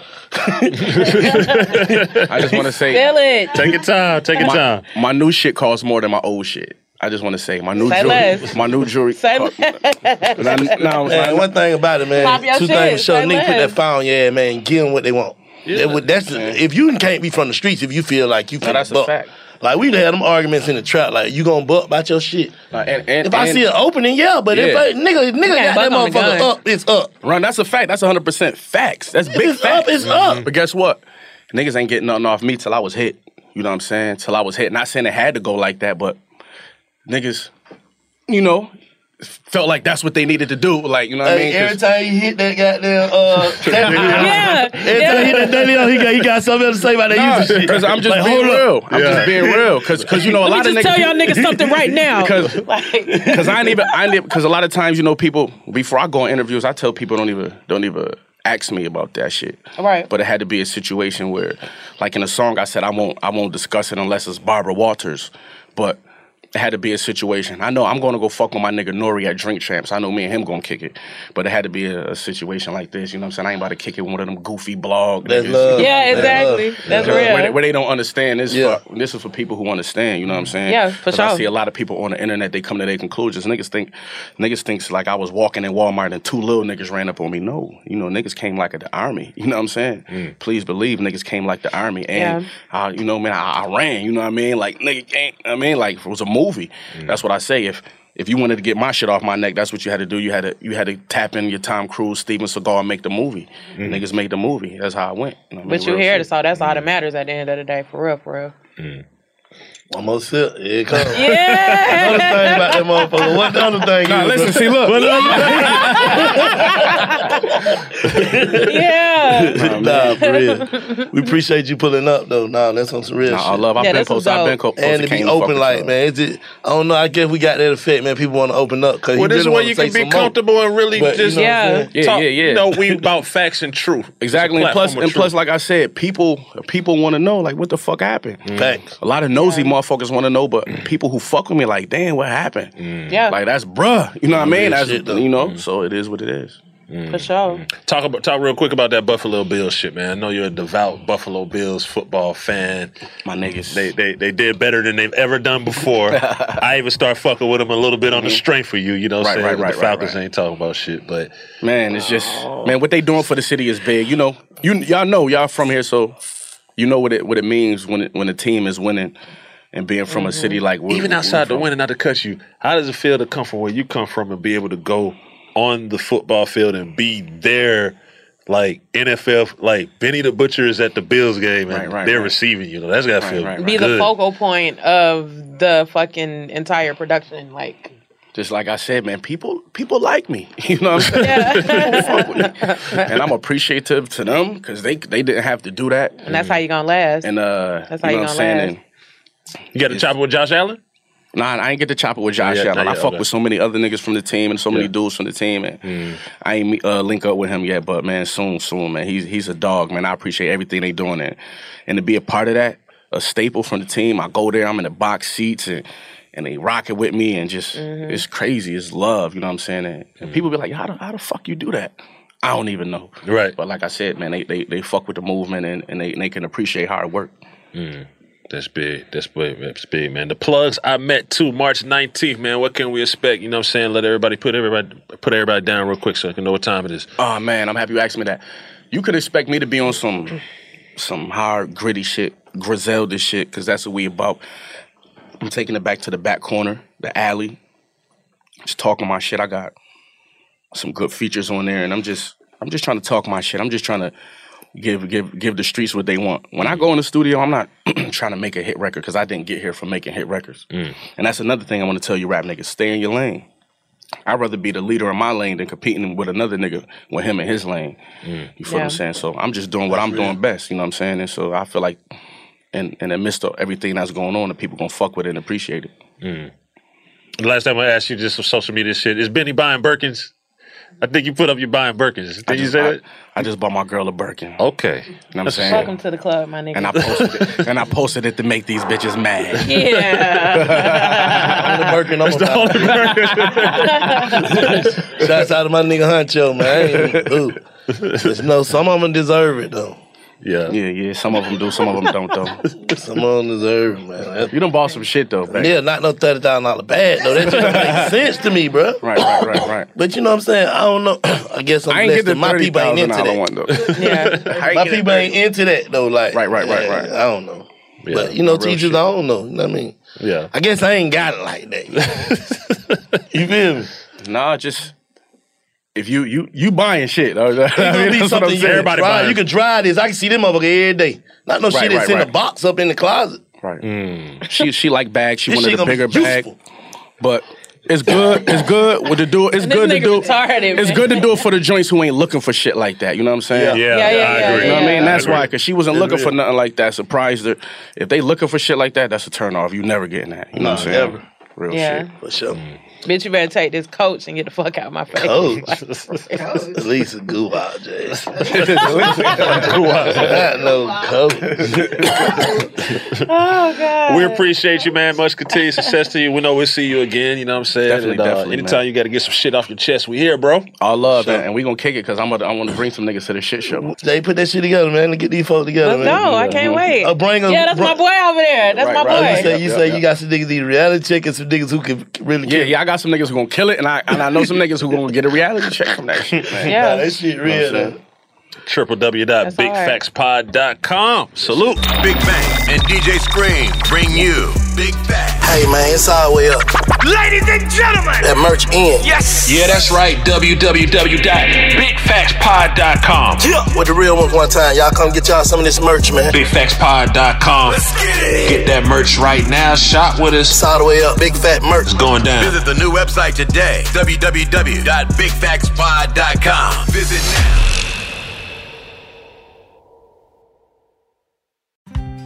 Speaker 6: I just want to say,
Speaker 4: Spill it.
Speaker 6: Take your time. Take
Speaker 4: your
Speaker 6: time. My new shit costs more than my old shit. I just want to say, my new
Speaker 4: Say
Speaker 6: jewelry,
Speaker 4: less.
Speaker 6: my new jewelry.
Speaker 4: Say
Speaker 6: cost-
Speaker 4: less.
Speaker 6: Nah, nah,
Speaker 11: Man,
Speaker 6: nah.
Speaker 11: one thing about it, man.
Speaker 6: Pop your
Speaker 11: Two
Speaker 6: shit,
Speaker 11: things for sure.
Speaker 6: say
Speaker 11: Nigga put
Speaker 6: less.
Speaker 11: that phone, yeah, man. Give them what they want. That would- that's if you can't be from the streets if you feel like you.
Speaker 6: No,
Speaker 11: finna
Speaker 6: that's a
Speaker 11: buck.
Speaker 6: fact.
Speaker 11: Like we done had them arguments in the trap. Like you gonna buck about your shit.
Speaker 6: and- and-
Speaker 11: if I
Speaker 6: and-
Speaker 11: see an opening, yeah. But if
Speaker 6: Yeah.
Speaker 11: I, nigga,
Speaker 6: You
Speaker 11: nigga
Speaker 6: can't
Speaker 11: got that
Speaker 6: buck on the
Speaker 11: motherfucker
Speaker 6: gun.
Speaker 11: up, it's up.
Speaker 6: Run, that's a fact. That's 100% facts. That's big
Speaker 11: It's up,
Speaker 6: facts. Mm-hmm.
Speaker 11: it's up.
Speaker 6: But guess what? Niggas ain't getting nothing off me till I was hit. You know what I'm saying? Till I was hit. Not saying it had to go like that, but niggas, you know, felt like that's what they needed to do. Like, you know what
Speaker 11: Hey,
Speaker 6: I mean?
Speaker 11: every
Speaker 6: 'Cause-
Speaker 11: time you hit that goddamn uh, that
Speaker 6: Yeah,
Speaker 11: every time you hit that Daniel, he got he got something else to say about that
Speaker 6: Nah,
Speaker 11: Houston shit.
Speaker 6: 'cause I'm just
Speaker 11: Like, hold
Speaker 6: being
Speaker 11: up.
Speaker 6: real. I'm just being real. Cause, cause you know a
Speaker 4: Let me
Speaker 6: lot of
Speaker 4: just
Speaker 6: niggas
Speaker 4: tell y'all niggas something right now.
Speaker 6: Because cause I ain't even I ain't even because a lot of times you know people before I go on interviews I tell people don't even don't even ask me about that shit.
Speaker 4: Right.
Speaker 6: But it had to be a situation where, like in a song, I said I won't I won't discuss it unless it's Barbara Walters, but. It had to be a situation. I know I'm gonna go fuck with my nigga Nori at Drink Champs. I know me and him gonna kick it, but it had to be a, a situation like this. You know what I'm saying? I ain't about to kick it with one of them goofy blog.
Speaker 11: That's
Speaker 6: niggas.
Speaker 11: love.
Speaker 4: Yeah, That's exactly. love. That's real.
Speaker 6: Where they, where they don't understand this. For, this is for people who understand. You know what I'm saying?
Speaker 4: Yeah, for
Speaker 6: 'Cause I
Speaker 4: sure.
Speaker 6: see a lot of people on the internet. They come to their conclusions. Niggas think, niggas thinks like I was walking in Walmart and two little niggas ran up on me. No, you know niggas came like the army. You know what I'm saying?
Speaker 3: Mm.
Speaker 6: Please believe niggas came like the army. And I, you know, man, I, I ran. You know what I mean? Like nigga, can't, I mean, like if it was a movie.
Speaker 3: Mm.
Speaker 6: That's what I say. If if you wanted to get my shit off my neck, that's what you had to do. You had to you had to tap in your Tom Cruise, Steven Seagal, and make the movie.
Speaker 3: Mm-hmm.
Speaker 6: Niggas made the movie. That's how I went. You know what I
Speaker 4: But
Speaker 6: mean?
Speaker 4: you
Speaker 6: Real
Speaker 4: hear
Speaker 6: shit. Mm.
Speaker 4: it, so that's all that matters at the end of the day, for real, for real.
Speaker 11: One more sip, here it comes.
Speaker 4: Yeah.
Speaker 11: Another thing about that motherfucker. What the other thing?
Speaker 6: Nah,
Speaker 11: is,
Speaker 6: listen,
Speaker 11: bro?
Speaker 6: see, look.
Speaker 11: What the other thing?
Speaker 4: yeah.
Speaker 11: Nah, for real. We appreciate you pulling up though. Nah, that's on some real
Speaker 6: Nah,
Speaker 11: shit.
Speaker 6: I love- I've Yeah, been this was posting- I've dope. been co- posting,
Speaker 11: And to be
Speaker 6: came to fuck
Speaker 11: open
Speaker 6: with
Speaker 11: like
Speaker 6: y'all.
Speaker 11: man, it's just I don't know. I guess we got that effect, man. People want to open up because
Speaker 3: Well, this is
Speaker 11: really
Speaker 3: where
Speaker 11: wanna
Speaker 3: you
Speaker 11: say
Speaker 3: can be
Speaker 11: some more.
Speaker 3: comfortable and really
Speaker 11: But, you
Speaker 3: just
Speaker 11: know what I'm saying?
Speaker 6: Yeah,
Speaker 3: talk,
Speaker 6: yeah, yeah.
Speaker 3: You know, we about facts and truth.
Speaker 6: Exactly,
Speaker 3: It's
Speaker 6: and
Speaker 3: a
Speaker 6: plus,
Speaker 3: platform of
Speaker 6: and plus,
Speaker 3: truth.
Speaker 6: like I said, people people want to know like what the fuck happened.
Speaker 11: Facts.
Speaker 6: Mm. A lot of nosy motherfuckers want to know, but people who fuck with me like, damn, what happened?
Speaker 3: Mm.
Speaker 4: Yeah.
Speaker 6: Like that's bruh, you know what I
Speaker 3: Real
Speaker 6: mean? That's
Speaker 3: shit, though.
Speaker 6: you know. So it is what it is.
Speaker 4: For
Speaker 6: Mm.
Speaker 4: sure.
Speaker 6: Mm-hmm.
Speaker 3: Talk about talk real quick about that Buffalo Bills shit, man. I know you're a devout Buffalo Bills football fan.
Speaker 6: My niggas,
Speaker 3: they they they did better than they've ever done before. I even start fucking with them a little bit on the strength for you. You know, what I'm
Speaker 6: Mm-hmm. Right,
Speaker 3: saying
Speaker 6: right,
Speaker 3: The
Speaker 6: right, right,
Speaker 3: Falcons
Speaker 6: right.
Speaker 3: ain't talking about shit, but
Speaker 6: Man, it's just
Speaker 4: Oh.
Speaker 6: man, what they doing for the city is big. You know, you y'all know y'all from here, so you know what it what it means when it, when a team is winning and being from
Speaker 4: Mm-hmm.
Speaker 6: a city like we're-
Speaker 3: even
Speaker 6: we're
Speaker 3: outside the
Speaker 6: from.
Speaker 3: win and not to cut you, how does it feel to come from where you come from and be able to go on the football field and be there? Like NFL, like Benny the Butcher is at the Bills game and
Speaker 6: Right, right,
Speaker 3: they're
Speaker 6: right.
Speaker 3: receiving. You know that's gotta
Speaker 6: Right,
Speaker 3: feel
Speaker 6: right,
Speaker 3: good.
Speaker 6: right.
Speaker 4: Be the focal point of the fucking entire production. Like,
Speaker 6: Just like I said, man, people people like me. You know what I'm saying? People fuck with me. And I'm appreciative to them because they they didn't have to do that.
Speaker 4: and that's how you gonna last.
Speaker 6: And uh,
Speaker 4: That's how you
Speaker 6: know what
Speaker 4: gonna
Speaker 6: I'm saying?
Speaker 4: last.
Speaker 6: And
Speaker 3: you got to chop it with Josh Allen?
Speaker 6: Nah, I ain't get to chop it with Josh
Speaker 3: Yeah, yeah,
Speaker 6: Allen. I
Speaker 3: yeah,
Speaker 6: fuck
Speaker 3: okay.
Speaker 6: with so many other niggas from the team and so many
Speaker 3: Yeah.
Speaker 6: dudes from the team, and I ain't meet- uh, link up with him yet. But man, soon, soon, man, he's he's a dog, man. I appreciate everything they doing, and and to be a part of that, a staple from the team. I go there, I'm in the box seats, and and they rock it with me, and just it's crazy. It's love, you know what I'm saying? And, and people be like, how the, how the fuck you do that? I don't even know.
Speaker 3: Right.
Speaker 6: But like I said, man, they they, they fuck with the movement, and, and they and they can appreciate hard work.
Speaker 3: That's big. That's big. That's big, man. The Mm. plugs I met too, March 19th, man. What can we expect? You know what I'm saying? Let everybody put everybody put everybody down real quick so I can know what time it is.
Speaker 6: Oh man, I'm happy you asked me that. You could expect me to be on some some hard gritty shit, Griselda shit, because that's what we about. I'm taking it back to the back corner, the alley, just talking my shit. I got some good features on there, and I'm just I'm just trying to talk my shit. I'm just trying to give give give the streets what they want. When I go in the studio, I'm not trying to make a hit record because I didn't get here for making hit records. And that's another thing I want to tell you, rap niggas: stay in your lane. I'd rather be the leader in my lane than competing with another nigga with him in his lane.
Speaker 3: Mm.
Speaker 6: You feel what
Speaker 4: Yeah.
Speaker 6: I'm saying? So I'm just doing what I'm doing best. You know what I'm saying? And so I feel like, in in the midst of everything that's going on, the people gonna fuck with it and appreciate it.
Speaker 3: Mm. The last time I asked you just some social media shit, is Benny buying Birkins? I think you put up your buying Birkins. Did you say that?
Speaker 6: I just bought my girl a Birkin.
Speaker 3: Okay.
Speaker 6: know what I'm saying?
Speaker 4: Welcome to the club, my nigga.
Speaker 6: And I posted it. and I posted it to make these bitches mad.
Speaker 4: yeah.
Speaker 5: Birkin, I'm about. Shouts out to my nigga Huncho, man. I ain't even- Ooh. Just know some of them deserve it though.
Speaker 3: Yeah.
Speaker 6: Yeah, yeah. Some of them do, some of them don't though.
Speaker 5: Some of them deserve it, man.
Speaker 6: You done bought some shit though, back.
Speaker 5: Yeah, not no thirty thousand dollar bag though. That just makes sense to me, bro.
Speaker 6: Right, right, right, right.
Speaker 5: But you know what I'm saying? I don't know. I guess I'm
Speaker 6: I ain't get
Speaker 5: blessed
Speaker 6: the
Speaker 5: that my people ain't into
Speaker 6: $30,000
Speaker 5: that.
Speaker 6: one, though.
Speaker 5: Yeah. my people ain't into that though. Like
Speaker 6: Right, right, right,
Speaker 5: yeah,
Speaker 6: right.
Speaker 5: I don't know.
Speaker 6: Yeah,
Speaker 5: but you know,
Speaker 6: real
Speaker 5: teachers, I don't know. You know what I mean?
Speaker 3: Yeah.
Speaker 5: I guess I ain't got it like that. you feel me?
Speaker 6: Nah, just if you you you buying shit. though. I
Speaker 5: It's gonna
Speaker 6: mean,
Speaker 5: be
Speaker 6: that's what I'm
Speaker 5: something you
Speaker 6: saying.
Speaker 5: can try. You can try this. I can see them motherfucker every day. Not no
Speaker 6: Right,
Speaker 5: shit that's
Speaker 6: right,
Speaker 5: in
Speaker 6: right.
Speaker 5: a box up in the closet.
Speaker 6: Right.
Speaker 5: Mm.
Speaker 6: She she like bags. She
Speaker 5: This
Speaker 6: wanted
Speaker 5: shit
Speaker 6: a
Speaker 5: gonna be
Speaker 6: bigger bag. But it's good. It's good with the do. It's
Speaker 4: This
Speaker 6: good to
Speaker 4: nigga
Speaker 6: do.
Speaker 4: retarded,
Speaker 6: it's
Speaker 4: man.
Speaker 6: good to do it for the joints who ain't looking for shit like that. You know what I'm saying?
Speaker 3: Yeah, Yeah, yeah, I yeah, agree.
Speaker 6: You know what I mean?
Speaker 3: yeah.
Speaker 6: That's
Speaker 3: I agree.
Speaker 6: why, because she wasn't
Speaker 3: It's
Speaker 6: looking for
Speaker 3: real.
Speaker 6: nothing like that. Surprised her. If they looking for shit like that, that's a turnoff. You never getting that. You know what I'm
Speaker 5: Nah,
Speaker 6: saying?
Speaker 5: never.
Speaker 6: Real
Speaker 4: Yeah.
Speaker 6: shit.
Speaker 5: For sure.
Speaker 4: Bitch, you better take this coach and get the fuck out of my face.
Speaker 5: Coach.
Speaker 4: Like, for real.
Speaker 5: At least a goo out, Jay.
Speaker 6: Not
Speaker 5: no coach.
Speaker 4: oh God.
Speaker 3: We appreciate you, man. Much continued success to you. We know we'll see you again. You know what I'm saying?
Speaker 6: Definitely,
Speaker 3: And, uh,
Speaker 6: definitely, man.
Speaker 3: Anytime you got to get some shit off your chest, we here, bro.
Speaker 6: All love, man. and we gonna kick it because I'm gonna, I want to bring some niggas to the shit show.
Speaker 5: Jay, put that shit together, man. Let's get these folks together,
Speaker 4: Let's
Speaker 5: man.
Speaker 4: go. I can't wait.
Speaker 5: Uh, bring 'em-
Speaker 4: yeah, that's my
Speaker 5: bring-
Speaker 4: boy over there. That's
Speaker 6: Right,
Speaker 4: my
Speaker 6: right.
Speaker 4: boy.
Speaker 6: I
Speaker 5: You say you
Speaker 6: Yeah,
Speaker 5: say
Speaker 6: yeah.
Speaker 5: you got some niggas need reality check and some niggas who can really
Speaker 6: Yeah,
Speaker 5: kill.
Speaker 6: yeah, I got some niggas who gonna kill it, and I and I know some niggas who gonna get a reality check from that shit, man.
Speaker 4: Yeah.
Speaker 5: Nah, that shit real though.
Speaker 3: www.bigfactspod.com. Salute.
Speaker 2: Big Bang and DJ Scream bring you Big Facts.
Speaker 12: Hey man, it's all the way up. Ladies and gentlemen, that merch in. Yes.
Speaker 13: Yeah, that's right. www.bigfactspod.com.
Speaker 12: Yeah, with the real ones one time. Y'all come get y'all some of this merch, man.
Speaker 13: Bigfactspod.com. Get that merch right now. Shop with us. It's
Speaker 12: all the way up. Big fat merch.
Speaker 13: It's going down.
Speaker 2: Visit the new website today, www.bigfactspod.com. Visit now.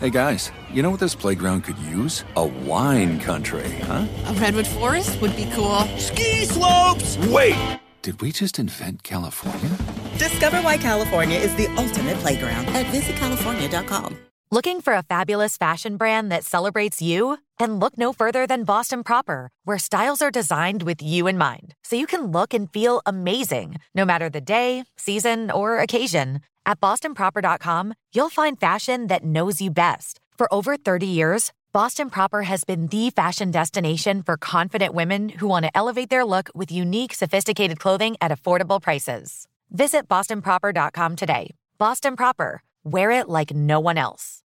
Speaker 14: Hey guys, you know what this playground could use? A wine country, huh?
Speaker 15: A redwood forest would be cool. Ski
Speaker 14: slopes! Wait! Did we just invent California?
Speaker 9: Discover why California is the ultimate playground at visitcalifornia.com.
Speaker 16: Looking for a fabulous fashion brand that celebrates you? Then look no further than Boston Proper, where styles are designed with you in mind, so you can look and feel amazing no matter the day, season, or occasion. At bostonproper.com, you'll find fashion that knows you best. For over 30 years, Boston Proper has been the fashion destination for confident women who want to elevate their look with unique, sophisticated clothing at affordable prices. Visit bostonproper.com today. Boston Proper, wear it like no one else.